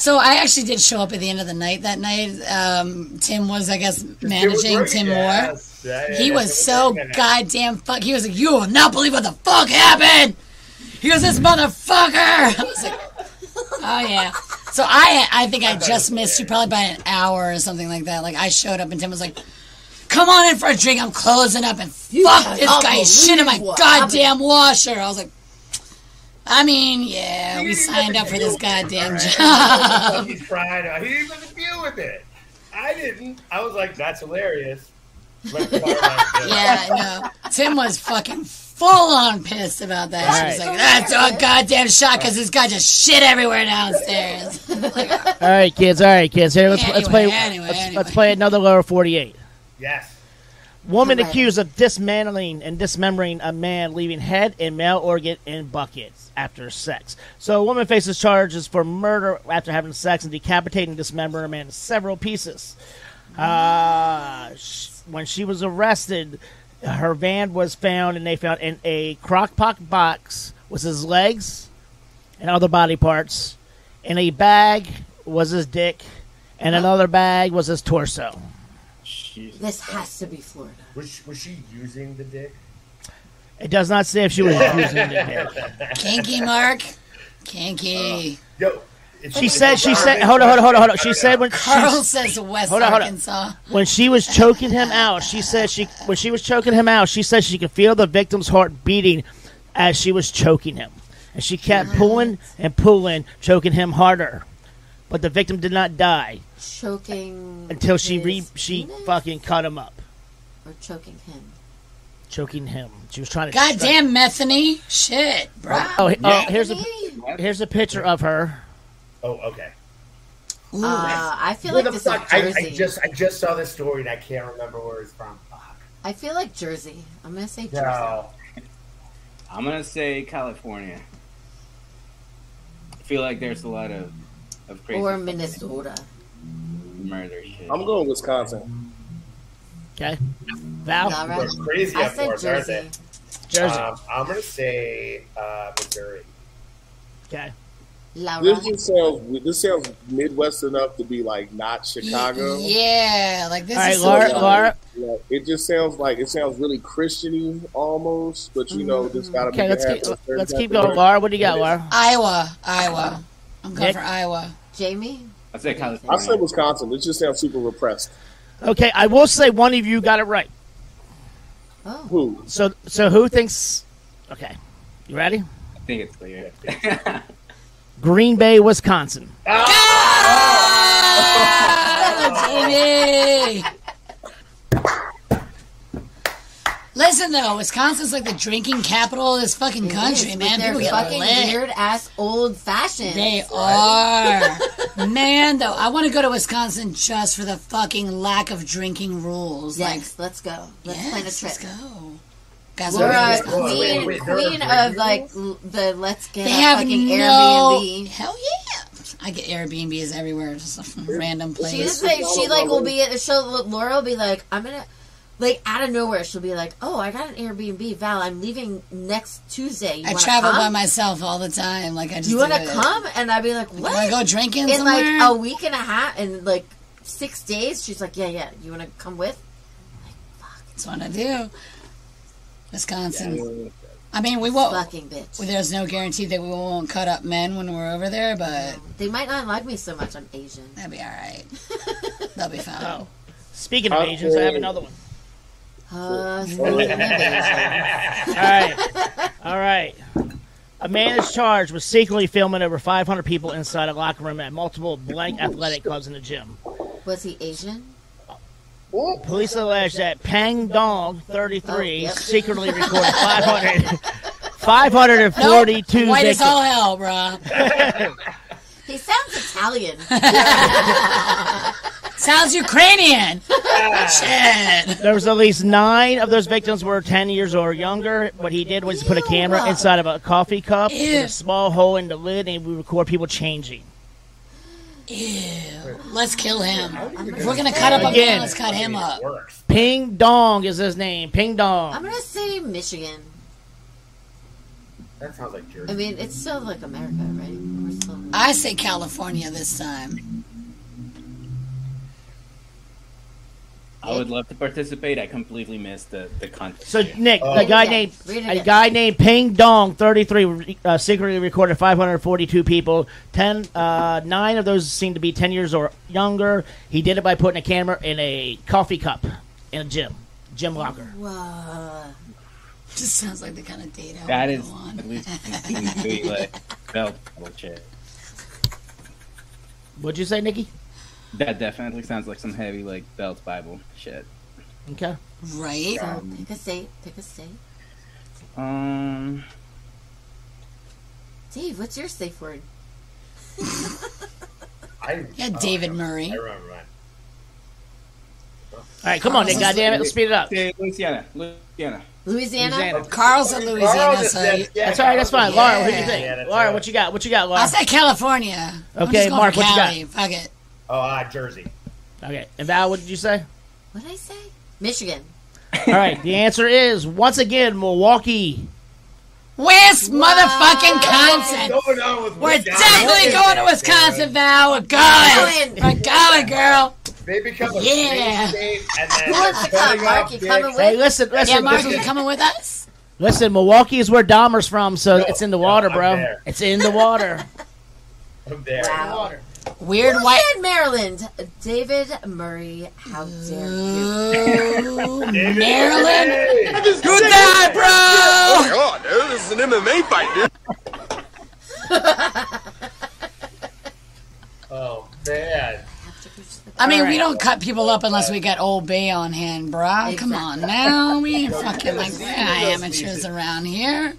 C: So I actually did show up at the end of the night that night. Um, Tim was, I guess, managing Tim Moore.
F: Yes, yeah, yeah,
C: He
F: yeah.
C: was [laughs]
F: [laughs] Tim
C: so
F: working that.
C: goddamn fuck. He was like, "You will not believe what the fuck happened." He was this motherfucker. [laughs] I was like, "Oh yeah." So I, I think I just missed you probably by an hour or something like that. Like I showed up and Tim was like, "Come on in for a drink. I'm closing up and fuck this
D: cannot
C: guy. He's shit in my
D: believe what
C: goddamn washer." I was like, "I mean, yeah, we
F: didn't
C: signed
F: even
C: up for this
F: do
C: [laughs]
F: it,
C: goddamn
F: alright?
C: job."
F: Fuck, He's fried out. He didn't even deal with it. I didn't. I was like, that's hilarious. Let's go around.
C: Yeah, I know. Tim was fucking full on pissed about that. She was
B: Right.
C: like, that's a goddamn shot because this guy just shit everywhere downstairs. [laughs]
B: All right, kids. All right, kids. Here, let's let's play.
C: Anyway, anyway,
B: let's,
C: anyway.
B: let's play another lower forty-eight.
F: Yes.
B: Woman
D: Correct.
B: accused of dismantling and dismembering a man, leaving head and male organ in buckets after sex. So, a woman faces charges for murder after having sex and decapitating and dismembering a man in several pieces. Uh, sh- when she was arrested, her van was found, and they found in a crockpot box was his legs and other body parts. In a bag was his dick, and another bag was his torso.
D: This has to be Florida.
F: Was she, was she using the dick?
B: It does not say if
F: [laughs]
B: she was using the dick.
C: Kinky, Mark.
E: Uh,
C: Kinky.
F: Yo. it's-
B: She
F: it's
B: said.
F: a
B: She said.
F: garbage
B: Hold on. Hold on. Hold on. Hold on.
F: I
B: She
F: don't
B: said
F: know.
B: when
C: Carl
B: she,
C: says West
B: Hold on, hold on.
C: Arkansas.
B: when she was choking him out. She said she when she was choking him out. She said she could feel the victim's heart beating as she was choking him, and she kept pulling and pulling, choking him harder. But the victim did not die
D: Choking
B: until she re
D: his
B: she
D: penis
B: fucking cut him up,
D: or choking him.
B: choking him. She was trying to.
C: Goddamn methany. Shit, bro.
B: Oh, he- oh, here's a
D: Maybe.
B: here's a picture of her.
F: Oh, okay.
C: Ooh.
D: [laughs] Uh, I feel
F: Where
D: like
F: the
D: this
F: fuck?
D: is
F: I,
D: Jersey.
F: I just I just saw this story and I can't remember where it's from. Fuck.
D: I feel like Jersey. I'm gonna say Jersey.
F: No.
G: I'm gonna say California. feel like there's a lot of of crazy
D: or Minnesota.
G: murder shit.
E: I'm going Wisconsin.
B: Okay. Val?
D: All right.
F: They're crazy
D: I
F: up
D: said
F: north, aren't they?
D: Jersey.
B: Jersey.
F: Um, I'm gonna say uh, Missouri.
B: Okay.
D: Laura.
E: This just sounds this sounds Midwest enough to be like not Chicago.
C: Yeah, like this
B: All right,
C: is
B: Laura.
C: so
B: Laura.
E: Like, it just sounds like it sounds really Christiany almost, but you know, just gotta
B: Mm-hmm.
E: make
B: Okay. Let's
E: it
B: keep
E: happen.
B: let's keep going. Laura, what do you got, Laura?
C: Iowa, Iowa. I'm going
B: Nick?
C: for Iowa.
D: Jamie.
G: I say
E: I
G: California.
E: said Wisconsin. It just sounds super repressed.
B: Okay, I will say one of you got it right.
D: Oh,
E: Who?
B: So so who thinks? Okay, you ready?
G: I think it's clear.
B: Green Bay, Wisconsin.
C: Jimmy! Listen though, Wisconsin's like the drinking capital of this fucking country,
D: Yes,
C: man.
D: but
C: People
D: They're
C: get
D: fucking
C: lit.
D: weird ass old fashioned.
C: They
D: [laughs]
C: are. man, though, I want to go to Wisconsin just for the fucking lack of drinking rules. Like,
D: Yes, let's go. Let's
C: yes,
D: plan a
C: let's
D: trip.
C: go. Guys,
D: We're a
C: Wisconsin.
F: Wait, wait,
D: queen,
F: wait, there are
D: queen
F: drinking
D: of like
F: rules?
D: l- the let's get
C: They
D: a
C: have
D: fucking
C: no
D: Airbnb.
C: hell yeah. I get Airbnbs everywhere, just a random
D: She
C: place.
D: just like she
E: all
D: like
E: over.
D: will be at she'll Laura will be like I'm gonna like out of nowhere she'll be like oh I got an Airbnb Val I'm leaving next Tuesday you
C: I
D: wanna
C: travel
D: come?
C: by myself all the time. Like I just
D: you
C: want
D: wanna come and I'd be like what
C: Want to go drinking
D: in
C: somewhere?
D: like a week and a half and like six days she's like yeah yeah you wanna come with
C: That's what I do. Wisconsin.
E: Yeah.
C: I mean, we won't.
D: fucking bitch
C: well, there's no guarantee that we won't cut up men when we're over there, but
D: they might not like me so much I'm Asian
C: that'll be all
D: [laughs]
C: right. That'll be fine.
B: Oh, speaking of
E: Okay.
B: Asians, I have another one.
D: uh, [laughs] speaking of Asian,
B: All right,
D: [laughs]
B: all right. A man is charged with secretly filming over 500 people inside a locker room at multiple blank athletic clubs in the gym.
D: was he Asian
B: Police allege that Pang Dong, 33,
D: Oh, yep.
B: secretly recorded 500, 542
D: [laughs]
C: White as
B: victims.
C: all hell, bruh.
B: [laughs]
D: he sounds Italian
C: Sounds
B: [laughs]
C: Ukrainian. Shit.
B: There was at least nine of those victims were 10 years or younger. What he did was put a camera inside of a coffee cup with
C: Ew.
B: a small hole in the lid, and we record people changing.
C: [laughs] Ew. Let's kill him. If we're gonna cut up a
B: Again.
C: man, let's cut him up.
F: Works.
B: Ping Dong is his name. Ping
D: I'm
B: Dong.
D: gonna say Michigan
F: That sounds like
D: I
F: Jersey.
D: mean, it's still like America, right? We're still
C: I say California this time.
G: [laughs] I would love to participate. I completely missed the the contest.
B: So
G: here.
B: Nick,
F: Oh.
B: a guy
D: Yeah,
B: named
D: read it
B: a
D: again.
B: guy named Ping Dong, 33, re- uh, secretly recorded 542 people. Ten, uh, nine of those seem to be 10 years or younger. He did it by putting a camera in a coffee cup in a gym, gym locker.
D: Whoa.
C: Just sounds like the kind of data. I
G: that
C: wanna
G: is
C: go on.
G: at least completely [laughs] like belt bullshit.
B: What'd you say, Nikki?
G: That definitely sounds like some heavy like belt Bible shit.
B: Okay.
C: right.
D: So pick a state. Pick a state.
G: Um,
D: Dave, what's your safe word?
F: I,
C: Yeah,
F: oh,
C: David
F: I
C: Murray.
F: remember mine.
B: All right, come on, Nick. Goddamn it, let's speed it up.
G: say Louisiana, Louisiana.
D: Louisiana.
B: Louisiana.
C: Carl's in Louisiana, so
B: That's all right. That's fine. Laura, what do you
C: Yeah.
B: think?
F: Yeah, that's
B: Laura,
F: right.
B: what you got? What you got, Laura?
C: I'll say California. I'm
B: Okay,
C: just going
B: Mark,
C: for
B: what you got?
C: Cali. Fuck it.
F: Oh, uh, Jersey.
B: Okay. And Val, what did you say?
D: What did I say? Michigan.
B: All right. The answer is once again Milwaukee.
C: West motherfucking Wisconsin.
F: Going on with
C: We're
F: Wisconsin.
C: definitely going to Wisconsin, Val. We're going.
D: Going.
C: We're going, girl.
F: They become a
C: Yeah.
F: yeah. state and then
D: Who wants to come?
F: cutting
D: Mark,
F: off
D: you
F: dicks.
D: coming
B: Hey,
D: with?
B: listen,
C: Yeah,
B: listen,
C: Mark,
B: listen,
C: you coming with us?
B: listen. Milwaukee is where Dahmer's from, so
F: No,
B: it's in the
F: no,
B: water,
F: I'm
B: bro.
F: there.
B: It's in the water.
F: I'm there.
D: Wow.
C: Weird white.
D: Bullshit, Maryland. David Murray. How dare you?
C: Ooh,
F: David
C: Maryland.
F: Murray.
C: Good night, bro.
M: Oh God, dude, this is an MMA fight, dude.
F: Oh man.
C: I mean, we
B: Alright.
C: don't cut people up unless we got Old Bay on hand, bruh. Come on now. We
F: [laughs]
C: ain't fucking like that amateurs around here.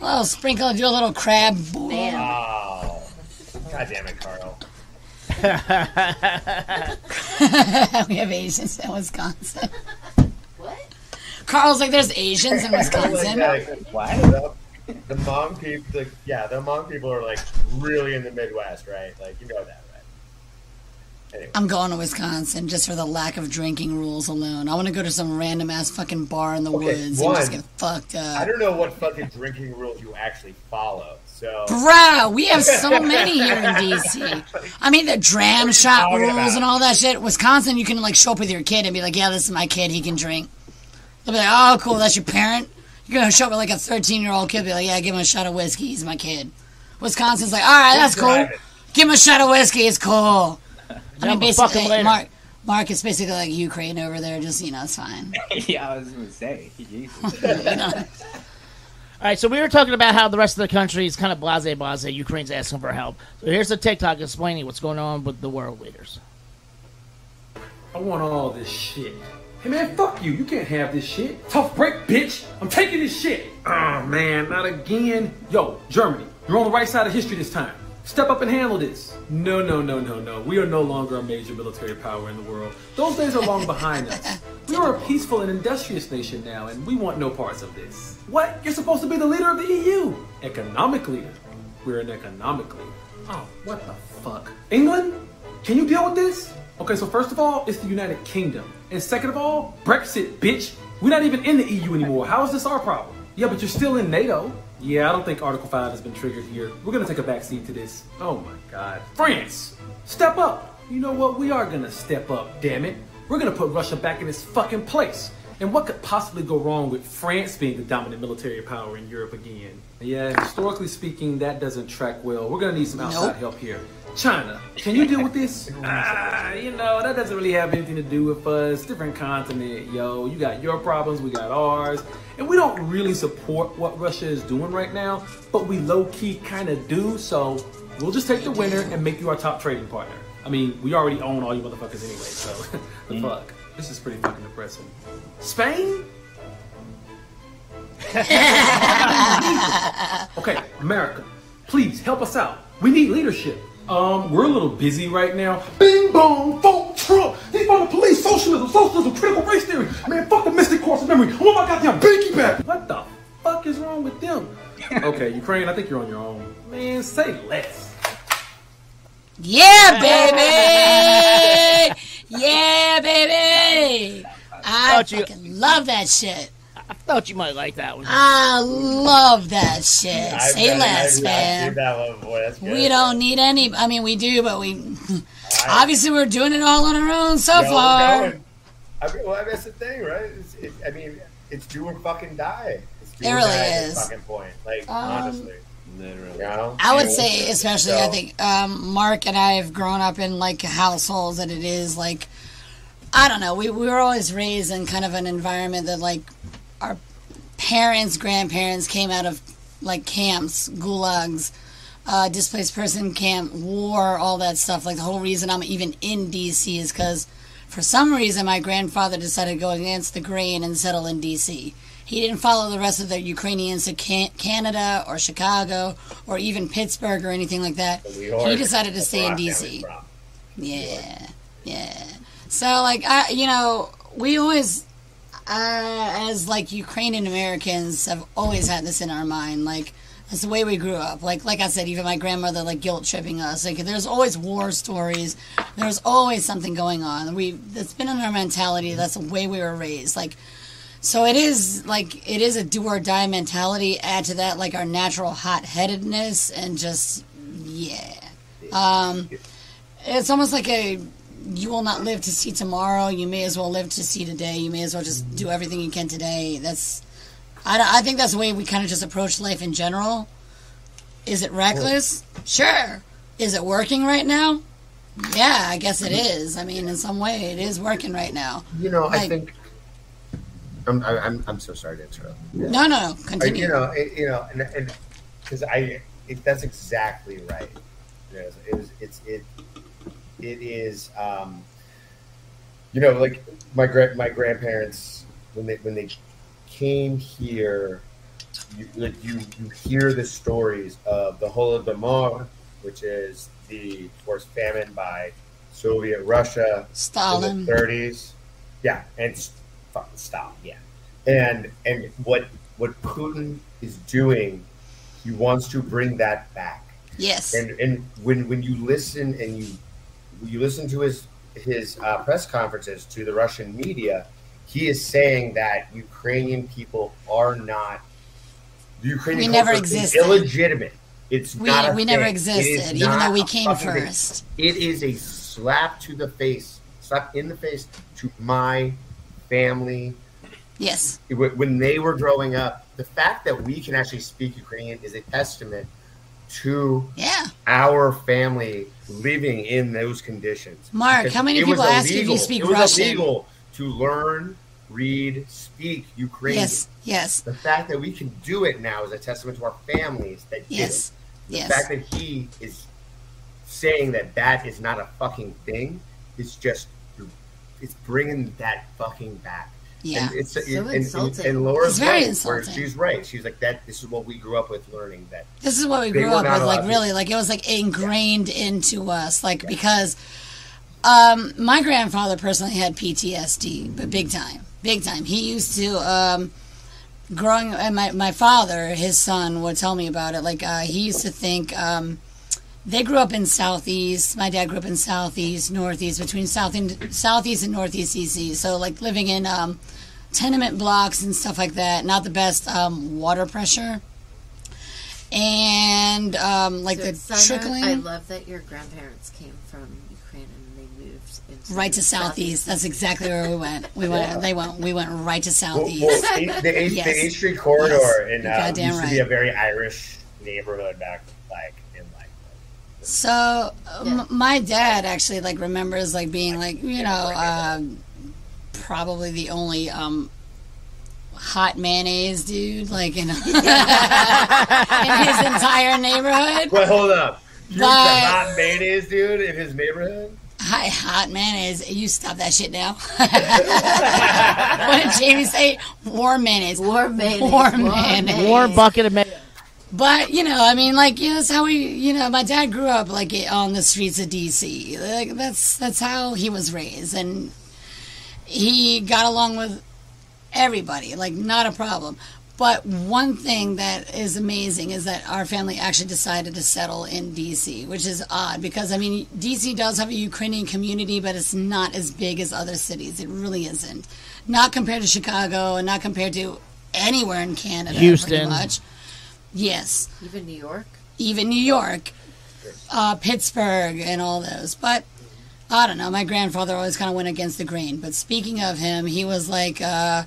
C: A little sprinkle, do a little crab. [laughs] boil.
D: Man.
F: Oh. God damn it, Carl.
C: we have Asians in Wisconsin.
D: What?
F: [laughs]
C: Carl's like, there's Asians in Wisconsin.
F: Like, what? the Hmong people, the, yeah, the Hmong people are like really in the Midwest, right? Like you know that, right? Anyway.
C: I'm going to Wisconsin just for the lack of drinking rules alone. I want to go to some random ass fucking bar in the
F: Okay,
C: woods and just
F: one.
C: get fucked
F: I
C: up.
F: don't know what fucking drinking rules you actually follow. So,
C: Bruh, we have so many here in DC. I mean, the dram shop
F: talking
C: rules
F: about?
C: and all that shit. Wisconsin, you can like show up with your kid and be like, "Yeah, this is my kid. He can drink." They'll be like, "Oh, cool. That's your parent." You're gonna show up with like a 13 year old kid, be like, "Yeah, give him a shot of whiskey. He's my kid." Wisconsin's like, "All right, that's cool. Give him a shot of whiskey. It's cool." I mean,
B: Jump a fucking
C: basically,
B: later.
C: Mark, Mark is basically like Ukraine over there. Just you know, it's
B: [laughs]
C: fine. [laughs]
G: yeah, I was gonna say, Jesus.
B: All right, so we were talking about how the rest of the country is kind of blase blase. Ukraine's asking for help. So here's a TikTok explaining what's going on with the world leaders.
O: [laughs] I want all this shit. Hey man, fuck you. You can't have this shit. Tough break, bitch. I'm taking this shit. Oh man, not again. Yo, Germany, you're on the right side of history this time. Step up and handle this. No, no, no, no, no. We are no longer a major military power in the world. Those days are long behind us. We are a peaceful and industrious nation now, and we want no parts of this. What? You're supposed to be the leader of the E EU. Economic leader. We're an economic leader. Oh, what the fuck? England? Can you deal with this? Okay, so first of all, it's the United Kingdom. And second of all, Brexit, bitch. We're not even in the EU anymore. How is this our problem? Yeah, but you're still in NATO. Yeah, I don't think Article 5 has been triggered here. We're gonna take a backseat to this. Oh my god. France! Step up! You know what? We are gonna step up, damn it. We're gonna put Russia back in its fucking place. And what could possibly go wrong with France being the dominant military power in Europe again? Yeah, historically speaking, that doesn't track well. We're gonna need some outside
M: Nope.
O: help here. China, can you deal with this? [laughs] Ah, you know, that doesn't really have anything to do with us. Different continent, yo. You got your problems, we got ours. And we don't really support what Russia is doing right now, but we low key kind of do, so we'll just take the winner and make you our top trading partner. I mean, we already own all you motherfuckers anyway, so [laughs] the fuck. This is pretty fucking depressing. Mm. [laughs] Spain? okay, America, please help us out. We need leadership. Um, we're a little busy right now. Bing bong, fuck Trump. He's on the police, socialism, socialism, critical race theory. Man, fuck the mystic course of memory. I want my goddamn binky back. What the fuck is wrong with them? okay, Ukraine, I think you're on your own. Man, say [laughs] less.
B: [laughs]
C: Yeah, baby. yeah, baby. I fucking love that shit.
B: I thought you might like that one.
C: I love that shit.
F: [laughs] I've
C: Say
F: never-
C: less,
F: I've not seen
C: man.
F: that one, boy. That's good.
C: We don't need any. I mean, we do, but we obviously we're doing it all on our own so
F: No,
C: far.
F: no. I mean, well, that's the thing, right? It's, it, I mean, it's do or fucking die. It's do
C: It
F: or
C: really
F: die at this
C: is.
F: Fucking point, like
C: Um,
F: honestly, literally.
C: I would say, especially, I think um, Mark and I have grown up in like households that it is like, I don't know. We, we were always raised in kind of an environment that like our parents, grandparents came out of like camps, gulags, uh, displaced person camp, war, all that stuff. Like the whole reason I'm even in DC is because for some reason my grandfather decided to go against the grain and settle in DC. He didn't follow the rest of the Ukrainians to Can- Canada or Chicago or even Pittsburgh or anything like that. He decided to stay in DC. Yeah, yeah. So like I, you know, we always, uh, as like Ukrainian Americans, have always had this in our mind. Like that's the way we grew up. Like like I said, even my grandmother like guilt tripping us. Like there's always war stories. There's always something going on. We that's been in our mentality. That's the way we were raised. Like so it is like it is a do or die mentality. Add to that like our natural hot headedness and just yeah. Um, it's almost like a you will not live to see tomorrow. You may as well live to see today. You may as well just do everything you can today. That's I, don't- I think that's the way we kind of just approach life in general. Is it reckless? Sure. Is it working right now? Yeah, I guess it is. I mean, in some way, it is working right now.
F: Mm-hmm. You know, I
C: Like-
F: think. I'm, I- I'm, I'm so sorry to interrupt.
C: No, no,
F: I-
C: continue.
F: you know, it, you know, and because I, it, that's exactly right. You know, it was, it's, it, it is. Um, you know, like my gra- my grandparents when they when they came here, you, like you you hear the stories of the Holodomor, which is the forced famine by Soviet Russia in
C: Stalin.
F: the 30s. Yeah, and s- fucking Stalin. Yeah, and and what what Putin is doing He wants to bring that back.
C: Yes.
F: And and when when you listen and you when you listen to his his uh, press conferences to the Russian media, he is saying that Ukrainian people are not the Ukrainian
C: We never
F: culture is
C: existed.
F: illegitimate. It's
C: We-
F: not a
C: we never
F: thing. It is
C: existed, even
F: not
C: though we
F: a
C: came
F: fucking thing.
C: first.
F: It is a slap to the face, slap in the face to my family,
C: Yes.
F: wh- when they were growing up, the fact that we can actually speak Ukrainian is a testament to our family living in those conditions.
C: Mark,
F: Because
C: how many
F: it was
C: people ask if you
F: illegal-
C: speak
F: it was
C: Russian?
F: illegal to learn, read, speak Ukrainian.
C: Yes, yes.
F: The fact that we can do it now is a testament to our families that did
C: Yes,
F: it. The
C: yes.
F: fact that he is saying that that is not a fucking thing is just it's bringing that fucking back.
C: Yeah.
F: and it's
C: So
F: and, and,
C: insulting.
F: and Laura's
C: It's very
F: right, where
C: insulting.
F: she's right. She's like that. This is what we grew up with learning. That
C: This is what we
F: they
C: grew
F: were
C: up
F: not
C: with, like
F: allowed to-
C: really, like it was like ingrained into us, like because um, my grandfather personally had PTSD, but big time, big time. He used to um, growing, and my my father, his son, would tell me about it. Like uh, he used to think. Um, they grew up in southeast. My dad grew up in southeast, northeast, between south and southeast and northeast DC. So like living in um, tenement blocks and stuff like that. Not the best um, water pressure, and um, like
D: So,
C: the
D: side note,
C: trickling.
D: I love that your grandparents came from Ukraine and they moved into
C: Right to southeast. That's exactly where we went. We
F: Yeah.
C: went. They went. We went right to
F: well,
C: southeast.
F: well, eight-
C: [laughs]
F: the eighth, the eighth Street corridor
C: Yes.
F: in
C: You're
F: uh, used
C: goddamn
F: to be a
C: right.
F: very Irish neighborhood back like in like
C: So uh, m- my dad actually like remembers like being like you know uh, probably the only um, hot mayonnaise dude like in, [laughs] in his entire neighborhood. [laughs]
F: Wait, hold up. You
C: But-
F: the hot mayonnaise dude in his neighborhood?
C: Hi, hot mayonnaise. You stop that shit now. [laughs] what did Jamie say? Warm mayonnaise. Warm
D: mayonnaise.
C: Warm
D: Warm
C: mayonnaise.
B: Warm bucket of mayonnaise.
C: But you know, I mean, like, you know, that's how we, you know, my dad grew up like on the streets of D.C. Like that's that's how he was raised, and he got along with everybody, like not a problem. But one thing that is amazing is that our family actually decided to settle in D.C., which is odd because I mean, D.C. does have a Ukrainian community, but it's not as big as other cities. It really isn't, not compared to Chicago, and not compared to anywhere in Canada. pretty
B: Houston.
C: much. Yes,
D: even New York.
C: even New York, uh, Pittsburgh, and all those. But I don't know. My grandfather always kind of went against the grain. But speaking of him, he was like, uh,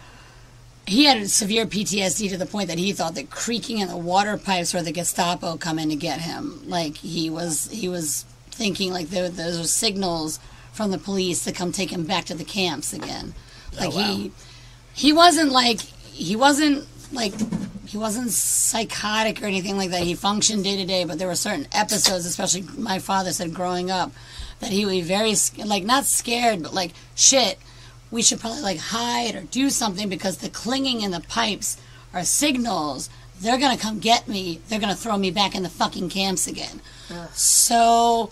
C: he had severe PTSD to the point that he thought that creaking in the water pipes were the Gestapo coming to get him. Like he was, he was thinking like there, those are signals from the police to come take him back to the camps again. Like he, he wasn't like he wasn't like he wasn't psychotic or anything like that. He functioned day to day, but there were certain episodes, especially my father said growing up, that he would be very sc- like not scared, but like shit. We should probably like hide or do something because the clinging in the pipes are signals. They're gonna come get me. They're gonna throw me back in the fucking camps again. So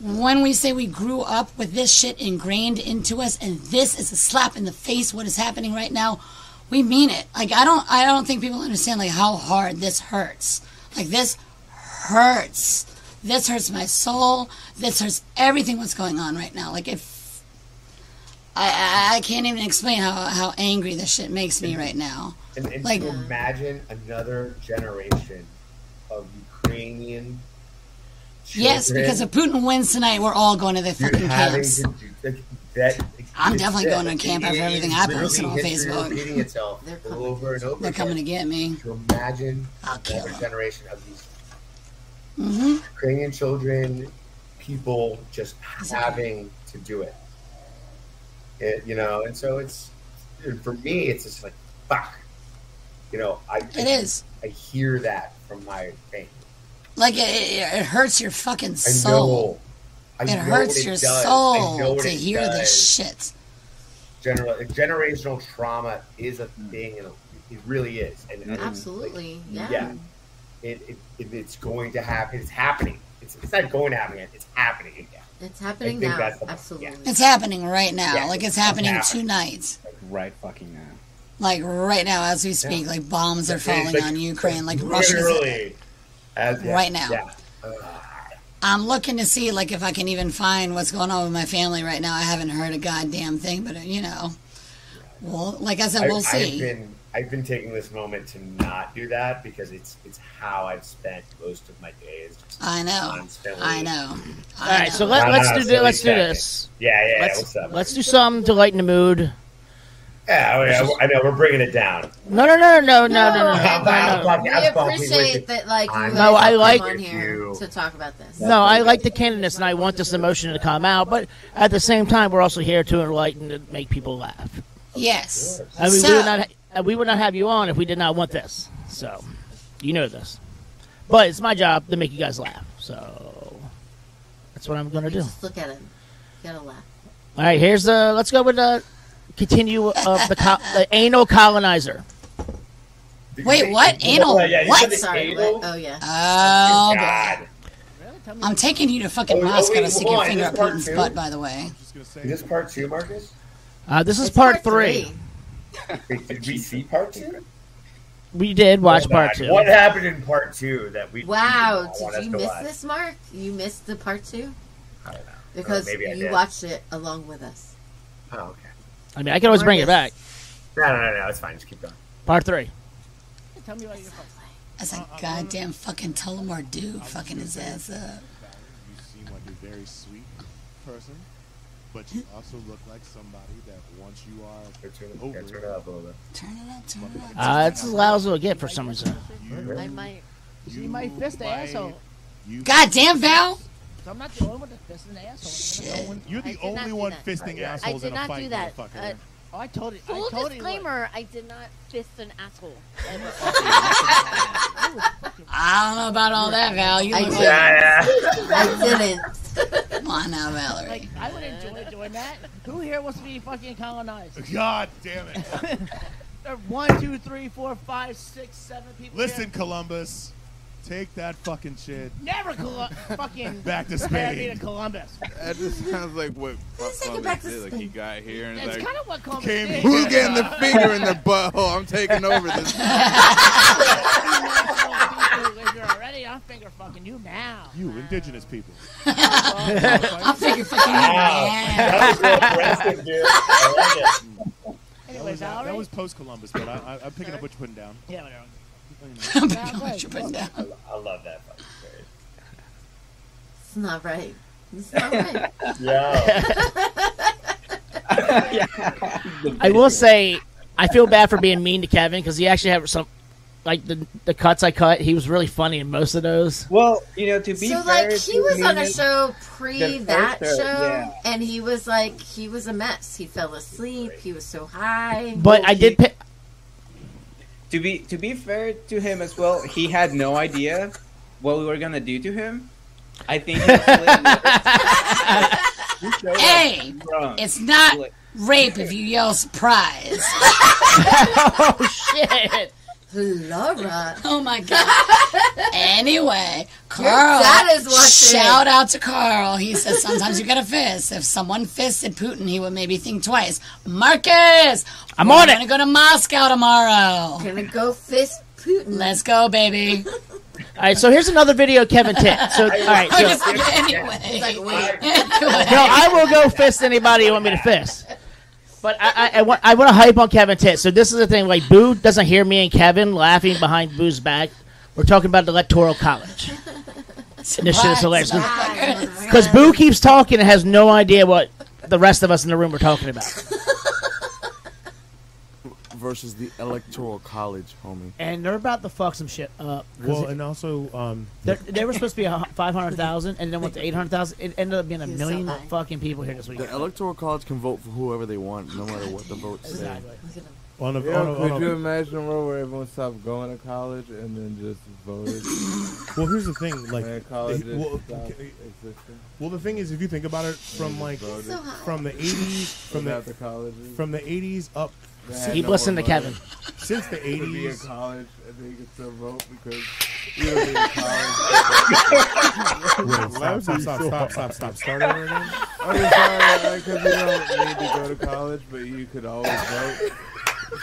C: when we say we grew up with this shit ingrained into us and this is a slap in the face what is happening right now we mean it like i don't i don't think people understand like how hard this hurts like this hurts this hurts my soul this hurts everything what's going on right now like if i i, I can't even explain how how angry this shit makes me right now
F: And, and
C: Like-
F: to imagine another generation of Ukrainian
C: yes
F: children
C: because if putin wins tonight we're all going to the
F: Dude,
C: fucking
F: having
C: camps
F: to do like, that.
C: I'm
F: it's
C: definitely
F: it.
C: going to a camp after
F: It-
C: everything
F: it's
C: I posted
F: literally
C: on
F: history
C: Facebook.
F: Repeating itself over and over.
C: they're coming to get me
F: To imagine another generation of these
C: hmm
F: Ukrainian children, people just having to do it. it you know, and so it's and for me, it's just like fuck. You know, I
C: It is.
F: I hear that from my family.
C: Like it, it, it hurts your fucking
F: I
C: soul.
F: know. I
C: it
F: know
C: hurts
F: what it
C: your
F: does. I know
C: soul
F: what
C: to
F: it
C: hear this
F: does.
C: shit.
F: General generational trauma is a thing, and it really is. And, and, like,
D: Absolutely, yeah.
F: yeah. It, it, it it's going to happen. It's happening. It's, it's not going to happen yet. It's happening again.
D: It's happening
F: think
D: now.
F: that's the-
D: Absolutely.
C: It's happening right now.
F: Yeah,
C: like
F: it's
C: it's happening
F: happening.
C: tonight.
G: right fucking now.
C: Like right now as we speak, like bombs are
F: It's like- [laughs]
C: falling on Ukraine. Like Russia's
F: Literally, As- yeah,
C: Right now. Uh,
F: Yeah.
C: I'm looking to see like if I can even find what's going on with my family right now. I haven't heard a goddamn thing, but uh, you know, well, like I said, we'll
F: I've
C: see.
F: been, I've been taking this moment to not do that because it's it's how I've spent most of my days.
C: I know.
F: Constantly.
C: I know.
B: All right, so let,
F: I'm
B: let's
F: not
B: do
F: silly
B: let's do
F: tactic.
B: this.
F: Yeah, yeah, yeah,
B: Let's, [laughs]
F: what's up?
B: let's do something to lighten the mood.
F: Yeah, I, mean, I- I know we're bringing it down.
B: No, no, no, no, no, no, no, no,
F: I'll
B: no.
F: fuck-
D: We
F: I'll fuck you
D: appreciate
F: with it.
D: that, like, you
F: I'm
D: guys
B: No, I
D: have come
B: like-
D: on here to talk about this.
B: No, I like the candidness and I want this emotion to come out, but at the same time, we're also here to enlighten and make people laugh.
C: Yes.
B: I mean, we
C: so,
B: would not ha- we would not have you on if we did not want this. So, you know this. But it's my job to make you guys laugh. So, that's what I'm going to do.
D: Just look at him. You gotta laugh.
B: All right, here's the. Let's go with the continue of the, co- the anal colonizer.
C: wait, what? Anal? what?
D: Oh yeah.
C: Oh,
F: God.
C: boy. I'm taking you to fucking
F: Oh, oh,
C: Moscow
F: wait,
C: to stick
F: hold
C: your
F: on,
C: finger
F: is
C: up
F: this part
C: Putin's
F: two?
C: butt. By the way,
F: Is this part two, Marcus?
B: Uh, this is part, three.
F: Wait, did we see part two?
B: We did watch
F: Hold
B: part
F: on.
B: two.
F: Oh What happened in part two that we? you
D: Wow,
F: not want
D: did
F: us
D: you
F: to
D: miss
F: watch?
D: this, Mark? You missed the part two? Because
F: maybe I
D: you
F: did.
D: watched it along with us.
F: Oh, okay.
B: I mean, I can always bring it back.
F: No, no, no, no. It's fine. Just keep going.
B: Part three.
C: that's
A: Uh-uh.
C: a goddamn fucking Tullamore dude fucking his ass up.
A: You seem like a very sweet person, but you also look like somebody that once you are over
F: Turn it up a little bit.
C: Turn it up, turn it up.
B: Uh, it's as loud as it'll get for some reason.
H: I might.
B: He might fist the asshole.
C: Goddamn, Val.
B: I'm not the only one that fisted an asshole.
A: You're
H: I
A: the
H: did not
A: only
H: do
A: one
H: that.
A: fisting
H: I
A: assholes
H: did
A: in a
H: not
A: fight,
H: do that.
A: motherfucker.
H: Uh,
B: Oh, I told it.
H: Full
B: I told
H: disclaimer: I did not fist an asshole. ever.
C: I don't know about all that, Val. You
D: I
C: look [laughs]
D: did.
C: like
D: I didn't.
C: come on now, Valerie.
B: Like, I would enjoy doing that. Who here wants to be fucking colonized?
A: God damn it.
B: [laughs] There are one, two, three, four, five, six, seven people. here.
A: Listen, Columbus, take that fucking shit.
B: Never Colu-
A: [laughs]
B: fucking
A: Back to
B: compare me
A: Spain.
B: to Columbus.
K: That just sounds like what Columbus
D: back
K: did. Like he got here and
B: That's
K: like,
B: kind of what Columbus
A: Came
B: did.
K: who's getting the finger in the butthole? I'm taking over
A: [laughs]
K: this.
B: If you're already, I'm finger fucking you now.
A: You indigenous people.
C: I'm figuring fucking yeah.
F: Ah. That was real aggressive, dude. I like it.
B: Anyways,
A: uh, That,
B: Valerie?
A: was post Columbus, but I, I, I'm picking up what you're putting down.
B: Yeah, whatever.
C: I'm picking what you're putting down.
F: I, lo- I love that fucking phrase.
D: It's not right. It's not right.
F: [laughs]
D: [laughs]
F: Yeah.
B: I will say, I feel bad for being mean to Kevin because he actually had some, like the the cuts I cut. He was really funny in most of those.
G: Well, you know, to be
D: so
G: fair
D: like he
G: to
D: was on a
G: Neiman-
D: show pre
G: the
D: that show
G: first show, yeah.
D: and he was like he was a mess. He fell asleep, he was so high.
B: But I did.
D: [laughs]
B: Pick,
G: to be to be fair to him as well, he had no idea what we were gonna do to him. I
D: [laughs]
G: think he was a little nervous.
C: Hey,
G: Wrong.
C: it's not rape if you yell surprise.
B: oh shit!
D: Laura
C: Oh
H: [laughs]
C: my god. anyway, Carl.
D: dad is watching.
C: Shout out to Carl. He says sometimes you gotta fist. If someone fisted Putin, he would maybe think twice. Marcus,
B: I'm
C: we're
B: on it.
C: gonna go to Moscow tomorrow.
D: gonna go fist Putin.
C: Let's go, baby.
B: All right, so here's another video Kevin tipped. So all right,
C: I
B: so,
C: just- [laughs] anyway.
B: no, I [laughs] will go fist anybody you want me to fist. But I, I, I want I want to hype on Kevin Tit. So this is the thing. Like Boo doesn't hear me and Kevin laughing behind Boo's back. We're talking about the electoral college. And this shit is hilarious because Boo keeps talking and has no idea what the rest of us in the room are talking about.
M: Versus the Electoral College, homie.
B: And they're about to fuck some shit up. 'Cause
A: Well, and also, um,
B: they- they were supposed to be a five hundred thousand, and then with the eight hundred thousand, it ended up being a
D: He's
B: million
D: so high.
B: fucking people here this week.
M: The Electoral College can vote for whoever they want, no matter what the votes say.
B: Exactly.
A: on a, on a, on a-
M: imagine a world where everyone stopped going to college and then just voted?
A: [laughs] well, here's the thing. Like, they- well,
M: existing.
A: well, the thing is, if you think about it, from like
D: So high.
A: from the 80s, from the
M: colleges.
A: from the 80s up
B: Keep listening to Kevin.
A: since the 80s.
M: college and then you can still vote because
A: [laughs] Wait, stop, stop, stop, stop, stop, stop. Start over again.
K: [laughs]
M: I'm just sorry, because you don't need to go to college, but you could always vote.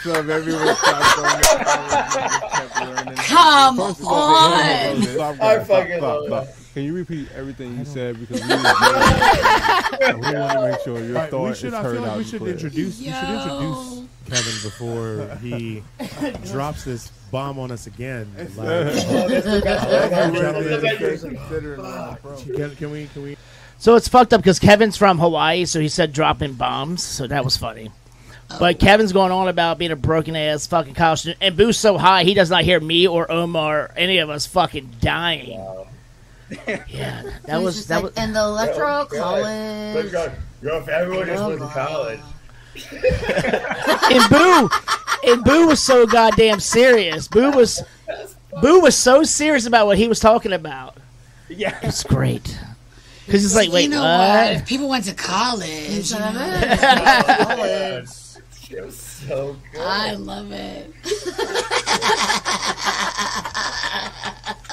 K: So if everyone stops going
C: Come
K: First of all,
C: on.
K: hold on, hold on, stop,
C: I
K: guys,
C: fucking
K: stop,
C: love
K: stop,
C: that.
K: stop. Can you repeat everything you said because we, we
O: Oh,
K: want to make sure your
A: All right,
K: thought
A: we should,
K: is
A: I
K: heard
A: feel like
K: out
A: we
K: and
A: should
K: clear.
A: introduce we should introduce Kevin before
E: [laughs]
C: [laughs]
A: he drops this bomb on us again. Like, can, can we can we
B: So it's fucked up because Kevin's from Hawaii, so he said dropping bombs, so that was funny. But Kevin's going on about being a broken ass fucking college student, and Boo's so high he does not hear me or Omar, any of us fucking dying. yeah, that
D: He's
B: was
D: just
B: that
D: like,
F: "Uh."
B: was.
D: And the
G: Oh,
D: electoral college.
F: Look, yo, yo, if everyone just went to college, [laughs]
B: and Boo, and Boo was so goddamn serious. Boo was, Boo was so serious about what he was talking about.
G: Yeah,
B: it's great. Because it's like, wait,
C: you know
B: what?
C: If people went to college, you know,
G: [laughs]
K: [laughs]
F: it was so good.
C: I love it. [laughs]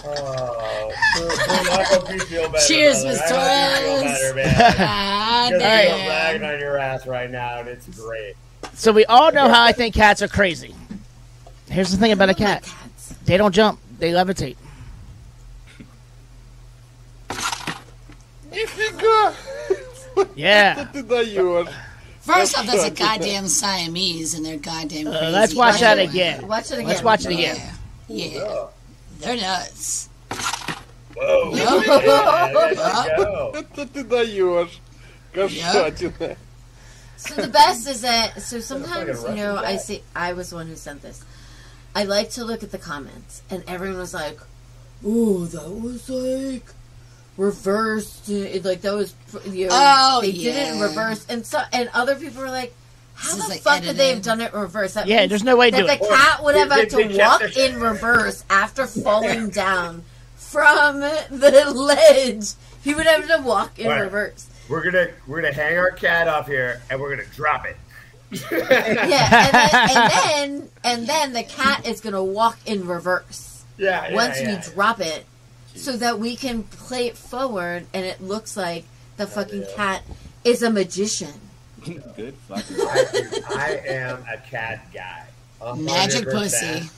F: Oh, Michael, you feel better.
C: Cheers,
F: brother.
C: Mr.
F: I hope you feel
C: Torres.
F: better,
D: [laughs]
F: man.
C: Ah,
F: You're
C: damn.
F: feel ragged on your ass right now, and it's great.
B: So we all know how I think cats are crazy. Here's the thing about a cat: they don't jump; they levitate.
E: If you go,
B: Yeah.
C: First off, that's a goddamn Siamese, and they're goddamn crazy.
B: Uh, let's watch that again.
D: Watch it again.
B: Let's watch it again.
C: Yeah, yeah. they're nuts.
F: Whoa.
C: [laughs]
D: So the best is that so sometimes
E: fucking
D: you know
E: Russian
D: I
E: guy.
D: see I was the one who sent this. I like to look at the comments, and everyone was like, "Oh, that was like reversed. It, like that was you know,
C: Oh,
D: they
C: yeah.
D: didn't reverse." And so and other people were like. How
C: is,
D: the
C: like,
D: fuck could they
C: edited.
D: have done it reverse? That
B: Yeah,
D: means
B: there's no way to
D: that
B: do
D: the
B: it.
D: cat would have
B: They-
D: had
B: they-
D: to
B: they
D: walk
B: kept
D: in reverse after falling down from the ledge. He would have to walk in
F: Right. [laughs]
D: reverse.
F: We're gonna we're gonna hang our cat up here, and we're gonna drop it.
D: yeah, and then, and then and then the cat is gonna walk in reverse.
F: Yeah, yeah,
D: Once
F: yeah.
D: we drop it, so that we can play it forward, and it looks like the fucking cat is a magician.
G: [laughs] Good fucking.
F: I am a cat guy. A
D: Magic
F: 100%.
D: pussy.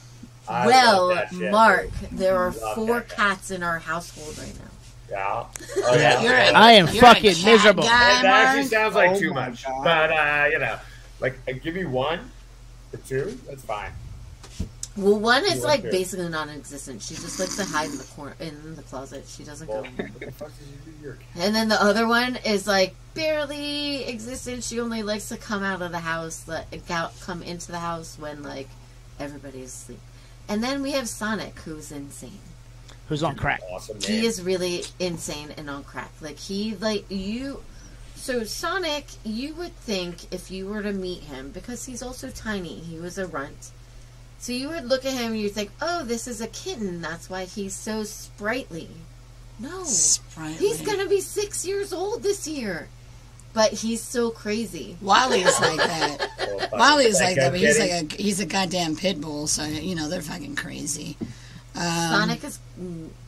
F: I love
D: well,
F: that shit.
D: Mark, there are
F: Love
D: four cats in our household right now.
F: Yeah.
D: [laughs]
F: Oh, yeah.
D: You're a-
B: I am
D: you're a
B: fucking
D: cat
B: miserable.
D: guy,
F: that actually
D: Mark.
F: sounds like
D: Oh
F: too
D: my
F: much, but uh, you know, like uh, give me one or two. That's fine.
D: Well, one is
F: You
D: like
F: like it.
D: basically non-existent. She just likes to hide in the corner, in the closet. She doesn't go.
F: What the fuck did you do to your cat?
D: And then the other one is like barely existent. She only likes to come out of the house, like go- come into the house when like everybody's asleep. And then we have Sonic, who's insane.
B: Who's on crack?
F: Awesome
D: He [laughs] is really insane and on crack. Like he, like you. So Sonic, you would think if you were to meet him, because he's also tiny, he was a runt. So you would look at him and you'd think, "Oh, this is a kitten. That's why he's so sprightly." No, He's gonna be six years old this year, but he's so crazy.
C: Wally is like that.
D: [laughs]
C: Wally is like Uh, that, but he's like a he's a goddamn pit bull, so you know they're fucking crazy. Um,
D: Sonic is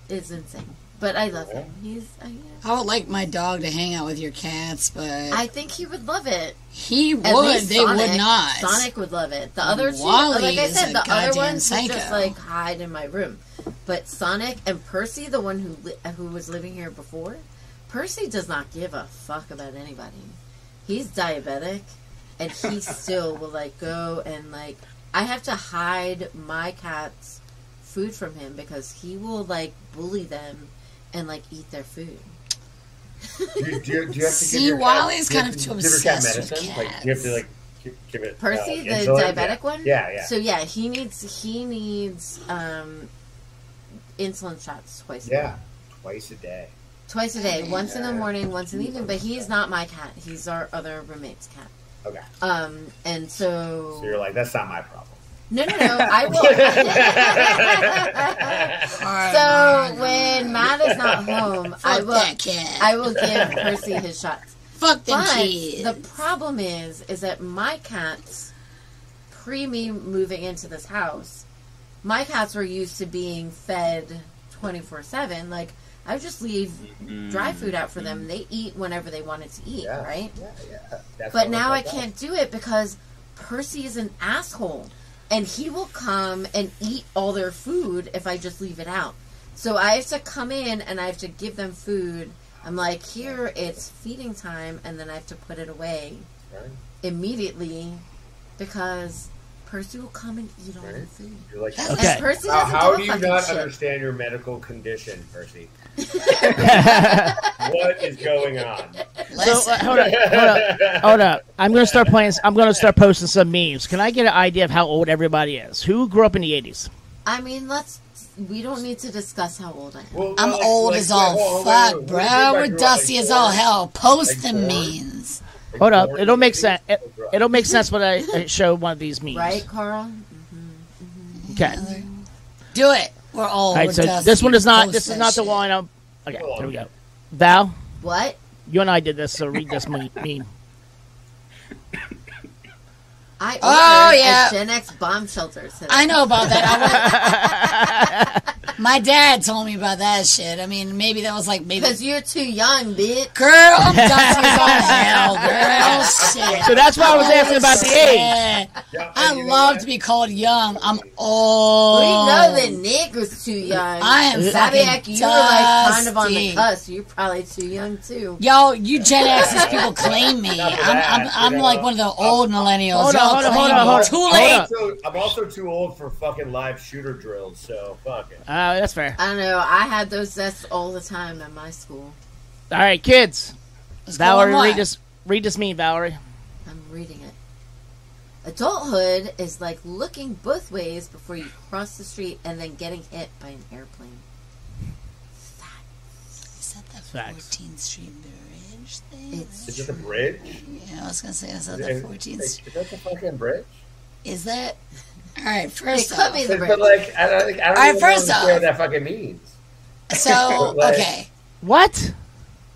D: is insane, but I love him. He's I,
C: I would like my dog to hang out with your cats, but
D: I think he would love it.
C: he
D: At
C: would.
D: least
C: They
D: Sonic-
C: would not.
D: Sonic would love it. The other two,
C: Wally
D: like I
C: is
D: said,
C: a
D: the other
C: goddamn
D: ones who just
C: psycho.
D: like hide in my room. But Sonic and Percy, the one who li- who was living here before, Percy does not give a fuck about anybody. He's diabetic,
C: [laughs]
D: and he still will like go and like. I have to hide my cat's food from him because he will like bully them and like eat their food.
F: Do you, do you, do you have to
D: See,
F: give your
D: Wally's kind
F: cat, do you have
D: of
F: to
D: too
F: give your cat
D: obsessed with
F: medicine? Like, do you have to like gi- give it
D: Percy,
F: uh,
D: the
F: insulin?
D: diabetic
F: yeah.
D: one.
F: Yeah, yeah.
D: So yeah, he needs he needs um, insulin shots twice. a
F: yeah,
D: day.
F: twice a day.
D: Twice a day, once in the
F: Yeah.
D: morning, once in the evening. But he is not my cat. He's our other roommate's cat.
F: Okay.
D: Um, and so.
F: So you're like, that's not my problem.
D: No, no, no. I
C: [laughs]
D: will. so when Matt is not home, I will. I will give Percy his shots.
C: Fuck them
D: but
C: kids.
D: The problem is, is that my cats, pre me moving into this house, my cats were used to being fed twenty four seven. Like I would just leave dry food out for
C: Mm-hmm.
D: them. They eat whenever they wanted to eat, right?
F: Yeah, yeah. That's
D: but
F: what I
D: now I
F: like about
D: can't do it because Percy is an asshole, and he will come and eat all their food if I just leave it out. So I have to come in and I have to give them food. I'm like, here it's feeding time, and then I have to put it away
F: Right.
D: immediately because Percy will come and eat all the
F: Right.
D: food.
F: You're like,
D: And Percy
F: how,
D: doesn't
F: how
D: give a
F: do you
D: fucking
F: not
D: shit.
F: understand your medical condition,
D: [laughs]
F: Percy? what is going on?
B: So uh, hold up, hold up,
F: [laughs]
B: hold up. I'm gonna start playing. I'm gonna start posting some memes. Can I get an idea of how old everybody is? Who grew up in the '80s?
D: I mean, let's. We don't need to discuss how old I am.
C: I'm old as all fuck, bro. We're dusty as all hell. Post them means.
B: Hold up. It'll make sense. It, it'll make sense when I
C: [laughs]
B: I show one of these memes.
D: Right, Carl?
B: Okay.
C: Mm-hmm. Do it. We're old.
B: All right. So
C: we're dusty.
B: this one is not.
C: Post
B: This is
C: that
B: not the
C: shit.
B: one. I'm, okay. Here we go. Val,
D: What?
B: you and I did this. So read this me- [laughs] meme.
D: I ordered
C: Oh,
D: a
C: yeah.
D: Gen X bomb shelter today. [laughs]
C: I know about that. I went- [laughs] My dad told me about that shit. I mean, maybe that was like maybe because
D: you're too young, bitch.
C: Girl, I'm
B: [laughs]
C: dusty as all hell, Oh, girl. Shit.
B: So that's why I was
C: I'm
B: asking about the
C: shit.
B: age.
C: I love to be called young. I'm old.
D: We know that Nick was too young.
C: I am
D: Zabiak,
C: fucking
D: you were like kind of on the
C: dusty.
D: cusp. You're probably too young too.
C: Yo, you Gen Xers people claim me. I'm, I'm, I'm like one of the old millennials.
B: Hold on,
C: Y'all
B: hold on,
C: claim
B: hold on,
C: me.
B: hold on.
C: Too late.
F: I'm also, I'm also too old for fucking live shooter drills, so fuck it.
B: Uh, that's fair.
D: I don't know. I had those tests all the time at my school.
B: All right, kids.
D: go
B: Valerie,
D: online.
B: read this. Read this meme, Valerie.
D: I'm reading it. Adulthood is like looking both ways before you cross the street and then getting hit by an airplane.
C: Is that the
B: Facts.
C: 14th Street Bridge thing?
D: It's
F: Is it the bridge?
C: Yeah, I was gonna say is that
F: Is-
C: the
F: is-
C: 14th?
F: Is
C: Street?
F: that the fucking bridge?
C: Is that? All right, first
D: It could
C: off,
D: be the
F: But, but, like, I don't, think- I
C: All
F: don't
C: right,
F: even
C: first
F: know what
C: off,
F: that fucking means.
C: so
F: But, like,
C: okay,
B: What?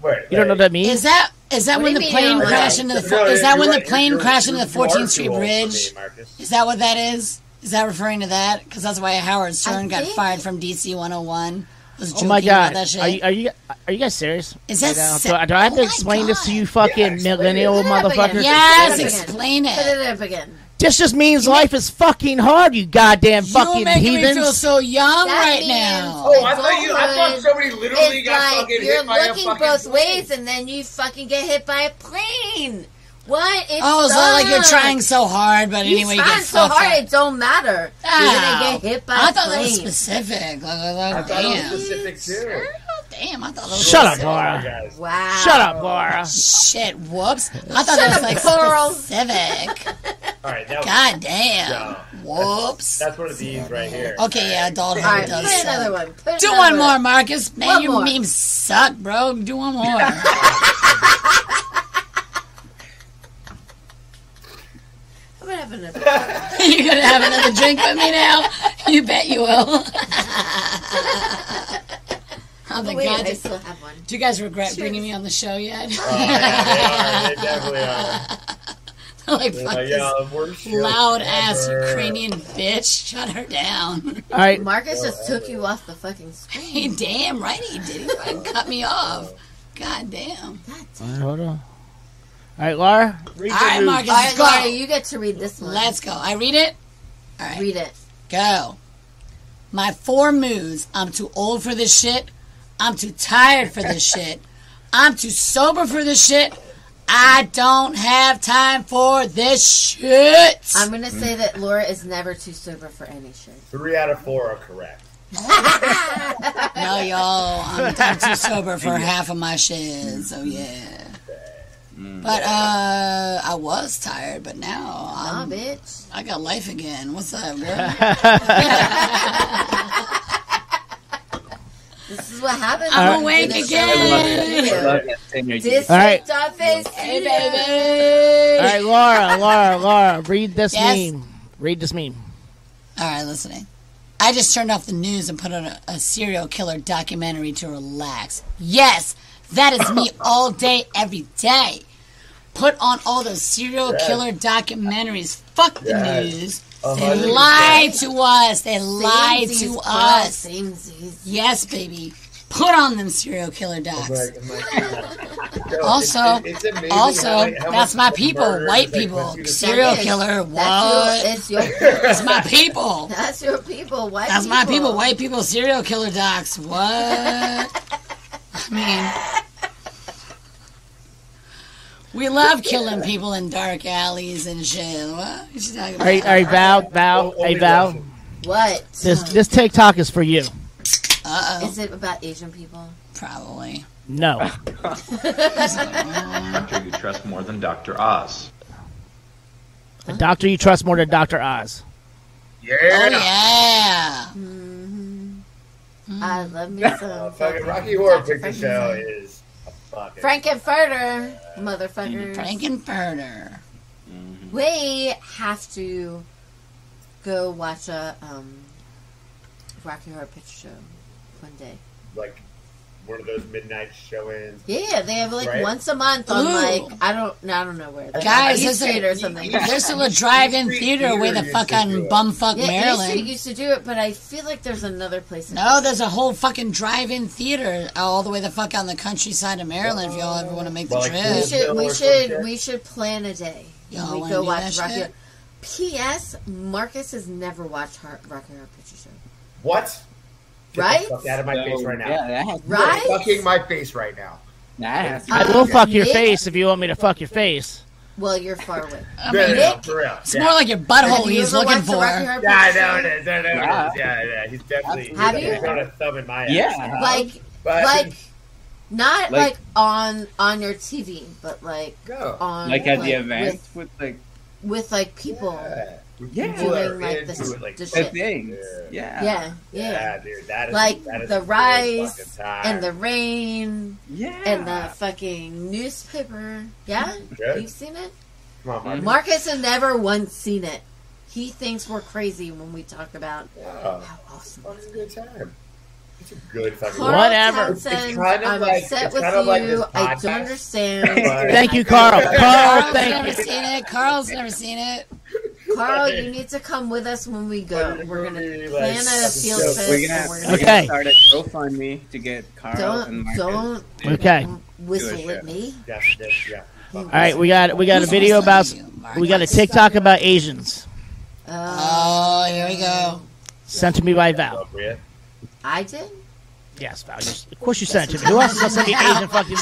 F: Wait,
B: You don't know what that means?
C: is that is that
D: What
C: when
D: do
C: the
D: you mean
C: plane
D: you don't
C: crashed into
D: know?
C: the
F: No,
C: fo-
F: you're
C: is that when the
F: right.
C: plane
F: You're-
C: crashed into
F: you're-
C: the
F: you are
C: 14th Street
F: too old for me,
C: Bridge?
F: Marcus.
C: Is that what that is? Is that referring to that? Because that's why Howard Stern got
D: think-
C: fired from DC 101. Was
B: Oh my
C: joking about
B: god!
C: That shit.
B: Are you are you are you guys serious?
C: Is that
B: now?
C: se-
B: do, I- do I have
C: Oh
B: to
C: my
B: explain this to you, fucking millennial
D: Put it up again.
B: motherfuckers?
C: Yes,
D: Put it up
C: explain
D: again.
C: it.
D: Put it up again.
B: This just means life is fucking hard, you goddamn
C: You
B: fucking
C: making me feel
B: heathens.
C: so young
D: That
C: right
D: means-
C: now.
F: Oh, I thought you. I thought
D: Adulthood
F: somebody literally
D: It's
F: got
D: like
F: fucking
D: you're
F: hit by a
D: looking
F: fucking.
D: both ways and then you fucking get hit by a plane. What? It
C: Oh, it's not like you're
D: sucks.
C: trying so hard, but
D: You
C: anyway, you
D: trying
C: get
D: so
C: fucked
D: hard
C: up.
D: it don't matter. You're
C: Ow.
D: gonna get hit by
C: I
D: a
C: thought that was
D: plane.
C: specific. Like, I was
F: I
C: like,
F: thought it
C: damn. Oh,
F: was specific too.
C: Damn, I thought that was
B: Shut up,
C: specific.
B: Laura.
F: Guys,
D: Wow.
B: Shut up, Laura.
C: Shit, whoops. I thought
D: Shut
C: that was
D: up,
C: like
D: Carl.
C: [laughs] specific.
F: all right, that was,
C: God damn.
F: No.
C: Whoops.
F: that's one of these right here.
C: [laughs] Okay, yeah, adulthood
D: All right,
C: does
D: put
C: suck.
D: another one. [laughs] Put
C: Do
D: another
C: one more, Marcus. Man,
D: One
C: your
D: more.
C: memes suck, bro. Do one more. [laughs]
D: I'm gonna have another. [laughs]
C: You're gonna have another drink with me now. You bet you will. [laughs] oh my
D: Wait,
C: god,
D: I
C: do,
D: still have one.
C: do you guys regret bringing me on the show yet? [laughs]
F: Oh, yeah, they are. They definitely are.
C: like
F: They're
C: fuck
F: like,
C: [laughs] this
F: yeah, the worst shit
C: loud ass
F: ever.
C: Ukrainian bitch. [laughs] Shut her down.
B: All right,
D: Marcus just took you off the
C: [laughs]
D: fucking screen.
C: Hey, damn right he did. He fucking cut me off. God damn.
B: All right, hold on. All right, Laura.
C: All right, Marcus,
D: All right,
C: go.
D: Laura, you get to read this one.
C: Let's go. I read it. All right.
D: read it.
C: Go. My four moods. I'm too old for this shit. I'm too tired for
D: [laughs]
C: this shit. I'm too sober for this shit. I don't have time for this shit.
D: I'm gonna say that Laura is never too sober for any shit.
F: Three out of four are correct.
C: no, y'all. I'm, I'm too sober for half of my shit. So yeah.
B: Mm.
C: But uh, I was tired, but now
D: Nah,
C: I'm,
D: bitch.
C: I got life again. What's up, girl?
D: [laughs] This is what happens.
C: I'm
D: when
C: awake
D: you do
C: again.
D: this.
G: Love that synergy.
D: District
B: All right.
D: office.
C: Hey, baby.
B: All right, Laura, Laura, Laura. Read this
C: Yes.
B: meme. Read this meme.
C: All right, listening. I just turned off the news and put on a, a serial killer documentary to relax. Yes, that is
D: [laughs]
C: me all day, every day. Put on all those serial killer documentaries. Fuck the
F: Yes.
C: news.
F: A
C: They
F: hundred
C: lie to us. They lie
D: Samesies,
C: to
D: girl,
C: us.
D: samesies.
C: Yes, baby. Put on them serial killer docs.
F: Like, I'm like, no, it's-
C: Also,
F: it's amazing
C: also,
F: how, like, how
C: that's
F: much
C: my people,
F: murder
C: white
F: is, like,
C: people,
F: once you just-
C: serial
F: [laughs]
C: killer. What?
D: That's your, it's
C: [laughs]
D: your
C: It's my people.
D: [laughs] That's your people. White
C: That's my people. White people, serial killer docs. What? I mean, we love killing people in dark alleys and shit. What? What you talking about?
B: All right, all right, Val, Val, hey Val.
D: What?
B: This this TikTok is for you.
C: Uh
D: Is it about Asian people? [laughs]
C: Probably. Oh,
B: No.
P: Doctor you trust more than Dr. Oz.
B: A doctor you trust more than Dr. Oz.
F: Yeah.
D: Oh,
C: yeah.
D: Mm-hmm.
C: Mm-hmm.
D: I love me some.
B: [laughs]
F: Fucking Rocky Horror Picture Show is a fucking.
D: Frankenfurter, motherfuckers.
C: Frankenfurter.
D: Mm-hmm. We have to go watch a um, Rocky Horror Picture Show one day.
F: like one of those midnight showings.
D: Yeah, they have like
F: Right?
D: once a month on
F: Ooh.
D: like I don't no, I don't know where. Like,
C: Guys,
D: East
C: there's a-
D: Street or something.
C: There's still a drive-in theater where the fuck on bumfuck
D: yeah, East Street
C: Maryland.
D: used to do it, but I feel like there's another place. in
C: No, there's a whole fucking drive-in theater all the way the fuck on the countryside of Maryland. If y'all ever want to make the
D: Well, like
C: trip,
D: We should we should we should plan a day.
C: Y'all
D: we
C: wanna
D: go
C: do
D: watch
C: that
D: Rocky.
C: shit?
D: P.S. Marcus has never watched Har- Rocky Horror Picture Show.
F: What? Get the
D: Right?
F: fuck out of my
G: So,
F: face right now.
G: yeah, that has-
F: You're
D: Right?
F: Fucking my face right now.
G: That has
B: I will fuck your
D: Oh, yeah.
B: face if you want me to fuck your face.
D: Well, you're far away.
C: [laughs] I
F: No,
C: mean,
F: no, no, for real.
C: it's more like your butthole
D: Have you
C: he's
D: ever
C: looking
D: watched the
C: for.
D: Rocky Horror
F: Yeah,
D: Picture
F: no,
D: Show?
F: no, no, no,
D: Yeah.
F: yeah, yeah. He's definitely he's
D: Have
F: definitely
D: you-
F: throwing a thumb in my ass.
G: Yeah.
D: Like,
F: But-
D: like, not like,
G: Like-
D: on on your TV, but like
F: Oh.
D: on
G: like at the event
D: with,
G: with like
D: with like people.
G: yeah,
D: Doing, like, the- the shit.
G: things. Yeah.
D: Yeah, yeah.
F: dude, that is
D: Like
F: that is
D: the
F: a good
D: rice
F: fucking time.
D: and the rain,
G: yeah,
D: and the fucking newspaper. Yeah,
F: Yeah.
D: you've seen it.
F: Come on, Marcus.
D: Marcus has never once seen it. He thinks we're crazy when we talk about
F: Yeah.
D: how awesome.
F: It's a good time. It's a good fucking
D: Carl Townsend,
F: It's kind of
D: I'm
F: like-
D: upset
F: it's
D: with
F: kind of like
D: you.
F: this
D: I don't
F: podcast.
D: understand.
F: [laughs]
B: Thank you, Carl. Carl,
C: Carl's never
B: thank you.
C: seen it. Carl's never seen it.
D: Carl, you need to come with us when we go. We're gonna plan a field
G: So
D: trip.
G: we're gonna,
D: and we're
G: we're
D: gonna
G: gonna
B: Okay.
G: start a GoFundMe to get Carl and
D: don't
G: Marcus.
D: don't
B: Okay.
D: whistle at me.
B: All right, we got we got a video about we got a TikTok about Asians
C: Oh, here we go.
B: sent to me by Val.
D: I did.
B: Yes, Val. you- Of course you sent it to me. Who else is gonna send me Asian fucking?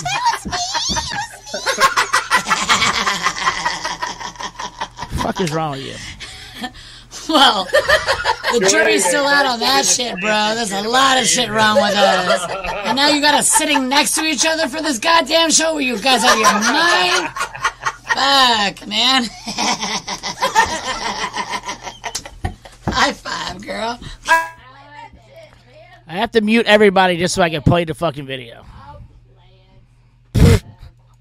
B: Fuck is wrong with you?
C: Well, the jury's still out on
D: [laughs]
C: that shit, bro. There's a lot of shit wrong with us. And now you got us sitting next to each other for this goddamn show. Were you guys out of your mind? Fuck, man. [laughs] High five, girl.
B: I have to mute everybody just so I can play the fucking video.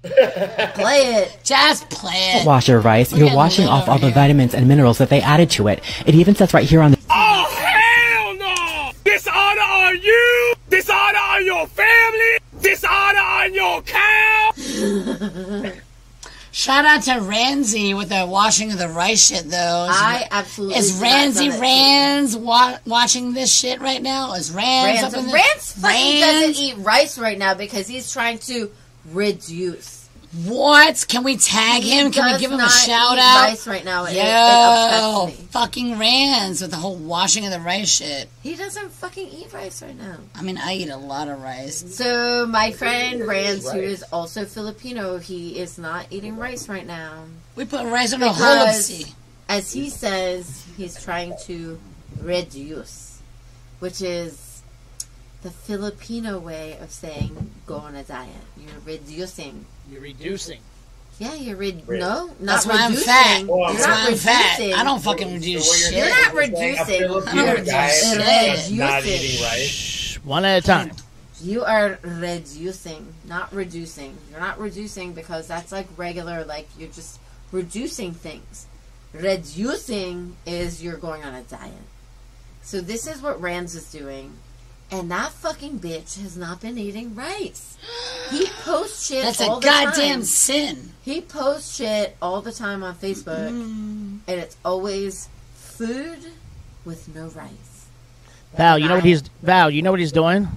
D: Play it.
C: Just play it.
Q: Washer rice, you're washing off all the vitamins and minerals that they added to it. It even says right here on the
M: Oh hell no! Dishonor on you! Dishonor on your family! Dishonor on your cow!
C: Shout out to Ramsey with the washing of the rice shit, though. Is-
D: I absolutely
C: Is
D: did not
C: Ramsey
D: know that
C: Rans wa- watching this shit right now? Is Rans, up
D: Rans,
C: in
D: Rans,
C: the-
D: fucking
C: Rans?
D: doesn't eat rice right now because he's trying to reduce.
C: What? Can we tag
D: He
C: him? Can we
D: does
C: give him a
D: not
C: shout
D: eat
C: out?
D: rice right now. It- it
C: Yo,
D: upsets
C: fucking Rans with the whole washing of the rice shit.
D: He doesn't fucking eat rice right now.
C: I mean, I eat a lot of rice.
D: So my friend Rans, who
C: Rice.
D: is also Filipino, he is not eating rice right now.
C: We put rice on a
D: Because,
C: holopsi.
D: as he says, he's trying to reduce, which is the Filipino way of saying go on a diet. You're reducing.
B: You're reducing.
D: Yeah, you're re-
B: Re-
D: no, not
C: That's why I'm
D: reducing.
C: fat.
D: You're
C: That's
D: not
C: why Oh, I'm fat.
D: reducing.
C: I don't fucking reduce
D: You're
C: shit.
D: not reducing. You're reducing.
B: Shh, One at a time.
D: You are reducing, not reducing. You're not reducing because that's like regular, like you're just reducing things. Reducing is you're going on a diet. So this is what Rams is doing. And that fucking bitch has not been eating rice.
C: [gasps]
D: He posts shit
C: That's
D: all
C: a
D: the time.
C: goddamn sin.
D: He posts shit all the time on Facebook,
C: Mm.
D: and it's always food with no rice.
B: Val, you know what he's Val, you know what he's doing?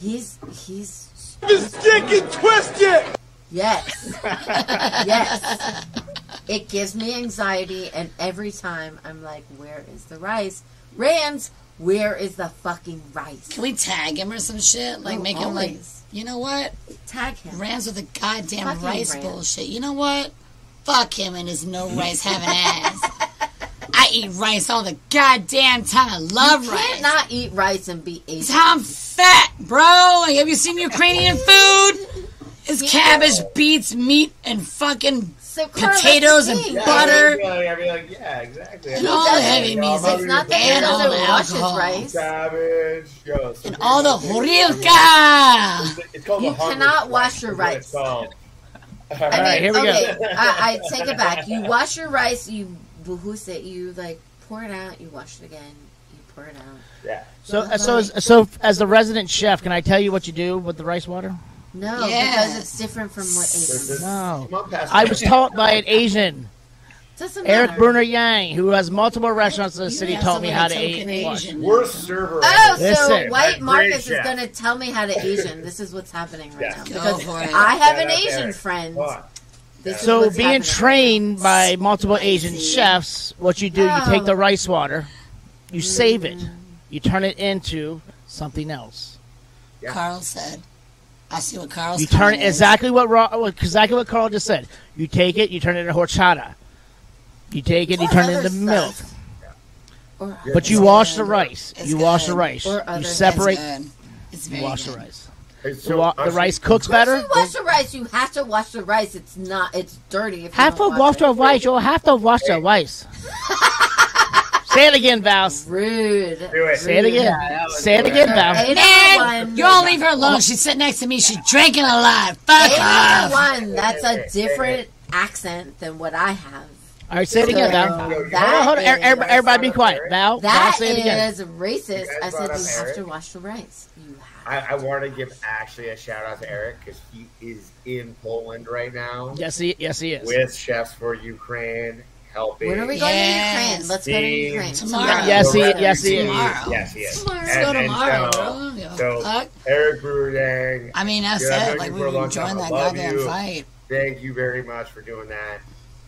D: He's he's
M: This dick and twist it.
D: yes, yes. It gives me anxiety, and every time I'm like, "Where is the rice, Rams? Where is the fucking rice?"
C: Can we tag him or some shit? Like,
D: Oh,
C: make him like,
D: always.
C: you know what?
D: Tag him.
C: Rams with the goddamn
D: Fucking
C: rice
D: Rams.
C: bullshit. You know what? Fuck him and his no rice having
D: [laughs]
C: ass. I eat rice all the goddamn time. I love
D: you
C: rice.
D: Can't not eat rice and be Asian.
C: It's how I'm fat, bro. Like, have you seen
D: [laughs]
C: Ukrainian food? It's cabbage, beets, meat, and fucking
D: Carl,
C: potatoes and
D: that's the thing.
C: butter.
F: Yeah, I'd be like, yeah, exactly.
C: And all the heavy meats.
D: It's not that he
C: and all the
D: doesn't wash his
C: alcohol.
D: rice.
F: Cabbage. Yo,
C: And all the horilka.
F: It's called
D: You
F: the Harvard
D: cannot
F: Flex.
D: wash your
F: That's what
D: rice.
C: [laughs]
F: it's called.
D: I mean,
F: Alright,
D: okay, I, I take it back. You wash your rice, you boohoose it, you like pour it out, you wash it again, you pour it out.
F: Yeah.
B: So, uh, so, as, so, as the resident chef, can I tell you what you do with the rice water?
D: No,
C: Yeah.
D: because it's different from what Asians.
B: No.
F: Come on, Pastor.
B: I was taught by an Asian,
D: Doesn't
B: Eric
D: matter.
B: Bruner Yang, who has multiple restaurants in the city,
C: have
B: taught me how to
C: somebody
B: eat.
C: token
B: wash.
C: Asian.
F: Worst server.
D: Oh,
F: ever.
D: so
B: Listen,
D: white
F: I'm
D: Marcus
F: great
D: is
F: chef.
D: going to tell me how to
F: [laughs]
D: Asian. This is what's happening right
F: Yeah.
D: now.
F: Go
D: Because
C: for it.
D: I have
F: Yeah,
D: an
F: that's
D: Asian
F: Eric.
D: friend.
F: Come on.
D: This is
B: So,
D: what's
B: being
D: happening.
B: trained by multiple Asian chefs, what you do, you take
D: Oh.
B: the rice water, you save it,
D: Mm.
B: you turn it into something else.
C: Carl said. I see what Carl's
B: You turn
C: comment is.
B: exactly what Ra- what- exactly what Carl just said. You take it, you turn it into horchata. You take it, you
D: Or
B: turn it
D: other
B: into milk.
D: stuff. Or,
B: But you
C: It's
B: wash
C: good.
B: the rice.
C: It's
B: You wash the
C: good.
B: rice.
D: Or
B: You
D: other-
B: separate.
C: It's good. It's very
B: You wash
C: good.
B: the rice.
F: Hey,
B: The,
F: so
B: wa- the
F: honestly,
B: rice cooks better.
D: you wash the rice. You have to wash the rice. It's not. It's dirty. If you
B: Have to
D: don't
B: wash
D: it.
B: the rice. You have to wash the
D: [laughs]
B: rice. Say it again, Val.
D: Rude.
F: Do it.
B: Say it again. Say it again, Val.
D: Eight out of
C: Man,
D: one.
C: you all leave her alone. She's sitting next to me. She's drinking a lot. Fuck
D: Eight out
C: off.
D: of one. That's a different accent than what I have.
B: All right, say it again, Val.
D: So
B: Hold on,
D: that
B: hold on.
D: is-
B: Every- Everybody, everybody be quiet. Val, Val,
D: That
B: Oh, say it again.
D: is racist.
F: You guys
D: I said
F: brought
D: you
F: up
D: have to
F: Eric?
D: wash the rice. You have.
F: I, I want to give actually a shout out to Eric because he is in Poland right now
B: Yes, he, yes, he is.
F: with Chefs for Ukraine helping.
D: When are we going to Ukraine? Let's go to
F: Team
D: Ukraine
C: Tomorrow.
B: Yes, he, yes, he is.
C: Tomorrow.
F: Yes, he is.
C: Let's go
F: And- and
C: tomorrow,
F: so-
C: bro. Yeah,
F: So
C: fuck.
F: Eric Brudang,
C: I mean, I
F: Dude, I've known
C: said,
F: you
C: like, we
F: for a
C: were
F: long
C: enjoying
F: time. I
C: that
F: love
C: goddamn
F: you.
C: fight.
F: thank you very much for doing that.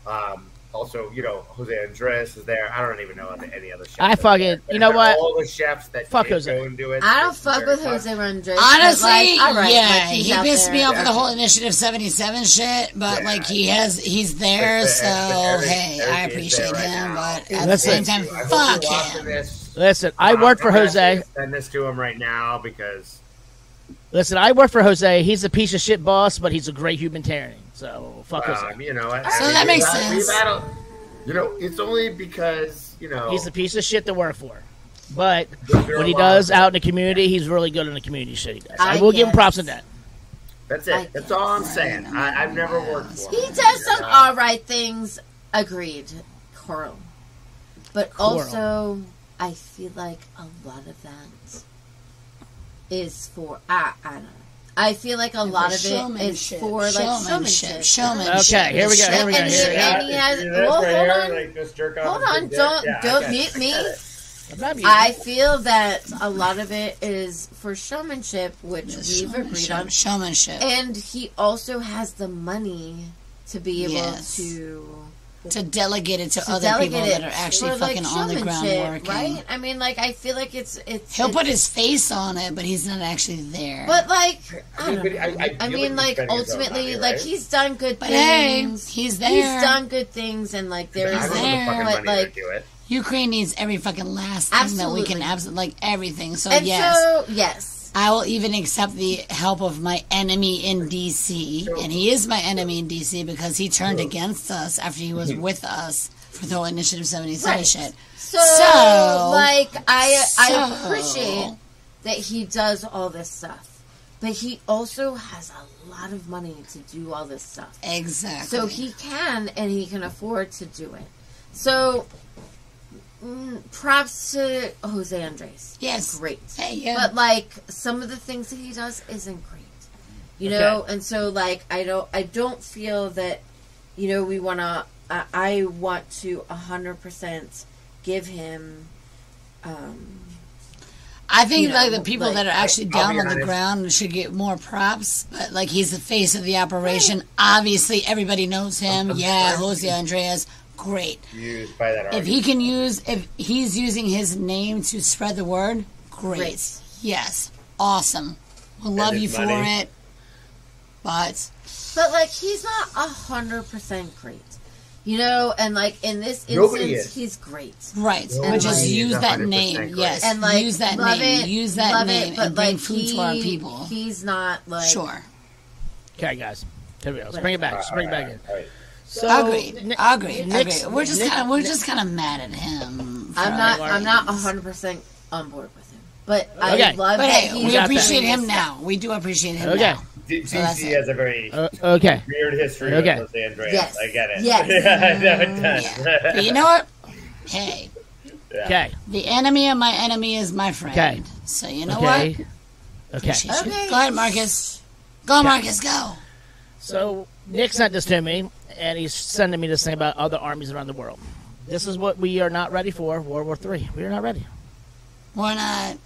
F: Um, also, you know, Jose Andres is there. I don't even know any other chefs.
B: I fucking-
F: But
B: you know what?
F: All the chefs that
B: Fuck
F: did
B: Jose.
F: go and do it.
D: I don't
F: it's
D: fuck
F: very
D: with
F: fun.
D: Jose Rodriguez.
C: Honestly,
D: like, all right,
C: yeah,
D: like, he's
C: he
D: out
C: pissed
D: there.
C: me off with the
F: Yeah.
C: whole Initiative 77 shit, but
F: Yeah.
C: like he has, he's there,
F: But the-
C: so
F: but Eric-
C: hey,
F: Eric
C: I
F: is
C: appreciate
F: there right
C: him,
F: now.
C: but at the same
B: Listen,
C: time,
F: I hope
C: fuck
F: you're watching
C: him.
F: this.
B: Listen, I work for
F: I'm gonna
B: Jose.
F: Send this to him right now because
B: Listen, I work for Jose. He's a piece of shit boss, but he's a great humanitarian. So fuck Jose.
F: um, you know. I,
C: So that makes
F: we've had-
C: sense.
F: We've had a, you know, it's only because you know
B: He's a piece of shit to work for. But
F: there are
B: what
F: a
B: he
F: lot of-
B: does out in the community, he's really good in the community shit he does. I,
D: I
B: will give him
D: guess.
B: props on that.
F: That's
D: I
F: it. That's all I'm saying. I, I've never worked for.
D: He
F: him.
D: does some
F: Yeah.
D: all right things. Agreed, Coral. But
B: Coral.
D: also, I feel like a lot of that is for uh, I, I don't know. I feel like a lot of it is
C: Showmanship,
D: for like
C: showmanship,
D: showmanship.
C: showmanship.
B: Okay, here we go, here we go,
D: And,
B: here we
D: he,
B: go.
D: and he has.
F: Do this
D: Well,
F: right here,
D: hold on.
F: like this jerk off
D: Hold
F: with
D: on.
F: big dick.
D: Don't
F: Yeah, I
D: don't
F: got
D: mute
F: it.
D: me.
B: I'm not muted.
D: I feel that a lot of it is for showmanship, which we've agreed on.
C: Showmanship. Showmanship.
D: And he also has the money to be able
C: Yes.
D: to
C: To delegate it to,
D: to
C: other
D: delegate
C: people that
D: it
C: are actually
D: for, like,
C: fucking on the ground
D: showmanship,
C: working.
D: right? I mean, like I feel like it's it's.
C: He'll
D: it's-
C: put his face on it, but he's not actually there.
D: But like,
F: I
D: I
F: mean,
D: don't know.
F: but I- I
D: I,
F: feel like
D: mean, like
F: he's spending his own
D: ultimately,
F: money,
D: like
F: right?
D: he's done good
C: But hey,
D: things.
C: he's there.
D: He's done good things, and like there
F: I
D: is
F: don't
C: He's
F: have the
C: there,
F: fucking
D: but,
F: money
D: like-
F: to do it.
C: Ukraine needs every fucking last thing that we can
D: Absolutely.
C: absolutely like everything. So
D: and
C: yes,
D: so yes,
C: I will even accept the help of my enemy in DC, and he is my enemy in DC because he turned against us after he
F: [laughs]
C: was with us for the whole Initiative 77
D: Right.
C: shit.
D: so,
C: So-
D: like I I
C: So-
D: appreciate that he does all this stuff, but he also has a lot of money to do all this stuff.
C: Exactly.
D: So he can and he can afford to do it. So mm, props to Jose Andres.
C: Yes.
D: Great.
C: Hey, yeah.
D: But like some of the things that he does isn't great. You know, and so like I don't I don't feel that you know we want to I, I want to 100% give him um
C: I think
J: you know,
C: like the people
J: like-
C: that are actually
J: I'll
C: down
J: be
C: on the
J: honest.
C: ground should get more props. But like he's the face of the operation. Obviously, everybody knows him. Yeah, Jose Andreas, great.
F: used by that
C: If
F: argument.
C: he can use, if he's using his name to spread the word, great. Yes, awesome. We love
D: his
C: you for
D: money.
C: it. But
D: But like he's not a hundred percent great, you know. And like in this
C: Nobody
D: instance,
C: is.
D: he's great,
C: Right, but
D: And,
C: just
D: like-
C: use that 100% name, great. yes.
D: and like
C: Use that
D: love
C: name,
D: it,
C: use that
D: love
C: name,
D: it, but
C: and bring
D: like
C: food to our
D: he-
C: people.
D: He's not like
C: sure.
B: Okay, guys. Here we go. Let's bring it back. Let's bring it back in. So,
C: agreed,
B: Ni-
C: agreed,
B: Nick's-
C: agreed. We're just
B: Nick-
C: kind of we're
B: Nick-
C: just kind of mad at him. for
D: I'm not.
C: our
D: I'm not a
C: arguments.
D: hundred percent on board with him. But I
C: Okay.
D: love
C: But
D: that
C: hey,
D: he's
C: we
D: doing
C: appreciate
D: this
C: him now.
D: stuff.
C: We do appreciate him
B: Okay.
C: now.
F: D-
C: So that's
F: DC has a very
B: Uh, okay.
F: weird history
B: Okay.
F: with Jose Andreas.
C: Yes.
F: I get it.
B: [laughs]
C: Yes.
F: Yeah, [laughs] I know it
C: [laughs]
F: does.
C: But you know what? Hey,
F: Yeah.
B: Okay.
C: Mm. the enemy of my enemy is my friend.
B: Okay.
C: So you know
B: okay.
C: what?
B: Okay.
C: Go ahead, Marcus. Go,
B: Okay.
C: Marcus. Go.
B: So Nick sent this to me, and he's sending me this thing about other armies around the world. This is what we are not ready for. World War Three. We are not ready.
C: Why not?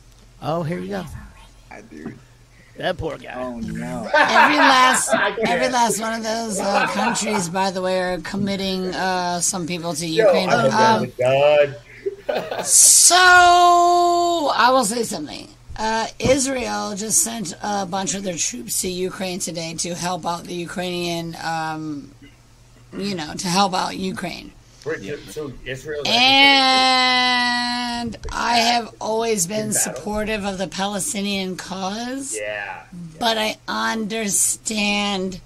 B: Oh, here you go. I do. That poor guy. Oh no.
C: Every
F: [laughs]
B: [laughs]
C: last, every last one of those uh, countries, by the way, are committing uh, some people to Ukraine.
F: I
C: Um,
F: hope God.
C: So I will say something. Uh, Israel just sent a bunch of their troops to Ukraine today to help out the Ukrainian, um, you know, to help out Ukraine.
F: We're just- So Israel.
C: And I have always been supportive of the Palestinian cause.
F: Yeah.
C: But I understand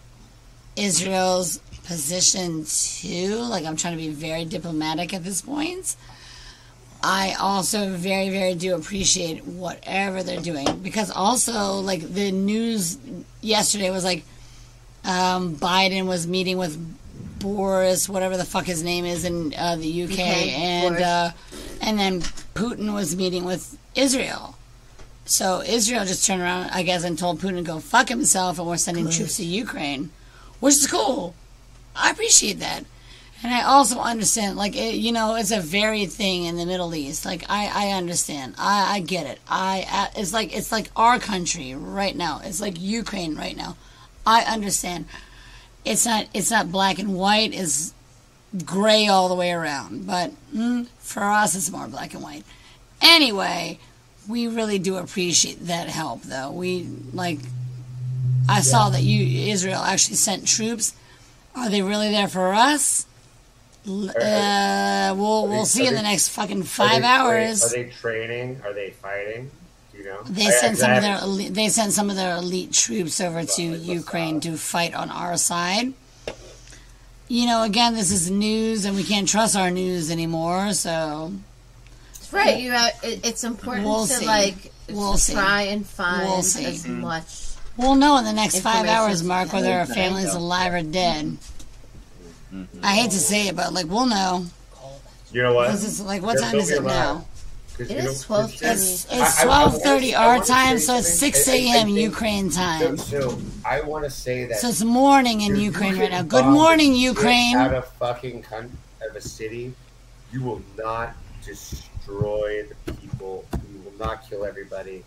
C: Israel's position too. Like, I'm trying to be very diplomatic at this point. I also very, very do appreciate whatever they're doing. Because also, like, the news yesterday was like um, Biden was meeting with Boris, whatever the fuck his name is, in uh, the UK.
D: Okay,
C: and,
D: Boris.
C: uh, and then Putin was meeting with Israel. So Israel just turned around, I guess, and told Putin to go fuck himself, and we're sending troops to Ukraine, which is cool. I appreciate that. And I also understand, like, it, you know, it's a varied thing in the Middle East. Like, I, I understand. I, I get it. I, I, it's like, it's like our country right now. It's like Ukraine right now. I understand. It's not, it's not black and white. It's gray all the way around. But mm, for us, it's more black and white. Anyway, we really do appreciate that help, though. We like. I saw that you Israel actually sent troops. Are they really there for us? L- Uh, we'll
F: Are
C: we'll
F: they-
C: see
F: are
C: in the
F: they-
C: next fucking
F: are
C: five
F: they
C: hours.
F: Tra- are they training? Are they fighting? Do you know?
C: They
F: I-
C: sent some of
F: I-
C: their elite, they sent some of their elite troops over to Ukraine to fight on our side. You know, again, this is news, and we can't trust our news anymore. So
D: Right, you have, it, it's important
C: We'll
D: to
C: see.
D: like
C: We'll
D: to
C: see.
D: try and find
C: We'll see. Mm-hmm.
D: as much.
C: we'll know in the next five
D: Information.
C: hours, Mark, whether our family's alive or dead. I hate to say it, but like we'll know.
F: You know what?
C: This is, like, what time is it now?
F: It
C: is 12:30. It's- it's
F: I- I- I wanna-
C: 12:30
F: I
C: our
F: wanna
C: time,
F: say
C: so it's
F: something.
C: 6
F: I- I
C: a.m.
F: think-
C: Ukraine time.
F: So, so I want to say that.
C: So it's morning in
F: if you
C: Ukraine
F: can
C: right now. Good
F: bomb the
C: morning,
F: shit
C: Ukraine.
F: Out of fucking cunt of a city, you will not destroy the people. You will not kill everybody.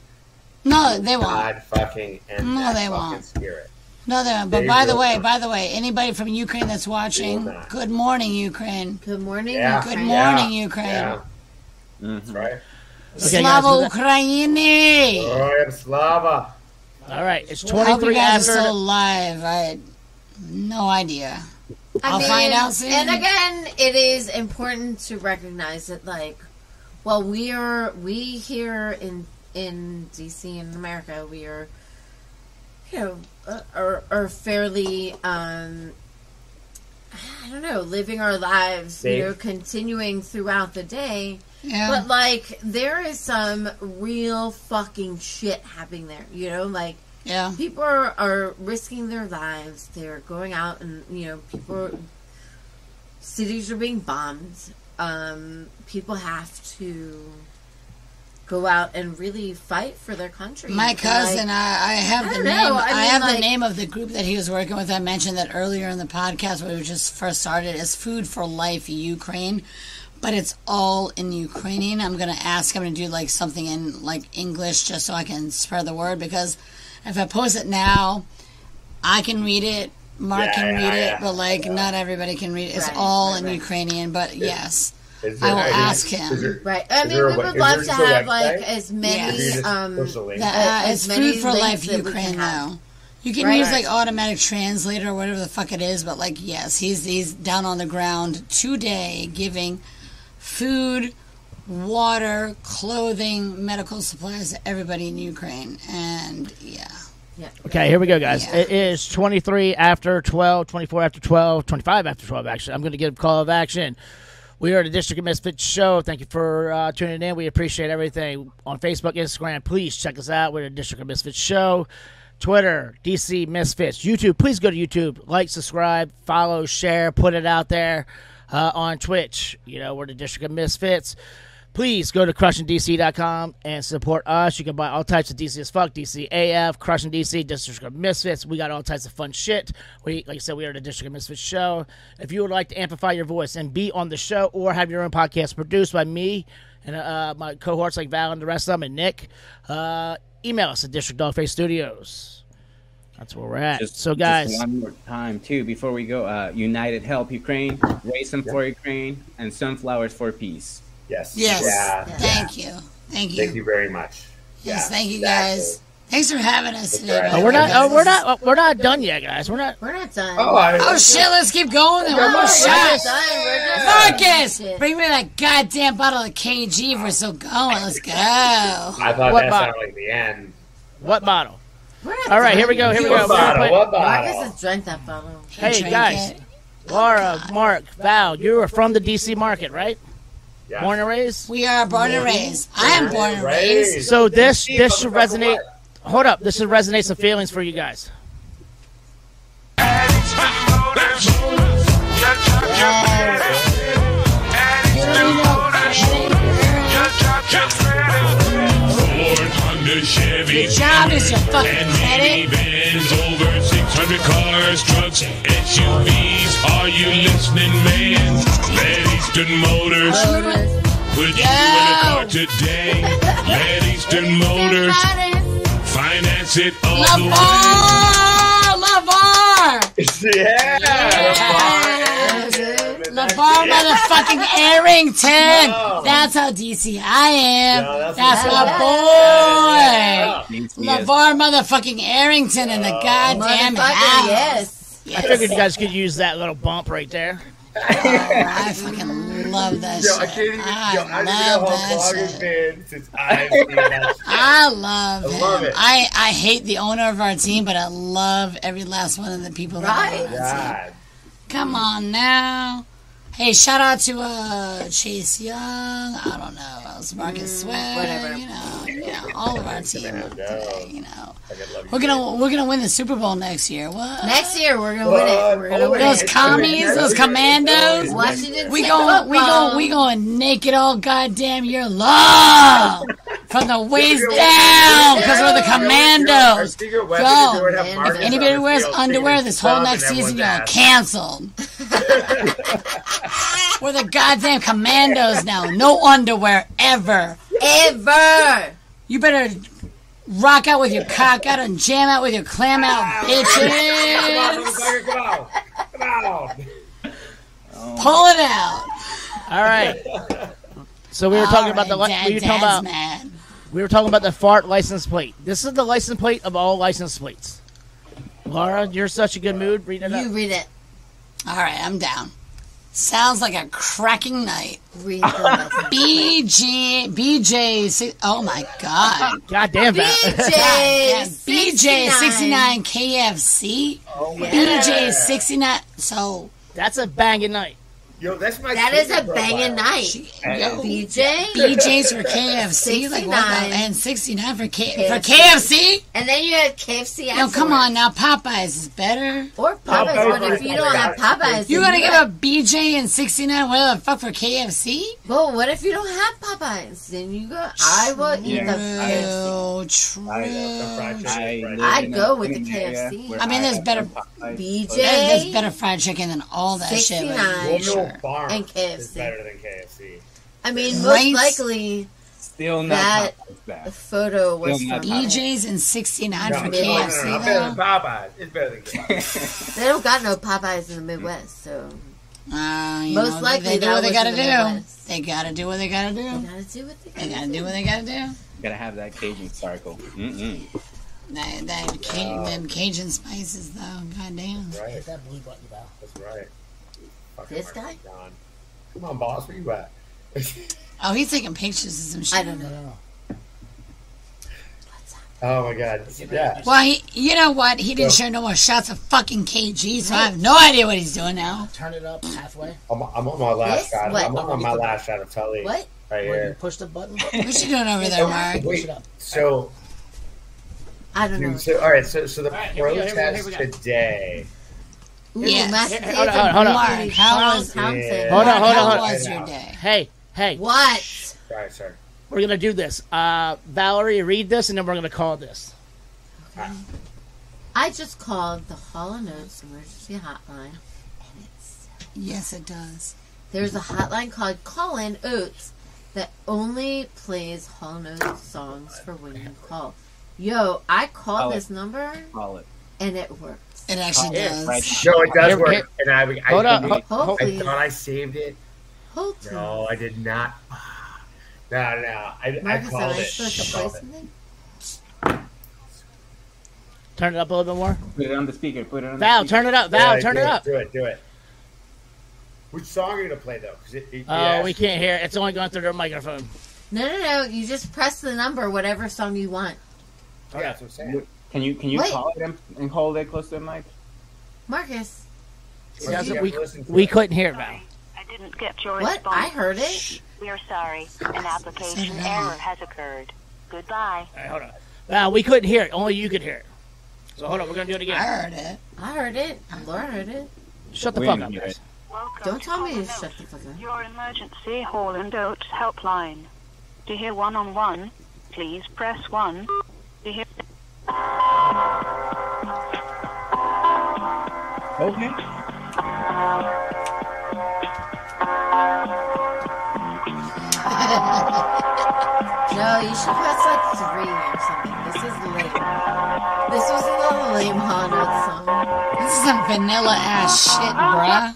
C: No, they won't.
F: God fucking end
C: No,
F: that
C: they
F: fucking
C: won't.
F: spirit.
C: No, they won't. But
F: They
C: by the
F: will
C: way,
F: not.
C: by the way, anybody from Ukraine that's watching,
F: not.
C: good morning, Ukraine.
D: Good morning,
F: Yeah.
C: Good
F: Yeah.
C: morning, Ukraine.
F: Yeah.
G: Mm-hmm.
F: Right.
C: Slava Ukraini!
F: Glory of Slava.
B: All right, it's
C: I hope you
B: 23
C: guys are
B: after.
C: still alive. I no idea.
D: I
C: I'll
D: mean,
C: find out soon.
D: And again, it is important to recognize that, like, well, we are we here in in DC in America, we are, you know, uh, are are fairly, um, I don't know, living our lives,
J: Safe.
D: you know, continuing throughout the day.
J: Yeah.
D: But like, there is some real fucking shit happening there. You know, like,
C: yeah,
D: people are, are risking their lives. They're going out, and you know, people, cities are being bombed. Um, people have to go out and really fight for their country.
C: My
D: And,
C: cousin,
D: like,
C: I, I have the
D: don't
C: name.
D: know.
C: I,
D: mean,
C: have the
D: like,
C: name of the group that he was working with. I mentioned that earlier in the podcast where we just first started. It's Food for Life Ukraine, but it's all in Ukrainian. I'm gonna ask him to do like something in like English just so I can spread the word because if I post it now, I can read it. Mark
F: Yeah,
C: can
F: yeah,
C: read
F: yeah.
C: it, but like not everybody can read it. It's
D: Right,
C: all
D: right,
C: in
D: right.
C: Ukrainian, but
D: Yeah.
C: yes,
F: Is
C: I
F: there-
C: will
F: is-
C: ask
F: is there-
C: him.
D: Right. I
F: is
D: mean,
F: there a
D: we
F: we-
D: would
F: is
D: love
F: there
D: to
F: just a
D: have
F: website?
D: like as many
F: Is there just-
D: um
F: there's a link?
C: The, uh,
D: as
C: it's
D: many
C: Food for
D: links
C: Life
D: that we
C: Ukraine
D: can have.
C: now. You can
D: Right.
C: use like automatic translator or whatever the fuck it is, but like yes, he's he's down on the ground today giving food, water, clothing, medical supplies to everybody in Ukraine, and yeah.
B: Okay, here we go, guys. It is 23 after 12, 24 after 12, 25 after 12, actually. I'm going to give a call of action. We are the District of Misfits show. Thank you for uh, tuning in. We appreciate everything on Facebook, Instagram. Please check us out. We're the District of Misfits show. Twitter, DC Misfits. YouTube, please go to YouTube. Like, subscribe, follow, share, put it out there uh, on Twitch. You know, we're the District of Misfits. Please go to crushingdc.com and support us. You can buy all types of DC as fuck, DC AF, Crushing DC, District of Misfits. We got all types of fun shit. We, like I said, we are the District of Misfits show. If you would like to amplify your voice and be on the show or have your own podcast produced by me and uh, my cohorts like Val and the rest of them and Nick, uh, email us at District Dogface Studios. That's where we're at. so, guys,
G: Just one more time too before we go. Uh, United help Ukraine, raise them for Ukraine, and sunflowers for peace.
F: Yes.
C: Yes.
F: Yeah.
C: Thank you. Thank you.
F: Thank you very much.
C: Yes, thank you guys. Thanks for having us today.
F: right.
C: by
B: Oh, we're
C: the
B: not.
C: way.
B: Oh, we're not. oh, we're not done yet, guys. We're not.
D: We're not done.
F: Oh, I-
C: Oh shit, let's keep going. Then. One more
D: We're
C: shot.
D: not done. We're just-
C: Marcus, bring me that goddamn bottle of KG. We're still going. Let's go.
F: I thought
B: Oh, What
F: that
B: bottle?
F: sounded like the end.
B: What bottle?
D: We're not
B: All right,
D: done.
B: here we go. Here we go. We're
F: What
B: gonna
F: bottle?
B: play-
F: What bottle?
D: Marcus has drank that bottle.
B: Hey
C: Drink
B: guys,
C: it.
B: Laura, Mark, Val, you are from the DC market, right?
F: Yeah.
B: Born and raised.
C: We are born and raised. I am born and raised.
B: So this this should resonate. Hold up, this should resonate some feelings for you guys.
M: Chevy.
C: Your job is your fucking credit.
M: Vans over 600 cars, trucks, SUVs. Are you listening, man? Let Eastern Motors put you in a car today. Let Eastern Motors finance it all the way.
C: Lavar! Lavar!
F: yeah.
C: Lavar
F: [laughs]
C: motherfucking Arrington! That's how DC I am.
F: No, that's
C: that's
F: what-
C: my boy!
G: Yes.
C: Lavar motherfucking Arrington in the goddamn house.
D: Motherfucker, yes.
B: I figured you guys could use that little bump right there.
C: Oh, I fucking love that
F: Yo,
C: shit.
F: I can't even.
C: I
F: yo, I don't
C: love
F: even know how
C: that
F: long
C: shit.
F: it's been since I've seen that. shit.
C: I love
F: I
C: him.
F: love it.
C: I, I hate the owner of our team, but I love every last one of the people that are on
D: Right?
C: our team.
F: God.
C: Come on now. Hey, shout out to uh, Chase Young. I don't know. Else Marcus Sweat.
D: Mm, whatever.
C: You know, you know, all of our team.
F: No.
C: You know,
F: I could love you.
C: we're gonna we're gonna win the Super Bowl next year. What?
D: Next year we're gonna win it. We're gonna
F: Oh,
D: win
F: wait.
D: it.
C: Those commies, those commandos.
D: Washington
C: We
D: State
C: going, we
D: football.
C: going, we going naked all goddamn year long, from the waist down, because we're the
F: Our
C: commandos.
F: secret weapon is
C: Go.
F: we would have
D: If
F: Marcus on
C: Anybody
F: the
C: who wears
F: field
C: underwear
F: singing
C: this whole
F: songs
C: next
F: in
C: season,
F: everyone's
C: y'all
F: ass.
D: [laughs]
C: canceled. We're the goddamn commandos now. No underwear ever.
D: ever.
C: You better rock out with your cock out and jam out with your clam out, bitches.
F: Motherfucker, come on. Come on.
C: Pull it out.
B: All right. So we were talking about the
C: All right,
B: li- we were
C: Dad, Dad's
B: talking about
C: mad.
B: we were talking about the fart license plate. This is the license plate of all license plates. Laura, you're such a good mood. Read it up.
D: You read it.
C: All right, I'm down. Sounds like a cracking night.
D: Read
B: [laughs]
D: the lesson.
C: BG, BJ, oh my god.
B: [laughs] God damn
C: [laughs] Yeah,
B: that.
D: BJ.
C: BJ69 KFC. BJ69. So,
B: Oh That's a banging night.
F: Yo, that's my
D: That is a
F: Tinder profile.
D: banging night.
C: she, yo,
D: BJ.
C: BJ's for KFC. Like, what the-
D: 69.
C: and 69 for, K, for
D: KFC.
C: KFC?
D: And then you had KFC.
C: Yo,
D: afterwards.
C: come on now. Popeyes is better.
D: Or Popeyes. What if you don't have Popeyes?
C: You're gonna
D: then
C: give
D: you-
C: up BJ and 69? What the fuck for KFC?
D: Well, what if you don't have Popeyes? Then you go. I will eat the KFC.
C: True, true.
F: I know, the fried chicken,
G: I live
F: fried chicken.
D: I'd
G: in
D: go
G: a
D: with the
G: green area
D: KFC.
G: where
C: I mean, there's
G: have
C: better-
G: Popeyes.
C: There's
D: BJ.
C: better fried chicken than all that shit. but
D: 69.
C: sure.
D: burger
F: Farm
D: and
F: is
D: KFC.
F: better than KFC.
D: I mean,
C: Right.
D: most likely
G: Still not
D: that
G: Popeye's back.
D: photo was
G: Still
D: from
G: not
C: BJ's and 69
F: No,
C: for
F: it's better than-
C: KFC.
F: I'm better than Popeyes. It's better than KFC.
D: They don't got no Popeyes in the Midwest, so
C: you
D: most
C: know,
D: likely
C: they do
D: that
C: what they
D: was
C: gotta
D: in
C: do.
D: the Midwest.
C: They gotta do what they gotta do. They
D: gotta do what they
C: gotta, do. What they gotta do.
G: [laughs] Gotta have that Cajun sparkle. Mm-mm.
F: Oh,
C: That, that Ca-
G: Yeah.
C: them Cajun spices, though. Goddamn.
F: Right.
B: That blue button, though.
F: That's right. Fucking
C: This
F: Mark
C: guy?
F: John. Come on, boss. Where you at? [laughs]
C: Oh, he's taking pictures of some shit. I don't
D: know.
F: Oh my god. Yeah.
C: Well, he, you know what? He didn't
F: So-
C: show no more shots of fucking KG, so I have no idea what he's doing now.
B: Turn it up halfway.
F: I'm, I'm on my
B: This?
F: last shot.
B: What?
F: I'm on my last shot of Tully.
B: What?
F: Right
B: Where you
F: here.
B: push the button.
C: What you doing over there, Mark?
B: Push it up.
F: So.
D: I
F: don't know. So, all right. So, so the
B: All right, here we go, here we go, here
F: protest
B: we go.
F: today.
C: Yes.
D: mashed
B: Hold on, hold on,
C: Mark, how was,
F: Townsend. Yeah.
B: Hold on, hold
F: How
B: on, hold
F: was
B: on.
F: your
C: day?
B: Hey, hey.
D: What?
F: Sorry, sorry.
B: We're gonna do this. Uh, Valerie, read this, and then we're gonna call this.
D: I just called the Hall and Oates emergency hotline, and it's
C: yes, it does.
D: There's a hotline called Call In Oats that only plays Hall and Oates songs for when you call. Yo, I
F: Call
D: called
B: Oh.
F: it.
D: this number
G: Call it.
D: and it works.
C: It
F: actually
D: Yeah.
F: does. No, it does work. And I, I,
B: Hold up,
F: I,
B: hold- hold-
F: I thought I saved it.
D: Hold
F: No, I did not. [sighs] No, no, I, I
D: Marcus,
F: called
D: am I
F: it.
D: supposed to
F: I
D: play
F: called it.
D: something?
B: Turn it up a little bit more.
G: Put it on the speaker. Put it on
B: Val,
G: the speaker.
B: turn it up. Val,
F: Yeah,
B: turn
F: do
B: it up.
F: Do it, do it. Which song are you gonna play though? 'Cause it, it,
B: Oh,
F: yeah.
B: we can't hear. it. It's only going through their microphone.
D: No, no, no. You just press the number, whatever song you want.
F: Yeah, that's what I'm saying.
G: Can you can you
D: Wait.
G: call it and, and hold it close to the mic?
D: Marcus.
B: See, that's
D: you
B: what
D: have
B: we
D: to listen to
B: we
D: it.
B: couldn't hear Val.
N: I didn't get your
D: What?
N: response.
D: I heard it.
N: We are sorry. An application error has occurred. Goodbye.
B: All right, hold on. Val, Uh, we couldn't hear it. Only you could hear it. So hold on. We're gonna do it again.
C: I heard it.
D: I heard it. Laura heard it.
B: Shut the
N: We
B: fuck
N: didn't
B: up, guys.
D: Don't tell me to shut the fuck up.
N: Your emergency Hall and Oates helpline. To hear one-on-one, please press one. To hear
D: [laughs]
G: Okay.
D: No, you should press like three or something. This is lame. This was a little lame Hana song.
C: This is some vanilla ass shit, bruh.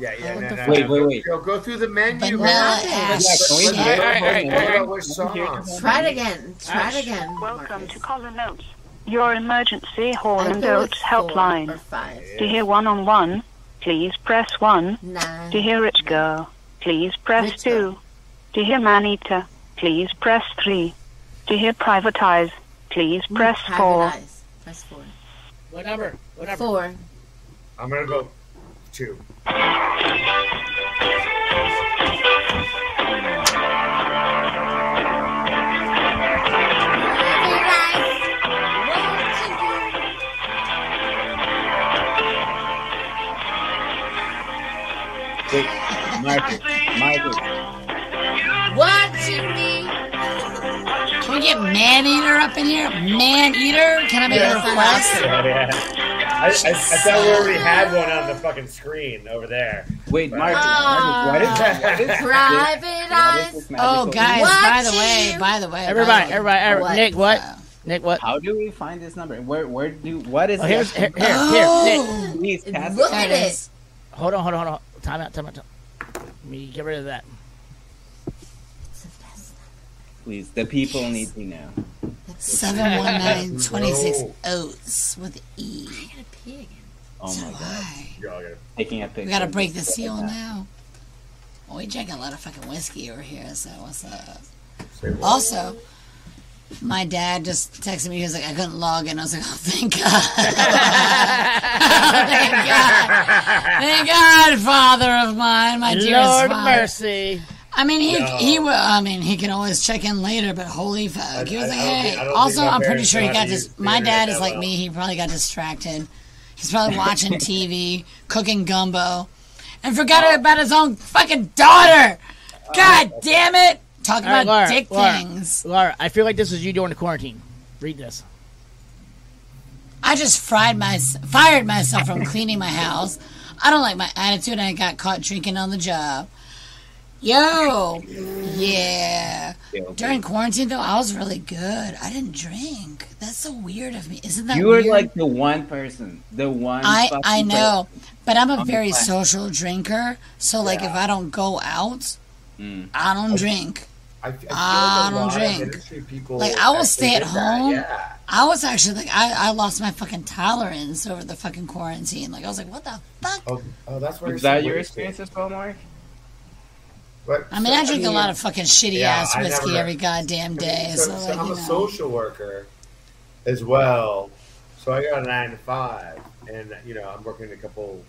F: Yeah, yeah, no, no,
G: Wait,
F: no.
G: wait, wait.
F: Go, go through the menu.
C: Vanilla
F: man.
C: ass
F: Let's-
C: shit. Alright,
F: let's-
C: alright,
F: let's-
N: alright, alright.
F: which song?
D: Try it again. Try
N: Ash.
D: it again.
N: Welcome to Colin Oates. Your emergency Hall
D: I
N: and
D: feel
N: Oates
D: it's four or
N: helpline.
D: five.
N: To hear one-on-one, please press one.
D: Nine.
N: To hear Rich Girl, please press two. To hear Maneater, please press three. To hear Privatize, please press
D: Private
N: four.
D: Eyes. Press four.
B: Whatever. Whatever.
D: Four.
F: I'm gonna go two.
G: Wait, Marcus, Marcus.
D: What you mean?
C: Can we get Man Eater up in here? Man Eater? Can I make a request?
F: Yeah, yeah. I, I, I thought we already had one on the fucking screen over there.
G: Wait, Marcus,
F: Marcus, what is that? [laughs]
D: Private eyes.
C: Oh, guys, by the
D: Watching
C: way,
D: you.
C: by the way. by
B: Everybody,
C: the way.
B: everybody, everybody. Nick, what? Nick, what?
G: How do we find this number? Where where do what is
B: Oh, here's here,
G: that?
B: here,
I: Oh,
B: here, Nick.
G: Please pass
D: Oh, Look at
G: it.
D: it.
B: Hold on, hold on, hold on. Time out, time out, time out. Let me get rid of that.
G: Please, the people need to know.
C: 719 26 Oats with E.
G: Oh my god. Taking a picture.
C: We gotta break the
G: of this
C: seal
G: right
C: now. Well, we drank a lot of fucking whiskey over here, so what's up? Also, my dad just texted me. He was like, I couldn't log in. I was like, oh, thank God. [laughs] Oh, thank God. Thank God, Father of mine, my dearest
B: Lord
C: Father.
B: mercy.
C: I mean, he
B: No.
C: he will. I mean, he can always check in later. But holy fuck, he was
F: I-
C: like,
F: I don't
C: hey.
F: think- I don't
C: also,
F: think my
C: I'm pretty
F: parents
C: sure he
F: know how
C: got
F: to
C: this.
F: use the
C: My
F: internet
C: dad is
F: that
C: like
F: well.
C: me. He probably got distracted. He's probably watching TV, cooking gumbo, and forgot about his own fucking daughter. God damn it! Talking
B: All right,
C: about
B: Laura,
C: dick
B: Laura,
C: things.
B: Laura, I feel like this is you during the quarantine. Read this.
C: I just fried my fired myself from cleaning my house. I don't like my attitude. I got caught drinking on the job. Yo, yeah. During quarantine though, I was really good. I didn't drink. That's so weird of me. Isn't that
G: you were
C: weird?
G: like the one person, the one.
C: I
G: fucking
C: I know, but I'm a
G: on the
C: very
G: planet.
C: social drinker. So like, if I don't go out,
G: Mm.
C: [laughs] I don't drink.
F: I,
C: I
F: feel like a
C: don't
F: lot of
C: drink.
F: industry people
C: Like I will
F: actually
C: stay at
F: did that,
C: home.
F: yeah.
C: I was actually like I, I lost my fucking tolerance over the fucking quarantine. Like I was like, what the fuck?
F: Oh, oh, that's where
G: Is
F: you're
G: that
F: so
G: your
F: weird.
G: experience as well, Mark?
F: But-
C: I mean,
F: so,
C: I drink a
F: mean,
C: lot of fucking shitty
F: yeah,
C: ass
F: I
C: whiskey
F: never- [laughs]
C: every goddamn day.
F: So,
C: So,
F: so
C: like,
F: I'm
C: you
F: a [laughs]
C: know.
F: social worker as well. So I got a nine to five, and you know I'm working a couple,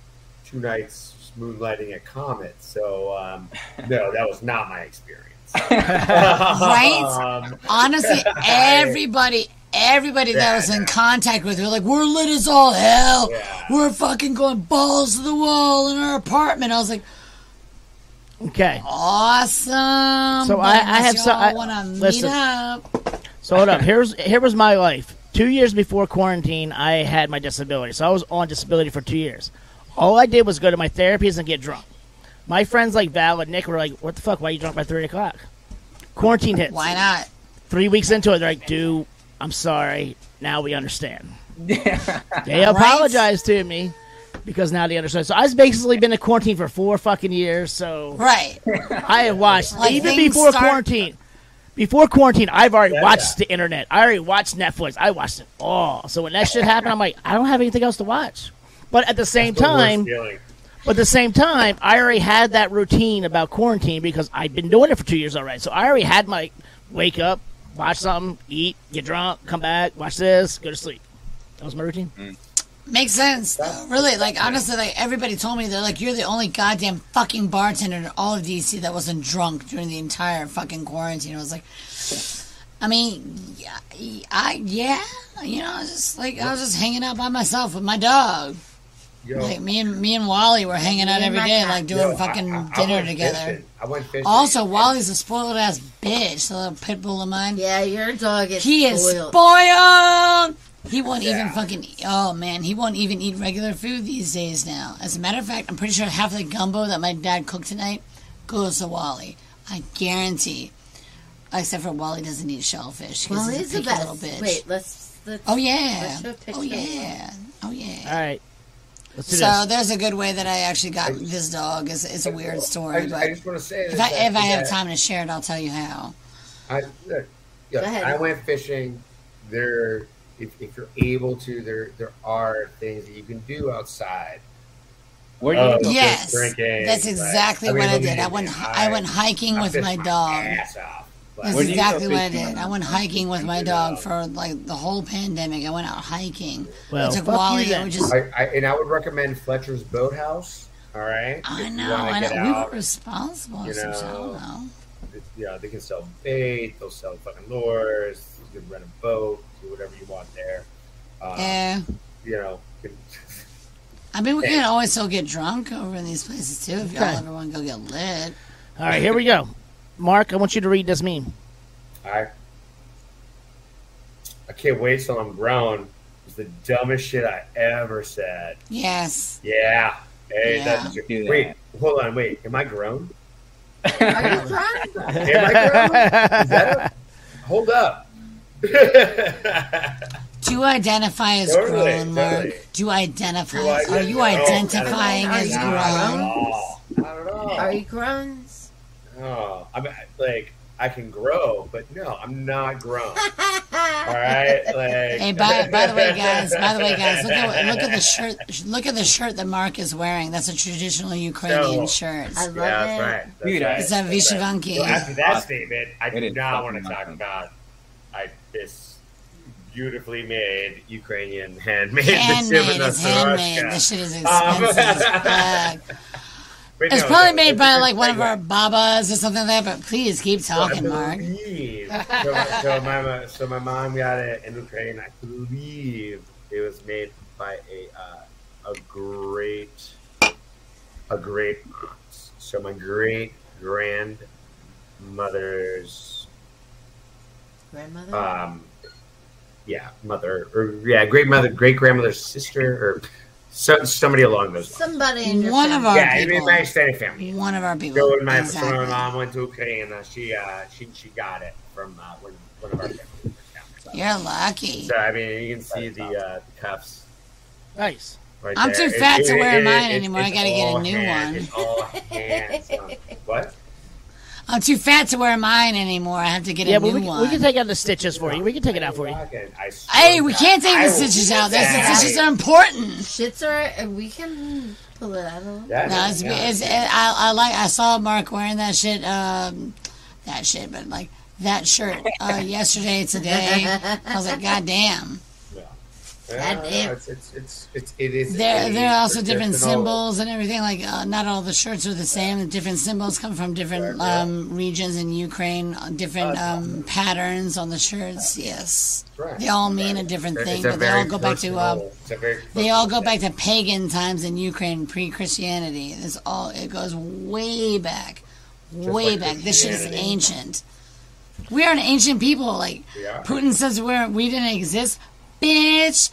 F: two nights moonlighting at Comet.
C: [laughs]
F: So um, no, that was not my experience.
C: Right?
F: [laughs] Um,
C: Honestly, everybody, everybody that was in contact with, were like, we're lit as all hell. We're fucking going balls to the wall in our apartment. I was like,
B: Okay.
C: awesome.
B: So
C: but
B: I- I
C: unless
B: have so-
C: y'all
B: I-
C: wanna meet
B: listen.
C: up.
B: So hold up. Here's here was my life. Two years before quarantine, I had my disability, so I was on disability for two years. All I did was go to my therapies and get drunk. My friends like Val and Nick were like, "What the fuck? Why you drunk by three o'clock?" Quarantine hits. Why
C: not?
B: Three weeks into it, they're like, "Dude, I'm sorry. Now we understand."
M: [laughs]
B: they
M: Right?
B: apologized to me because now they understand. So I've basically been in quarantine for four fucking years. So
C: Right.
B: I have watched
M: Like,
B: even
M: things
B: before
M: start-
B: quarantine. Before quarantine, I've already
M: Yeah,
B: watched the internet. I already watched Netflix. I watched it all. So when that shit happened, I'm like, I don't have anything else to watch. But at the same
F: the worst
B: time,
F: feeling.
B: but at the same time, I already had that routine about quarantine because I've been doing it for two years already. So I already had my wake up, watch something, eat, get drunk, come back, watch this, go to sleep. That was my routine.
F: Mm.
C: Makes sense, though. Really, like, honestly, like, everybody told me, they're like, you're the only goddamn fucking bartender in all of DC that wasn't drunk during the entire fucking quarantine. I was like, I mean, yeah, I, yeah, you know, I was just like, I was just hanging out by myself with my dog.
F: Yo.
C: Like, me and, me and Wally were hanging out
F: Me and
C: every
F: my
C: day,
F: cat.
C: like, doing
F: Yo, I-
C: fucking
F: I- I
C: dinner
F: went
C: together.
F: fishing. I went fishing.
C: Also, Wally's a spoiled ass bitch, the little pit bull of mine.
D: Yeah, your dog is
C: He is
D: spoiled.
C: spoiled. He won't even
D: Yeah.
C: fucking. Oh man, he won't even eat regular food these days now. As a matter of fact, I'm pretty sure half the gumbo that my dad cooked tonight goes to Wally. I guarantee. Except for Wally doesn't eat shellfish. 'cause
D: Well,
C: he's a
D: it's the
C: picky
D: best.
C: little bitch.
D: Wait, let's, let's.
C: Oh yeah.
D: Let's show a picture.
C: Oh yeah. Oh yeah.
B: All right. Let's do
C: So
B: this.
C: there's a good way that I actually got this dog. It's, it's a weird story,
F: I,
C: but
F: I just want to say
C: if I
F: that-
C: if I have
F: that-
C: time to share it, I'll tell you how.
F: I look, look,
C: Go ahead.
F: I went fishing. There, if, if you're able to, there there are things that you can do outside.
G: Where
F: Oh, just
C: yes,
F: drinking,
C: that's
F: like,
C: exactly
F: mean,
C: what I
F: look
C: did.
F: at
C: I
F: me.
C: went I, went hiking
F: I
C: with
F: fished
C: my
F: my
C: dog.
F: ass off, but-
C: That's
F: Where do you go
C: exactly what I
F: fishing?
C: did. I went hiking with my dog for like the whole pandemic. I went out hiking.
F: Well,
C: I took Wally. and we just
F: I, I, and I would recommend Fletcher's Boathouse. All right,
C: I
F: If you
C: know,
F: wanna
C: I know.
F: get
C: We were
F: out,
C: responsible.
F: you
C: so I
F: know,
C: don't know.
F: it's- yeah, they can sell bait. They'll sell fucking lures. You can rent a boat. Do whatever you want there. Uh,
C: Yeah.
F: You know, you can-
C: I mean, we can always still get drunk over in these places too. If y'all
B: Okay.
C: ever want to go get lit.
B: All right, here we go. Mark, I want you to read this meme.
F: I I can't wait till I'm grown. It's the dumbest shit I ever said.
C: Yes.
F: Yeah. Hey,
C: Yeah.
F: that's true.
G: Do that.
F: Wait, hold on. Wait, am I grown?
C: [laughs]
D: Right?
F: Am I grown? Is that a- hold up.
C: Do identify as
F: Totally,
C: grown, Mark?
F: totally.
C: Do identify?
F: Do I-
C: as, are you
F: No, I don't
C: identifying
F: know. [laughs]
C: as
F: Nah,
C: grown?
F: I don't know.
D: Are you grunts?
F: Oh, I'm like I can grow, but no, I'm not
C: [laughs]
F: grown. All right, like.
C: Hey, by, by the way, guys. By the way, guys. Look at look
F: [laughs]
C: at the shirt. Look at the shirt that Mark is wearing. That's a traditional Ukrainian
F: No.
C: shirt.
F: I love Yeah, that's it. right. That's
G: Dude,
F: right.
G: I-
C: It's a Vishivanki.
F: So after that
G: Awesome.
F: statement, I
G: It
F: do
G: is
F: not
G: fucking
F: want to talk
G: awesome.
F: about I this beautifully made Ukrainian handmade
C: Handmade.
F: [laughs] Vishivana
C: It's handmade.
F: Soroshka.
C: This shit is
F: Um,
C: expensive. as
F: [laughs]
C: fuck.
F: But
C: Uh, It's
F: no,
C: probably
F: no,
C: made
F: it's
C: by
F: a
C: like one of
F: segue.
C: our babas or something like that. But please keep
F: So I
C: talking, Mark.
F: believe-
C: [laughs]
F: So, my- so my mo- so my mom got it in Ukraine. I believe it was made by a uh, a great a great so my great grandmother's
D: Grandmother?
F: um yeah mother or yeah great mother great grandmother's sister or So, somebody along those lines.
D: Somebody in your
C: One of
D: family.
C: our
F: yeah,
C: people.
F: in my extended family.
C: One of our people.
F: So when my, so
C: exactly.
F: my mom went to Ukraine, uh, she, uh, she she got it from uh, one, one of our family.
C: You're lucky.
F: So I mean, you can see the uh, the cuffs.
B: Nice.
F: Right
C: I'm
F: there.
C: too
F: It-
C: fat to
F: it-
C: wear
F: it-
C: mine
F: it-
C: anymore. I
F: it's
C: gotta get
F: all
C: a new
F: hand-
C: one.
F: It's all hands. on-
C: [laughs]
F: What?
C: I'm too fat to wear mine anymore. I have to get
B: yeah,
C: a
B: but
C: new
B: we, can,
C: one.
B: we can take out the stitches for you. We can take it out for you.
C: hey, we can't take
B: I
C: the
B: will-
C: stitches out. That's
B: Yeah.
C: the stitches are important.
D: Shits are. We can pull it out. a little.
C: No, it's, it's, I, I like. I saw Mark wearing that shit. Um, that shit, but like that shirt
F: [laughs]
C: uh, yesterday, today. I was like, God damn.
F: Yeah,
C: God
F: no, it's, it's, it's, it's, it is.
C: There,
F: a
C: there are also different
F: traditional-
C: symbols and everything. Like, uh, not all the shirts are the same. The different symbols come from different um, regions in Ukraine. uh, Different um, patterns on the shirts. Yes,
F: Right.
C: they all mean a different
F: It's
C: thing,
F: a
C: but they
F: very
C: all go back to. Uh,
F: personal- it's a very
C: they all go back to pagan times in Ukraine, pre-Christianity. It's all. It goes way back, way
F: like
C: back. This shit is
F: Christianity.
C: ancient. We are an ancient people. Like
F: Yeah.
C: Putin says, we're we didn't exist, bitch.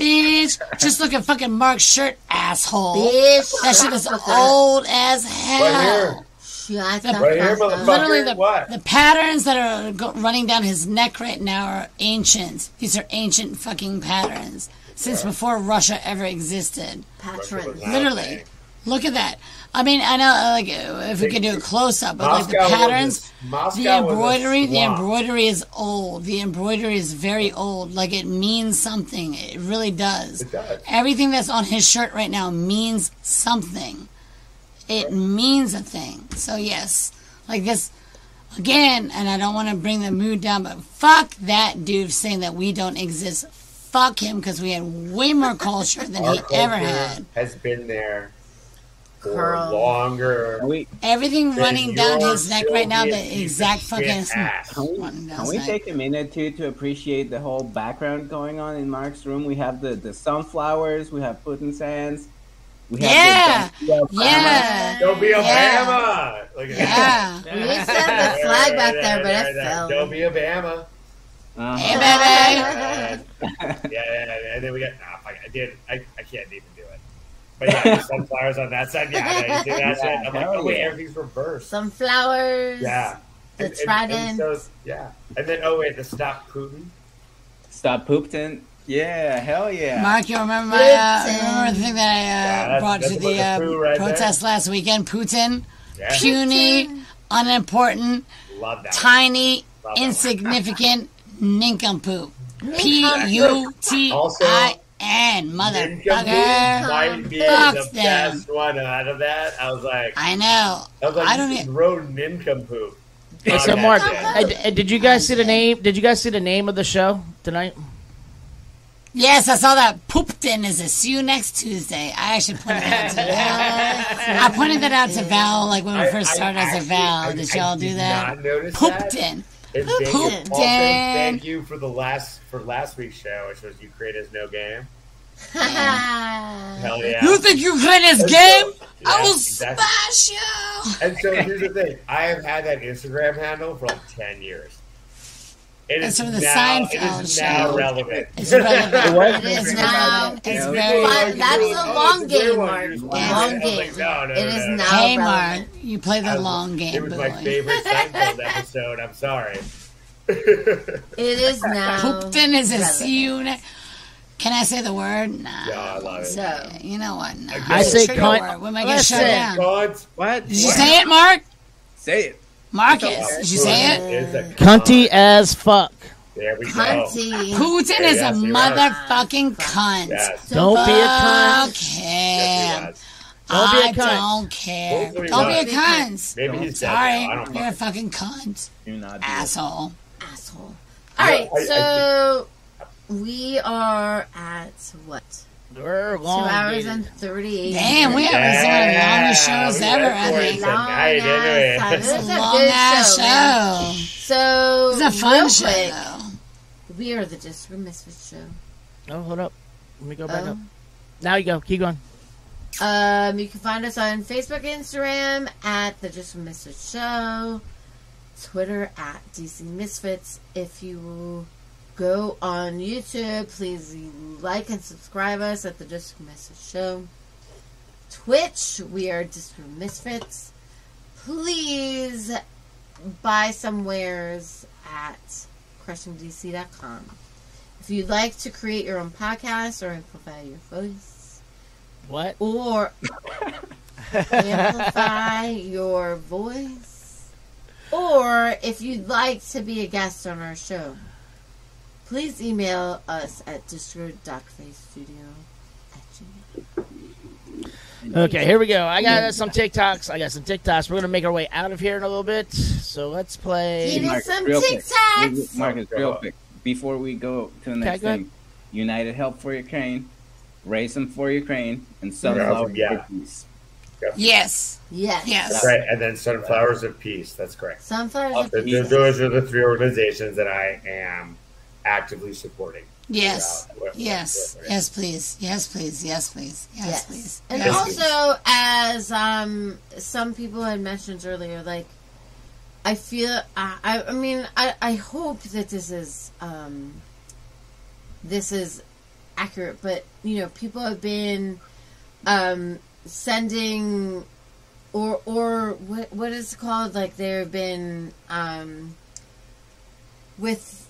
C: Bitch, just look at fucking Mark's shirt, asshole.
D: Bitch.
C: that shit is old as hell.
D: Shut
C: The-
D: the
F: Right here,
D: fuck up.
F: motherfucker.
C: Literally, the,
F: What?
C: the patterns that are go- running down his neck right now are ancient. These are ancient fucking patterns since before Russia ever existed.
D: Patterns.
C: Literally, look at that. I mean, I know, uh, like, uh, if we could do a close up, but like the
F: Moscow was a-
C: patterns, the
F: Moscow was a
C: embroidery, the
F: swamp.
C: embroidery is old. The embroidery is very old. Like it means something. It really does.
F: It does.
C: Everything that's on his shirt right now means something. It means a thing. So yes, like this again, and I don't want to bring the mood down, but fuck that dude saying that we don't exist. Fuck him because we had way more culture than
F: Our
C: he ever
F: culture
C: had.
F: Has been there for
C: Girl.
F: longer.
C: Everything
F: than
C: running down
F: your
C: his neck right now,
F: Soviet
C: the exact
F: piece of shit
C: fucking
F: ass.
C: one.
G: Can we take a minute to to appreciate the whole background going on in Mark's room? We have the, the sunflowers, we have Putin's hands, we have
C: Yeah,
G: the donkey Obama.
C: yeah.
F: Don't be a
C: Yeah.
F: Bama. Look at
C: Yeah.
F: that.
C: We used to have the flag back there, but it fell.
F: Don't be a Bama.
C: Hey, baby.
F: And- [laughs] yeah, yeah, yeah, and then we got. Nah, fuck, I did. I, I can't even do it. But yeah, there's sunflowers on that side. Yeah, I did that
G: Yeah,
F: shit. I'm like,
G: hell
F: oh wait,
G: yeah.
F: everything's reversed.
D: Some flowers.
F: Yeah.
D: The
F: And- and- and
D: trident.
F: those- yeah, and then oh wait, the stop Putin.
G: Stop Putin. Yeah, hell yeah.
C: Mark, you remember my uh, remember the thing that I
G: Yeah,
C: uh,
G: that's-
C: brought
G: that's
C: to
G: about
C: the
G: the
C: uh,
G: crew right
C: protest last weekend? Putin,
F: Yeah.
C: puny, unimportant,
F: Love that.
C: tiny,
F: Love that one.
C: insignificant [laughs] nincompoop. P U
F: Nincompoop.
C: T
F: Also-
C: I N,
F: Might be the
C: motherfucker. Fuck them.
F: best one out of that. I was like,
C: I know.
F: I was like,
C: I
F: you
C: don't
F: just
C: e-
F: wrote nincompoop.
B: Hey, so
F: on that
B: Mark,
F: shit.
B: hey, d- hey, did you guys see the name? Did you guys see the name of the show tonight?
C: Yes, I saw that. Poopton is a see you next Tuesday. I actually pointed that out to Val. I pointed that out to Val like when we
F: I-
C: first
F: I
C: started. I said,
F: actually-
C: Val,
F: I-
C: did
F: I
C: y'all do
F: did
C: that?
F: not notice that.
C: Poopton.
F: And thank you,
C: Poop
F: also,
C: Dan.
F: thank you for the last for last week's show, which was Ukraine is no game.
D: [laughs]
F: Hell yeah!
C: Uh-huh. You think Ukraine is
F: And
C: game?
F: so-
C: I
F: Yeah,
C: will
F: exactly.
C: smash you.
F: And so here's the thing: I have had that Instagram handle for like ten years. It
C: It's
F: is
C: from the
F: now,
C: Seinfeld
F: it is now
C: show.
F: relevant.
C: It's
F: [laughs]
C: relevant. It is now.
D: It's
C: It's
F: Yeah.
C: very.
D: But that's a long game, Mark.
F: Mark.
D: Long game. It is now
C: Hey,
D: relevant.
C: Mark, you play the long
F: It
C: game,
F: was
C: boo.
F: my
D: [laughs]
F: favorite Seinfeld
C: [laughs]
F: episode. I'm sorry.
D: It is now.
C: Poopton is a
D: relevant.
C: see you next. Can I say the word? Nah.
F: Yeah, I love it.
D: So
C: You know what? Nah.
B: I say
C: Trigger
B: cunt.
C: word. We might get shut
B: Listen.
C: down.
F: God,
G: what?
C: Did you say it, Mark?
G: Say it.
C: Marcus, did you say it?
F: It's a
B: Cunty as fuck.
F: There we
D: Cunty.
C: Putin is a
F: Yes, he was.
C: motherfucking cunt.
F: Yes.
B: Don't be a
C: Fuck
B: cunt.
C: him.
B: Don't be a
C: I
B: cunt.
C: don't care.
F: Hopefully
C: Don't
F: not.
C: be a cunt.
F: Maybe he's dead
C: Sorry,
F: now. I don't
C: you're a fucking cunt.
G: Do not do
C: Asshole.
D: asshole. All right,
F: I- I-
D: so we are at what?
B: We're
D: Two
B: long,
D: hours
B: dude.
D: and thirty-eight.
C: Damn, we have
F: Yeah,
C: one of the longest shows
F: we
C: ever,
F: went
C: I
F: for it
C: think.
F: tonight, didn't we?
D: This is a
C: Long
D: good
C: ass
D: show. man.
C: show.
D: So
C: It's a fun
D: real
C: show,
D: quick,
C: though.
D: We are the Just Misfit Show.
B: Oh, hold up. Let me go back
D: Oh.
B: up. Now you go. Keep going.
D: Um, you can find us on Facebook, Instagram at the Just Misfit Show, Twitter at DC Misfits. If you Go on YouTube. Please like and subscribe us at the District Misfits Show. Twitch, we are District Misfits. Please buy some wares at crushingdc.com. If you'd like to create your own podcast or amplify your voice,
B: what?
D: Or amplify your voice, or if you'd like to be a guest on our show, please email us at distro.facestudio at gmail.
B: Okay, here we go. I got uh, some TikToks. I got some TikToks. We're gonna make our way out of here in a little bit. So let's play.
D: Give me some
G: real quick.
D: TikToks.
G: Marcus, real quick, before we go to the next
B: go ahead.
G: thing, United Help for Ukraine, raise them for Ukraine, and sunflower
F: Sunflower,
G: yeah.
F: yeah.
G: cookies.
C: Yes.
D: Yes.
F: That's right, and then Sunflowers of Peace. That's correct.
D: Sunflowers
F: Uh,
D: of
F: th-
D: Peace.
F: Those are the three organizations that I am actively supporting.
C: Yes.
F: throughout-
C: Yes. Yes, please. Yes, please. Yes, please. Yes,
D: Yes.
C: please.
D: And
C: Yes, please.
D: also, as um, some people had mentioned earlier, like I feel, I, I, I mean, I, I hope that this is um, this is accurate, but you know, people have been um, sending or or what what is it called? Like there have been um, with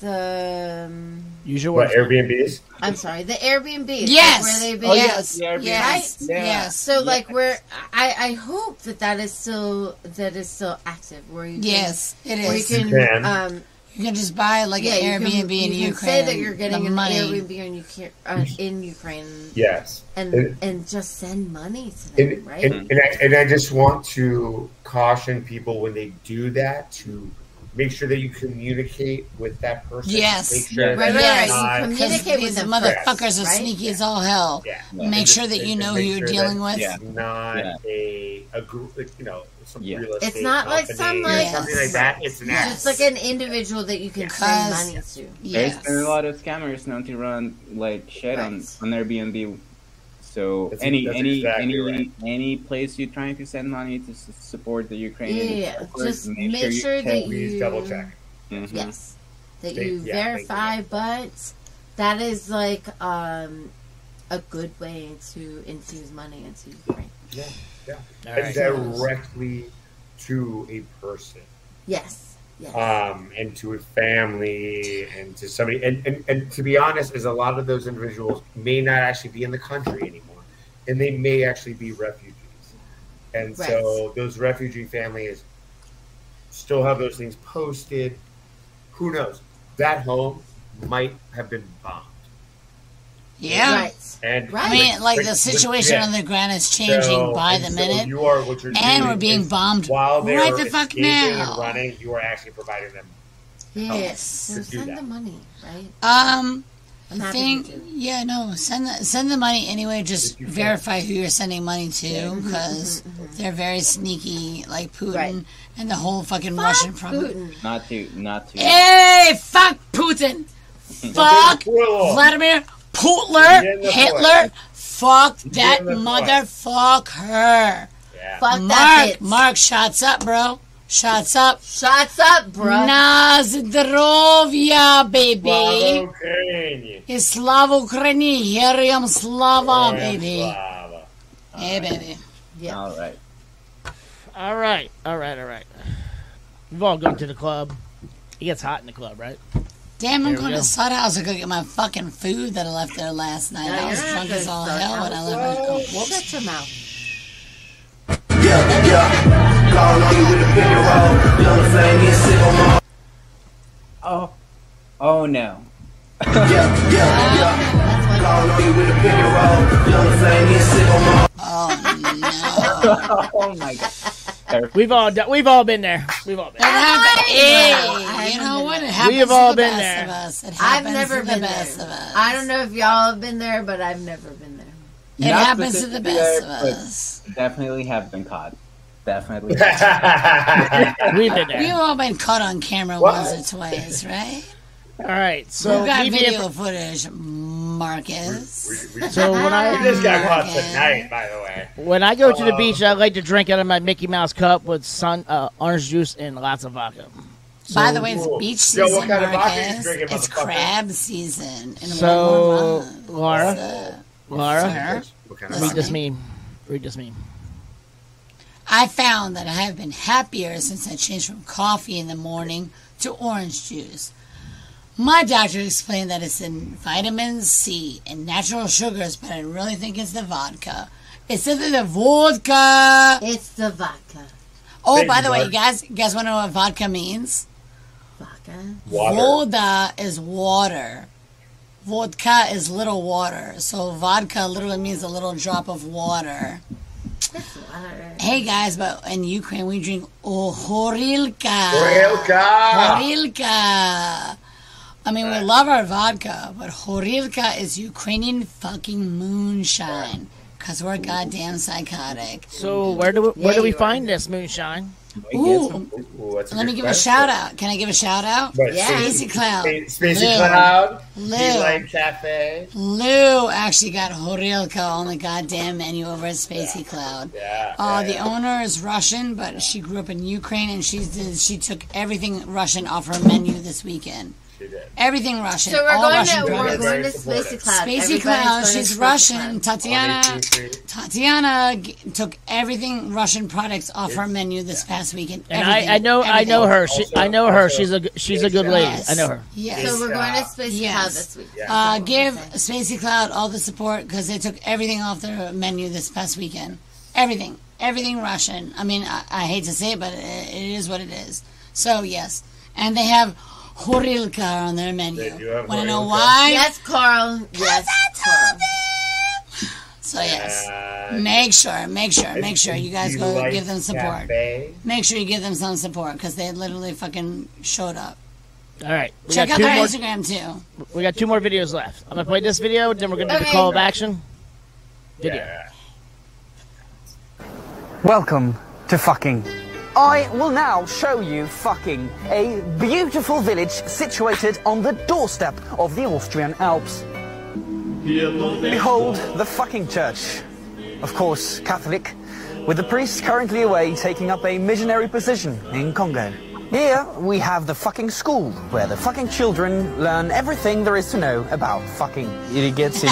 D: the. Um,
B: Use your
F: What, Airbnbs?
D: I'm sorry, the Airbnb.
C: Yes.
D: where they've been.
C: Oh, yes. The Airbnbs.
D: Right?
C: Yeah. Yes.
D: So like where I I hope that that is still that is still active where you can-
C: Yes, it
D: where
C: is.
D: you can,
C: You can.
D: um
C: You can just buy like
D: yeah,
C: an
D: you can-
C: Airbnb in
D: you
C: Ukraine.
D: can say that you're getting
C: the
D: an
C: money.
D: Airbnb in Ukraine, uh, in Ukraine.
F: Yes.
D: And
F: It-
D: and just send money to them,
F: and,
D: right?
C: Mm-hmm.
F: and, and, I, and I just want to caution people when they do that to make sure that you communicate with that person.
C: Yes.
F: Make sure
C: Right,
F: that
C: right,
F: you're
C: right.
F: not-
C: You communicate with them motherfuckers are
F: Right?
C: sneaky as all hell.
F: Yeah.
C: Make
F: And
C: sure
F: just-
C: that you
F: and-
C: know who
F: and make
C: you're
F: sure that
C: dealing with.
F: It's not
G: Yeah.
F: a a group, like, you know, some
G: Yeah.
F: real
D: It's
F: estate
D: not like
F: company
D: some
F: or
D: like
F: something like that. It's an app.
D: just like an individual that you can send money to.
G: There's been a lot of scammers known to run like shit on, on Airbnb. So
F: That's-
G: any
F: that's
G: any
F: exactly
G: any
F: right.
G: any place you're trying to send money to s- support the Ukraine,
D: Yeah, just make sure that you- Double check.
G: Mm-hmm.
D: Yes. that
G: They-
D: you
G: yeah, thank you.
D: verify, but that is like um, a good way to infuse money into Ukraine.
F: Yeah, yeah.
B: All
F: And
D: right.
F: directly to a person.
D: Yes. Yes.
F: um, and to a family and to somebody. And, and, and to be honest, is a lot of those individuals may not actually be in the country anymore, and they may actually be refugees. And so those refugee families still have those things posted. Who knows? That home might have been bombed.
C: Yeah.
F: And
C: I mean, like the
F: with-
C: situation
F: yeah.
C: on the ground is changing
F: So-
C: by
F: and
C: the
F: so
C: minute.
F: you are- what you're
C: and
F: doing
C: we're being
F: is
C: bombed
F: while they're
C: right the fuck
F: escaping
C: now.
F: and running, you are actually providing them.
D: Yes.
F: help
D: So
F: to do
D: send
F: that.
D: the money, right?
C: Um,
D: I'm
C: I
D: happy
C: think
D: to do.
C: yeah, no, send the send the money anyway. Just verify who you're sending money to
D: Mhm,
C: because they're very sneaky, like Putin
D: Right.
C: and the whole fucking Russian problem.
G: not to not to.
C: Hey, fuck
F: [laughs]
C: Putin, fuck Vladimir
D: Give
C: Putler,
D: the
C: Hitler,
D: point.
C: fuck that
D: the point.
C: motherfucker.
D: Fuck
C: Mark,
D: that bitch.
C: Mark, shots up, bro. Shots up.
D: Shots up, bro.
C: Na zdrovia, baby. И слава Украине, героям слава, baby. Hey, baby.
D: Yeah.
G: All right.
B: All right, all right, all right. We've all gone to the club. It gets hot in the club, right?
C: Damn, I'm
B: There we
C: going
B: go.
C: to Soda House to go get my fucking food that I left there last night.
D: Yeah,
C: I was
D: you're
C: drunk
D: not
C: as all
D: gonna
C: hell when I left oh, my car.
D: We'll get your mouth.
G: Oh, oh no. [laughs]
F: [laughs]
G: Oh my god.
B: We've all done, we've all been there. We've all been.
C: It happened.
D: I
C: Hey, you
D: haven't
C: know
D: been
C: what? It
D: there.
C: happens
B: We have
C: to
B: all
C: the
B: been
C: best
B: there.
C: of us. It
D: I've
C: happens
D: never
C: to
D: been
C: the best
D: there.
C: of us.
D: I don't know if y'all have been there, but I've never been there.
C: It
G: Not
C: happens to the
G: specifically
C: best of
G: there, but
C: us.
G: Definitely have been caught. Definitely. have been caught.
B: [laughs] We've been
C: We've
B: there.
C: all been caught on camera
B: What?
C: once or twice, right?
B: All right, so
C: We've got
B: leave
C: video
B: your-
C: footage, Marcus.
B: So when I-
F: we just got caught tonight, by the way.
B: When I go to the
F: Uh,
B: beach, I like to drink out of my Mickey Mouse cup with sun, uh, orange juice, and lots of vodka.
C: By the way, it's beach season.
F: Yo, what kind of vodka you
C: Marquez.
F: drinking,
C: It's
F: motherfucker?
C: crab season. And
B: So,
C: uh,
B: Laura,
C: Sir?
B: Laura, read this meme. Read this meme.
C: I found that I have been happier since I changed from coffee in the morning to orange juice. My doctor explained that it's in vitamin C and natural sugars, but I really think it's the vodka. It's either the vodka. It's the vodka. Oh,
J: Thank
C: by
J: you,
C: the way,
J: Mark.
C: you guys, you guys want to know what vodka means? Vodka.
J: Water.
C: Voda is water. Vodka is little water. So vodka literally means a little drop of water. Hey guys, but in Ukraine we drink ohorilka.
F: Horilka.
C: Horilka. I mean, we love our vodka, but horilka is Ukrainian fucking moonshine because we're goddamn psychotic.
B: So where do we, where
C: Yeah,
B: do we
C: you are.
B: find this moonshine?
C: Ooh,
F: that's
C: let me give a shout out. Can I give a shout out?
B: Right,
C: Yeah,
B: Spacey-
C: Spacey Cloud.
F: Spacey
C: Lou.
F: Cloud,
C: Lou.
F: Beeline Cafe.
C: Lou actually got Horilka on the goddamn menu over at Spacey Cloud.
F: Yeah.
C: Uh, the owner is Russian, but she grew up in Ukraine, and she did, she took everything Russian off her menu this weekend.
F: She did.
C: Everything Russian.
D: So we're
C: all
D: going
C: Russian
D: to- we're
C: products.
D: going to Spacey Cloud.
C: Spacey
D: Everybody's
C: Cloud.
D: going to
C: She's
D: Spacey
C: Russian.
D: Cloud.
C: Tatiana. Tatiana g- took everything Russian products off her menu this past weekend.
B: And
C: Everything,
B: I, I know I know
C: everything.
B: her. She, I know her. She's a g- she's a good lady. I know her.
C: Yes.
D: So we're going to Spacey Cloud this week.
C: Uh, give Spacey Cloud all the support because they took everything off their menu this past weekend. Everything. Everything Russian. I mean, I, I hate to say it, but it, it is what it is. So, yes. And they have Horilka on their menu.
F: They do have
C: Want to know
F: horilka.
C: why?
D: Yes, Carl. Yes, Carl.
C: So, yes. Make sure, make sure, make sure you guys go
F: Beeline
C: give them support.
F: Cafe.
C: Make sure you give them some support because they literally fucking showed up.
B: All right. We
C: Check
B: got
C: out
B: two
C: their
B: more,
C: Instagram too.
B: We got two more videos left. I'm gonna play this video. Then we're gonna do the
C: Okay.
B: call of action video.
R: Welcome to
D: [laughs]
R: fucking. I will now show you fucking a beautiful village situated on the doorstep of the Austrian Alps. Behold the fucking church. Of course, Catholic, with the priest currently away taking up a missionary position in Congo. Here we have the fucking school, where the fucking children learn everything there is to know about fucking. It gets in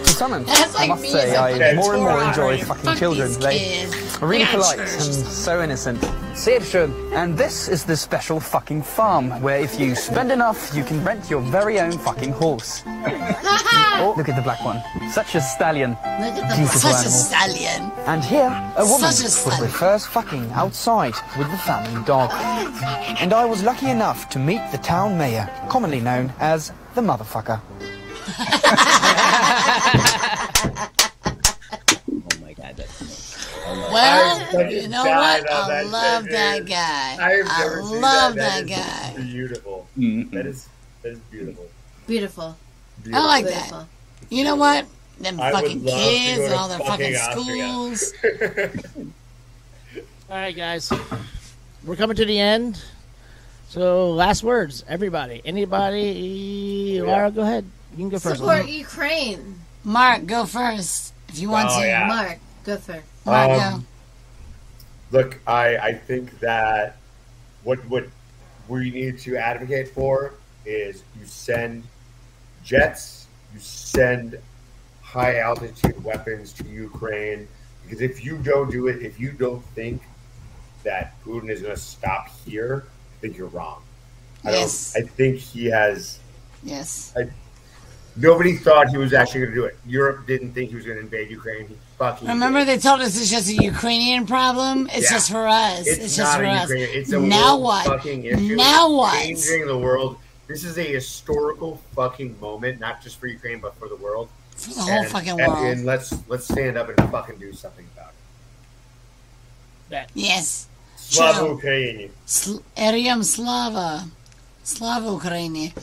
C: [laughs]
R: Summon.
C: That's
R: I
C: like
R: must
C: me
R: say,
C: as a
R: I
C: fucking
R: more and more
C: Torah.
R: enjoy
C: Fuck
R: fucking
C: these
R: children. They
C: kids.
R: are really
C: Yeah,
R: polite
C: sure.
R: and so innocent. Sebastian. And this is the special fucking farm where if you spend enough, you can rent your very own fucking horse. oh, look at the black one. Such a stallion. Beautiful
C: Such a
R: animal.
C: stallion.
R: And here, a woman
C: Such a
R: was the first fucking outside with the family dog. And I was lucky enough to meet the town mayor, commonly known as the motherfucker.
C: Well,
F: fucking
C: you know
F: died
C: what?
F: on
C: I
F: that
C: love
F: shit,
C: that
F: dude.
C: guy.
F: I, have
C: I
F: never seen
C: love
F: that.
C: that guy.
F: That is beautiful. That is that is beautiful.
D: Beautiful.
C: I
F: beautiful.
C: like that. You know what? Them
F: I would
C: fucking
F: love to go
C: kids and
F: to
C: all their
F: fucking
C: fucking
F: Austria.
C: schools.
B: [laughs] All right, guys. We're coming to the end. So last words, everybody, anybody. Laura, go ahead. You can go first.
D: Support Ukraine.
C: Mark, go first if you
F: want Oh, to. yeah.
D: Mark, go first.
F: Um, look, I, I think that what what we need to advocate for is you send jets, you send high altitude weapons to Ukraine because if you don't do it, if you don't think that Putin is going to stop here, I think you're wrong. I
C: Yes.
F: don't. I think he has.
C: Yes.
F: I, nobody thought he was actually going to do it. Europe didn't think he was going to invade Ukraine. He fucking
C: Remember they told us it's just a Ukrainian problem? It's
F: Yeah.
C: just for us. It's, just
F: not
C: for
F: a
C: us.
F: Ukraine- It's a
C: now
F: world
C: what?
F: Fucking issue.
C: Now
F: It's
C: what?
F: Changing the world. This is a historical fucking moment, not just for Ukraine, but for the world.
C: For the whole fucking
F: and,
C: world.
F: And let's let's stand up and fucking do something about it.
C: Yes.
F: Slava
C: True.
F: Ukraini.
C: Sl- Eriam Slava. Slava Ukraini.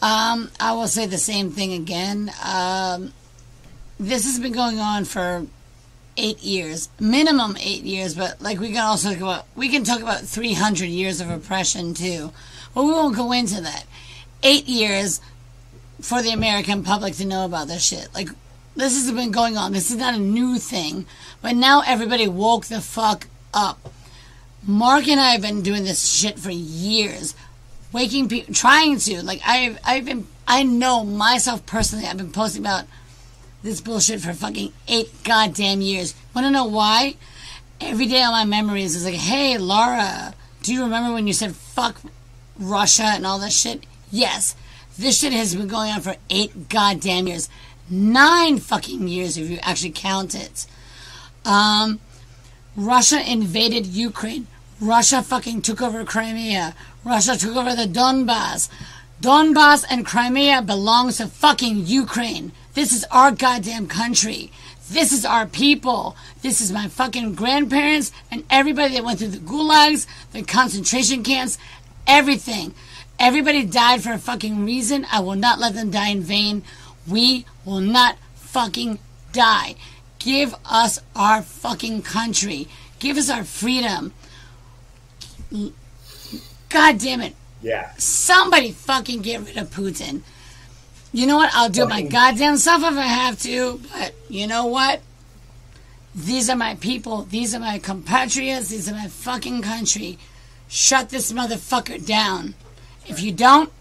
C: Um, I will say the same thing again. Um, this has been going on for eight years, minimum eight years, but like we can also talk about, we can talk about 300 years of oppression too. But we won't go into that. Eight years for the American public to know about this shit. Like, this has been going on. This is not a new thing. But now everybody woke the fuck up. Mark and I have been doing this shit for years, waking people, trying to like I've I've been I know myself personally. I've been posting about this bullshit for fucking eight goddamn years. Want to know why? Every day on my memories is like, hey Laura, do you remember when you said fuck Russia and all that shit? Yes, this shit has been going on for eight goddamn years, nine fucking years if you actually count it. Um. Russia invaded Ukraine. Russia fucking took over Crimea. Russia took over the Donbass. Donbass and Crimea belongs to fucking Ukraine. This is our goddamn country. This is our people. This is my fucking grandparents and everybody that went through the gulags, the concentration camps, everything. Everybody died for a fucking reason. I will not let them die in vain. We will not fucking die. Give us our fucking country. Give us our freedom. L- God damn it.
F: Yeah.
C: Somebody fucking get rid of Putin. You know what? I'll do my goddamn self if I have to, but you know what? These are my people. These are my compatriots. These are my fucking country. Shut this motherfucker down. If you don't,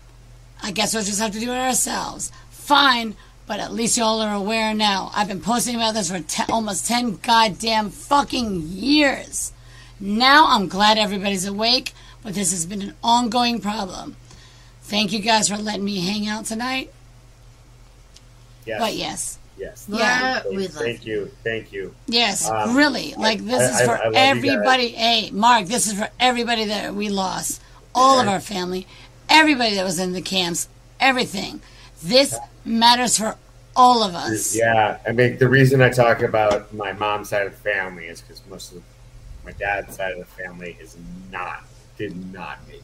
C: I guess we'll just have to do it ourselves. Fine, but at least y'all are aware now. I've been posting about this for te- almost 10 goddamn fucking years. Now I'm glad everybody's awake, but this has been an ongoing problem. Thank you guys for letting me hang out tonight.
F: Yes.
C: But yes.
F: Yes.
C: Yeah,
F: Thank you.
C: we love
F: Thank you. Thank you.
C: Yes,
F: Um,
C: really. Like, this
F: I-
C: is
F: I-
C: for
F: I love you guys.
C: everybody. Hey, Mark, this is for everybody that we lost. All of our family, everybody that was in the camps, everything. This matters for all of us.
F: Yeah, I mean, the reason I talk about my mom's side of the family is because most of the, my dad's side of the family is not did not make it.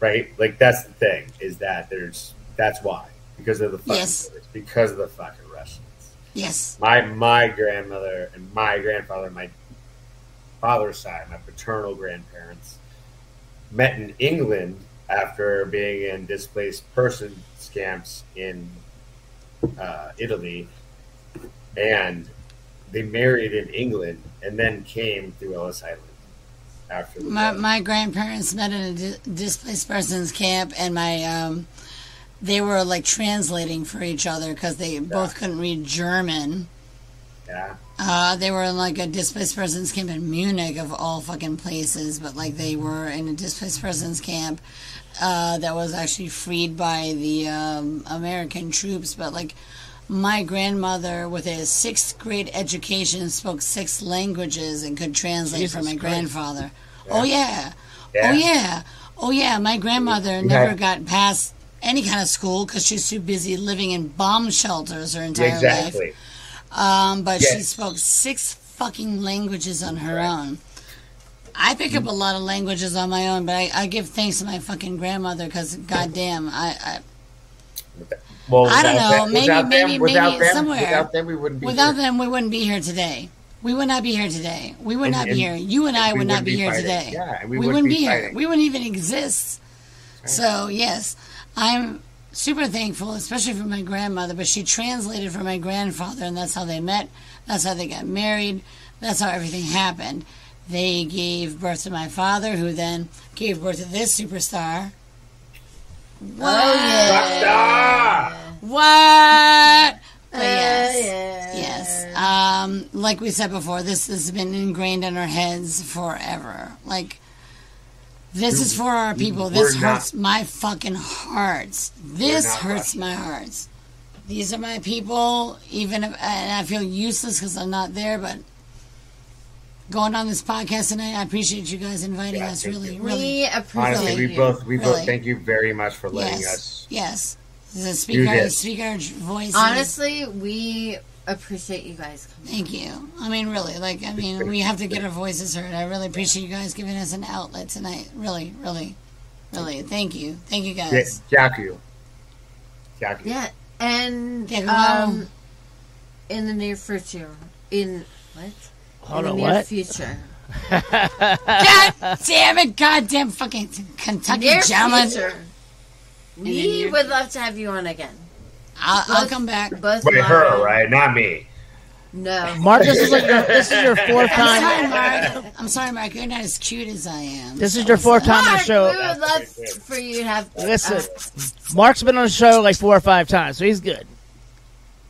F: Right, like that's the thing is that there's that's why because of the fucking
C: Yes.
F: Soviets, because of the fucking Russians.
C: Yes.
F: My my grandmother and my grandfather, my father's side, my paternal grandparents met in England after being in displaced person camps in uh, Italy, and they married in England and then came through Ellis Island after the
C: My, my grandparents met in a dis- displaced persons camp, and my um, they were like translating for each other because they both couldn't read German.
F: yeah.
C: Uh, they were in like a displaced persons camp in Munich of all fucking places, but like
F: Mm-hmm.
C: they were in a displaced persons camp uh, that was actually freed by the um, American troops. But like my grandmother, with a sixth grade education, spoke six languages and could translate for
F: Jesus
C: my
F: Christ.
C: grandfather.
F: Yeah.
C: Oh yeah.
F: Yeah.
C: Oh yeah. Oh yeah. My grandmother
F: Yeah.
C: never got past any kind of school because she was too busy living in bomb shelters her entire life.
F: exactly.
C: Um, but she
F: Yes.
C: spoke six fucking languages on her own. I pick
F: Mm.
C: up a lot of languages on my own, but I, I give thanks to my fucking grandmother because goddamn, I,
F: Well,
C: I, I don't
F: without
C: know.
F: them-
C: maybe,
F: without
C: maybe,
F: them-
C: maybe
F: without
C: it's
F: them-
C: somewhere.
F: Without them, we wouldn't be
C: Without
F: here.
C: them, we wouldn't be here today. We would not be here today. We would
F: And-
C: not
F: and-
C: be here. You and I
F: we
C: would not
F: wouldn't
C: be,
F: be
C: here
F: fighting.
C: today.
F: Yeah, and
C: we,
F: we wouldn't
C: wouldn't
F: be
C: be here.
F: fighting.
C: We wouldn't even exist. So yes, I'm super thankful, especially for my grandmother. But she translated for my grandfather, and that's how they met. That's how they got married. That's how everything happened. They gave birth to my father, who then gave birth to this superstar. What? What?
D: Oh,
C: But yes, yes. Um, like we said before, this has been ingrained in our heads forever. Like, this is for our people. This
F: We're not-
C: hurts my fucking heart. This
F: not
C: hurts my heart. These are my people. Even if and I feel useless because I'm not there, but going on this podcast tonight, I appreciate you guys inviting us. Really, really,
D: We appreciate
F: Honestly, we both we both
C: Really.
F: thank you very much for letting
C: yes,
F: us.
C: yes. The
F: do
C: speaker,
F: this.
C: speaker voice.
D: Honestly, we appreciate you guys coming.
C: Thank you. I mean, really, like, I mean, we have to get our voices heard. I really appreciate you guys giving us an outlet tonight. Really, really, really. Thank you. Thank you
F: Ja-
C: guys.
F: Jack you. Jack you.
D: Yeah, and
C: Yeah, wow.
D: um, in the near future, in what?
B: Hold
D: in
B: on,
D: the near
B: what? [laughs]
D: future.
C: God damn it. Goddamn fucking Kentucky
D: Near
C: gentleman.
D: future.
C: the
D: We
C: near
D: would love to have you on again.
C: I'll, I'll
D: Both-
C: come back.
D: Both
F: Wait,
D: Laura-
F: her, right? Not me.
D: No.
B: Mark, this is like your-
C: [laughs]
B: this is your fourth time-
C: I'm sorry, Mark. I'm sorry, Mark. You're not as cute as I am.
B: This is your fourth time on the show.
D: We would love for you to have. uh,
B: Listen, Mark's been on the show like four or five times, so he's good.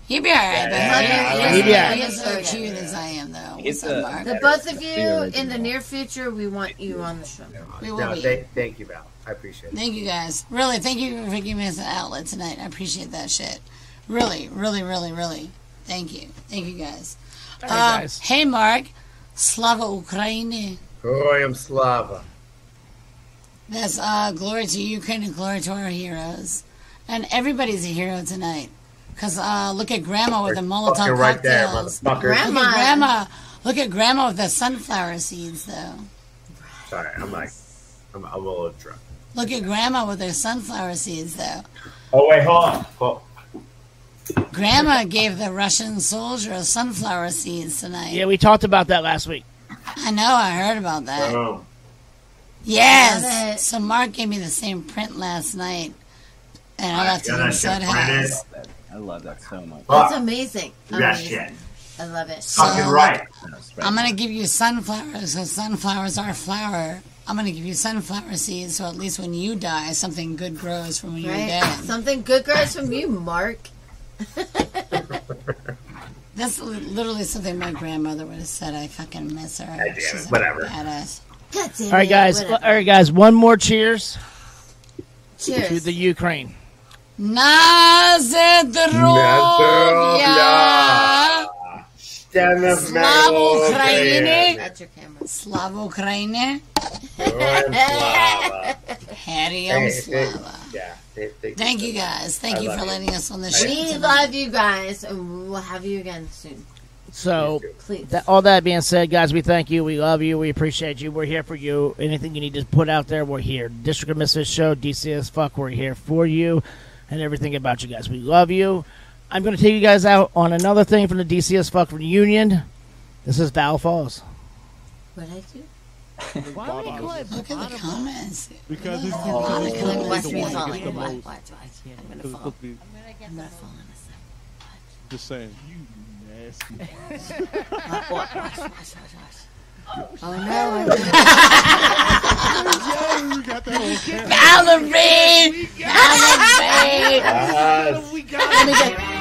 C: You'd be all right,
B: Yeah,
C: but
B: yeah,
C: you're
B: yeah.
C: not as so cute as I am, though.
F: It's
C: What's up,
F: a-
C: Mark?
D: The both of you in the near future, we want you on the show.
C: We will
F: No,
C: be.
F: thank, thank you, Val. I appreciate it.
C: Thank you guys. Really, thank you for giving us an outlet tonight. I appreciate that shit. Really, really, really, really. Thank you. Thank you guys.
F: Hey,
C: Uh,
F: guys.
C: hey Mark. Slava Ukraini.
F: Oh, I am Slava.
C: That's uh, glory to Ukraine and glory to our heroes. And everybody's a hero tonight. Because uh, look at Grandma with the Molotov
F: Fucking
C: cocktails.
F: right there,
C: Look
F: motherfucker.
C: at Grandma. Look at Grandma with the sunflower seeds, though.
F: Sorry, I'm like, I'm, I'm a little drunk.
C: Look at Grandma with her sunflower seeds, though.
F: Oh, wait, hold on. Hold-
C: Grandma gave the Russian soldier sunflower seeds tonight.
B: Yeah, we talked about that last week.
C: I know, I heard about that.
F: Oh.
C: Yes. So Mark gave me the same print last night, and I left it in the shed house.
G: I love that so much.
D: That's amazing.
G: Do that
D: Amazing.
G: shit.
D: I love it.
C: Fucking right. I'm gonna give you sunflowers, so sunflowers are flower. I'm gonna give you sunflower seeds, so at least when you die, something good grows from when you're
D: Right.
C: dead.
D: Something good grows from you, Mark.
C: That's li- literally something my grandmother would have said. I fucking miss her.
F: damn
C: She's
F: it,
C: a
F: whatever.
C: Badass.
B: All right, guys. All right, guys. One more cheers.
C: Cheers.
B: to the Ukraine.
C: На здоров'я! Слава
F: Oh,
C: Україні! Слава Україні! [laughs] Героям слава!
F: Yeah. They, they,
C: [laughs] Thank you guys. Thank
F: I
C: you
F: love
C: for
F: you.
C: letting us on the show.
D: We
C: tonight.
D: love you guys, and we'll have you again soon.
B: So, that, all that being said, guys, we thank you. We love you. We appreciate you. We're here for you. Anything you need to put out there, we're here. District of Misfits Show, DCS Fuck, we're here for you and everything about you guys. We love you. I'm going to take you guys out on another thing from the DCS Fuck reunion. This is Val Falls.
D: What I do?
C: Look at the comments.
A: Because
C: Look
A: it's
C: at
A: the
C: the
A: one
C: comments.
A: that's the
C: Watch me
A: one that
C: fall.
A: gets the
C: Watch,
A: most.
C: watch,
A: Because it's supposed to be-
D: I'm gonna fall in a
A: Just saying. You nasty.
D: [laughs] Watch, watch, watch, watch, watch.
C: Oh
D: no!
C: Valerie! Valerie!
F: Yes.
M: [laughs]
C: Let me get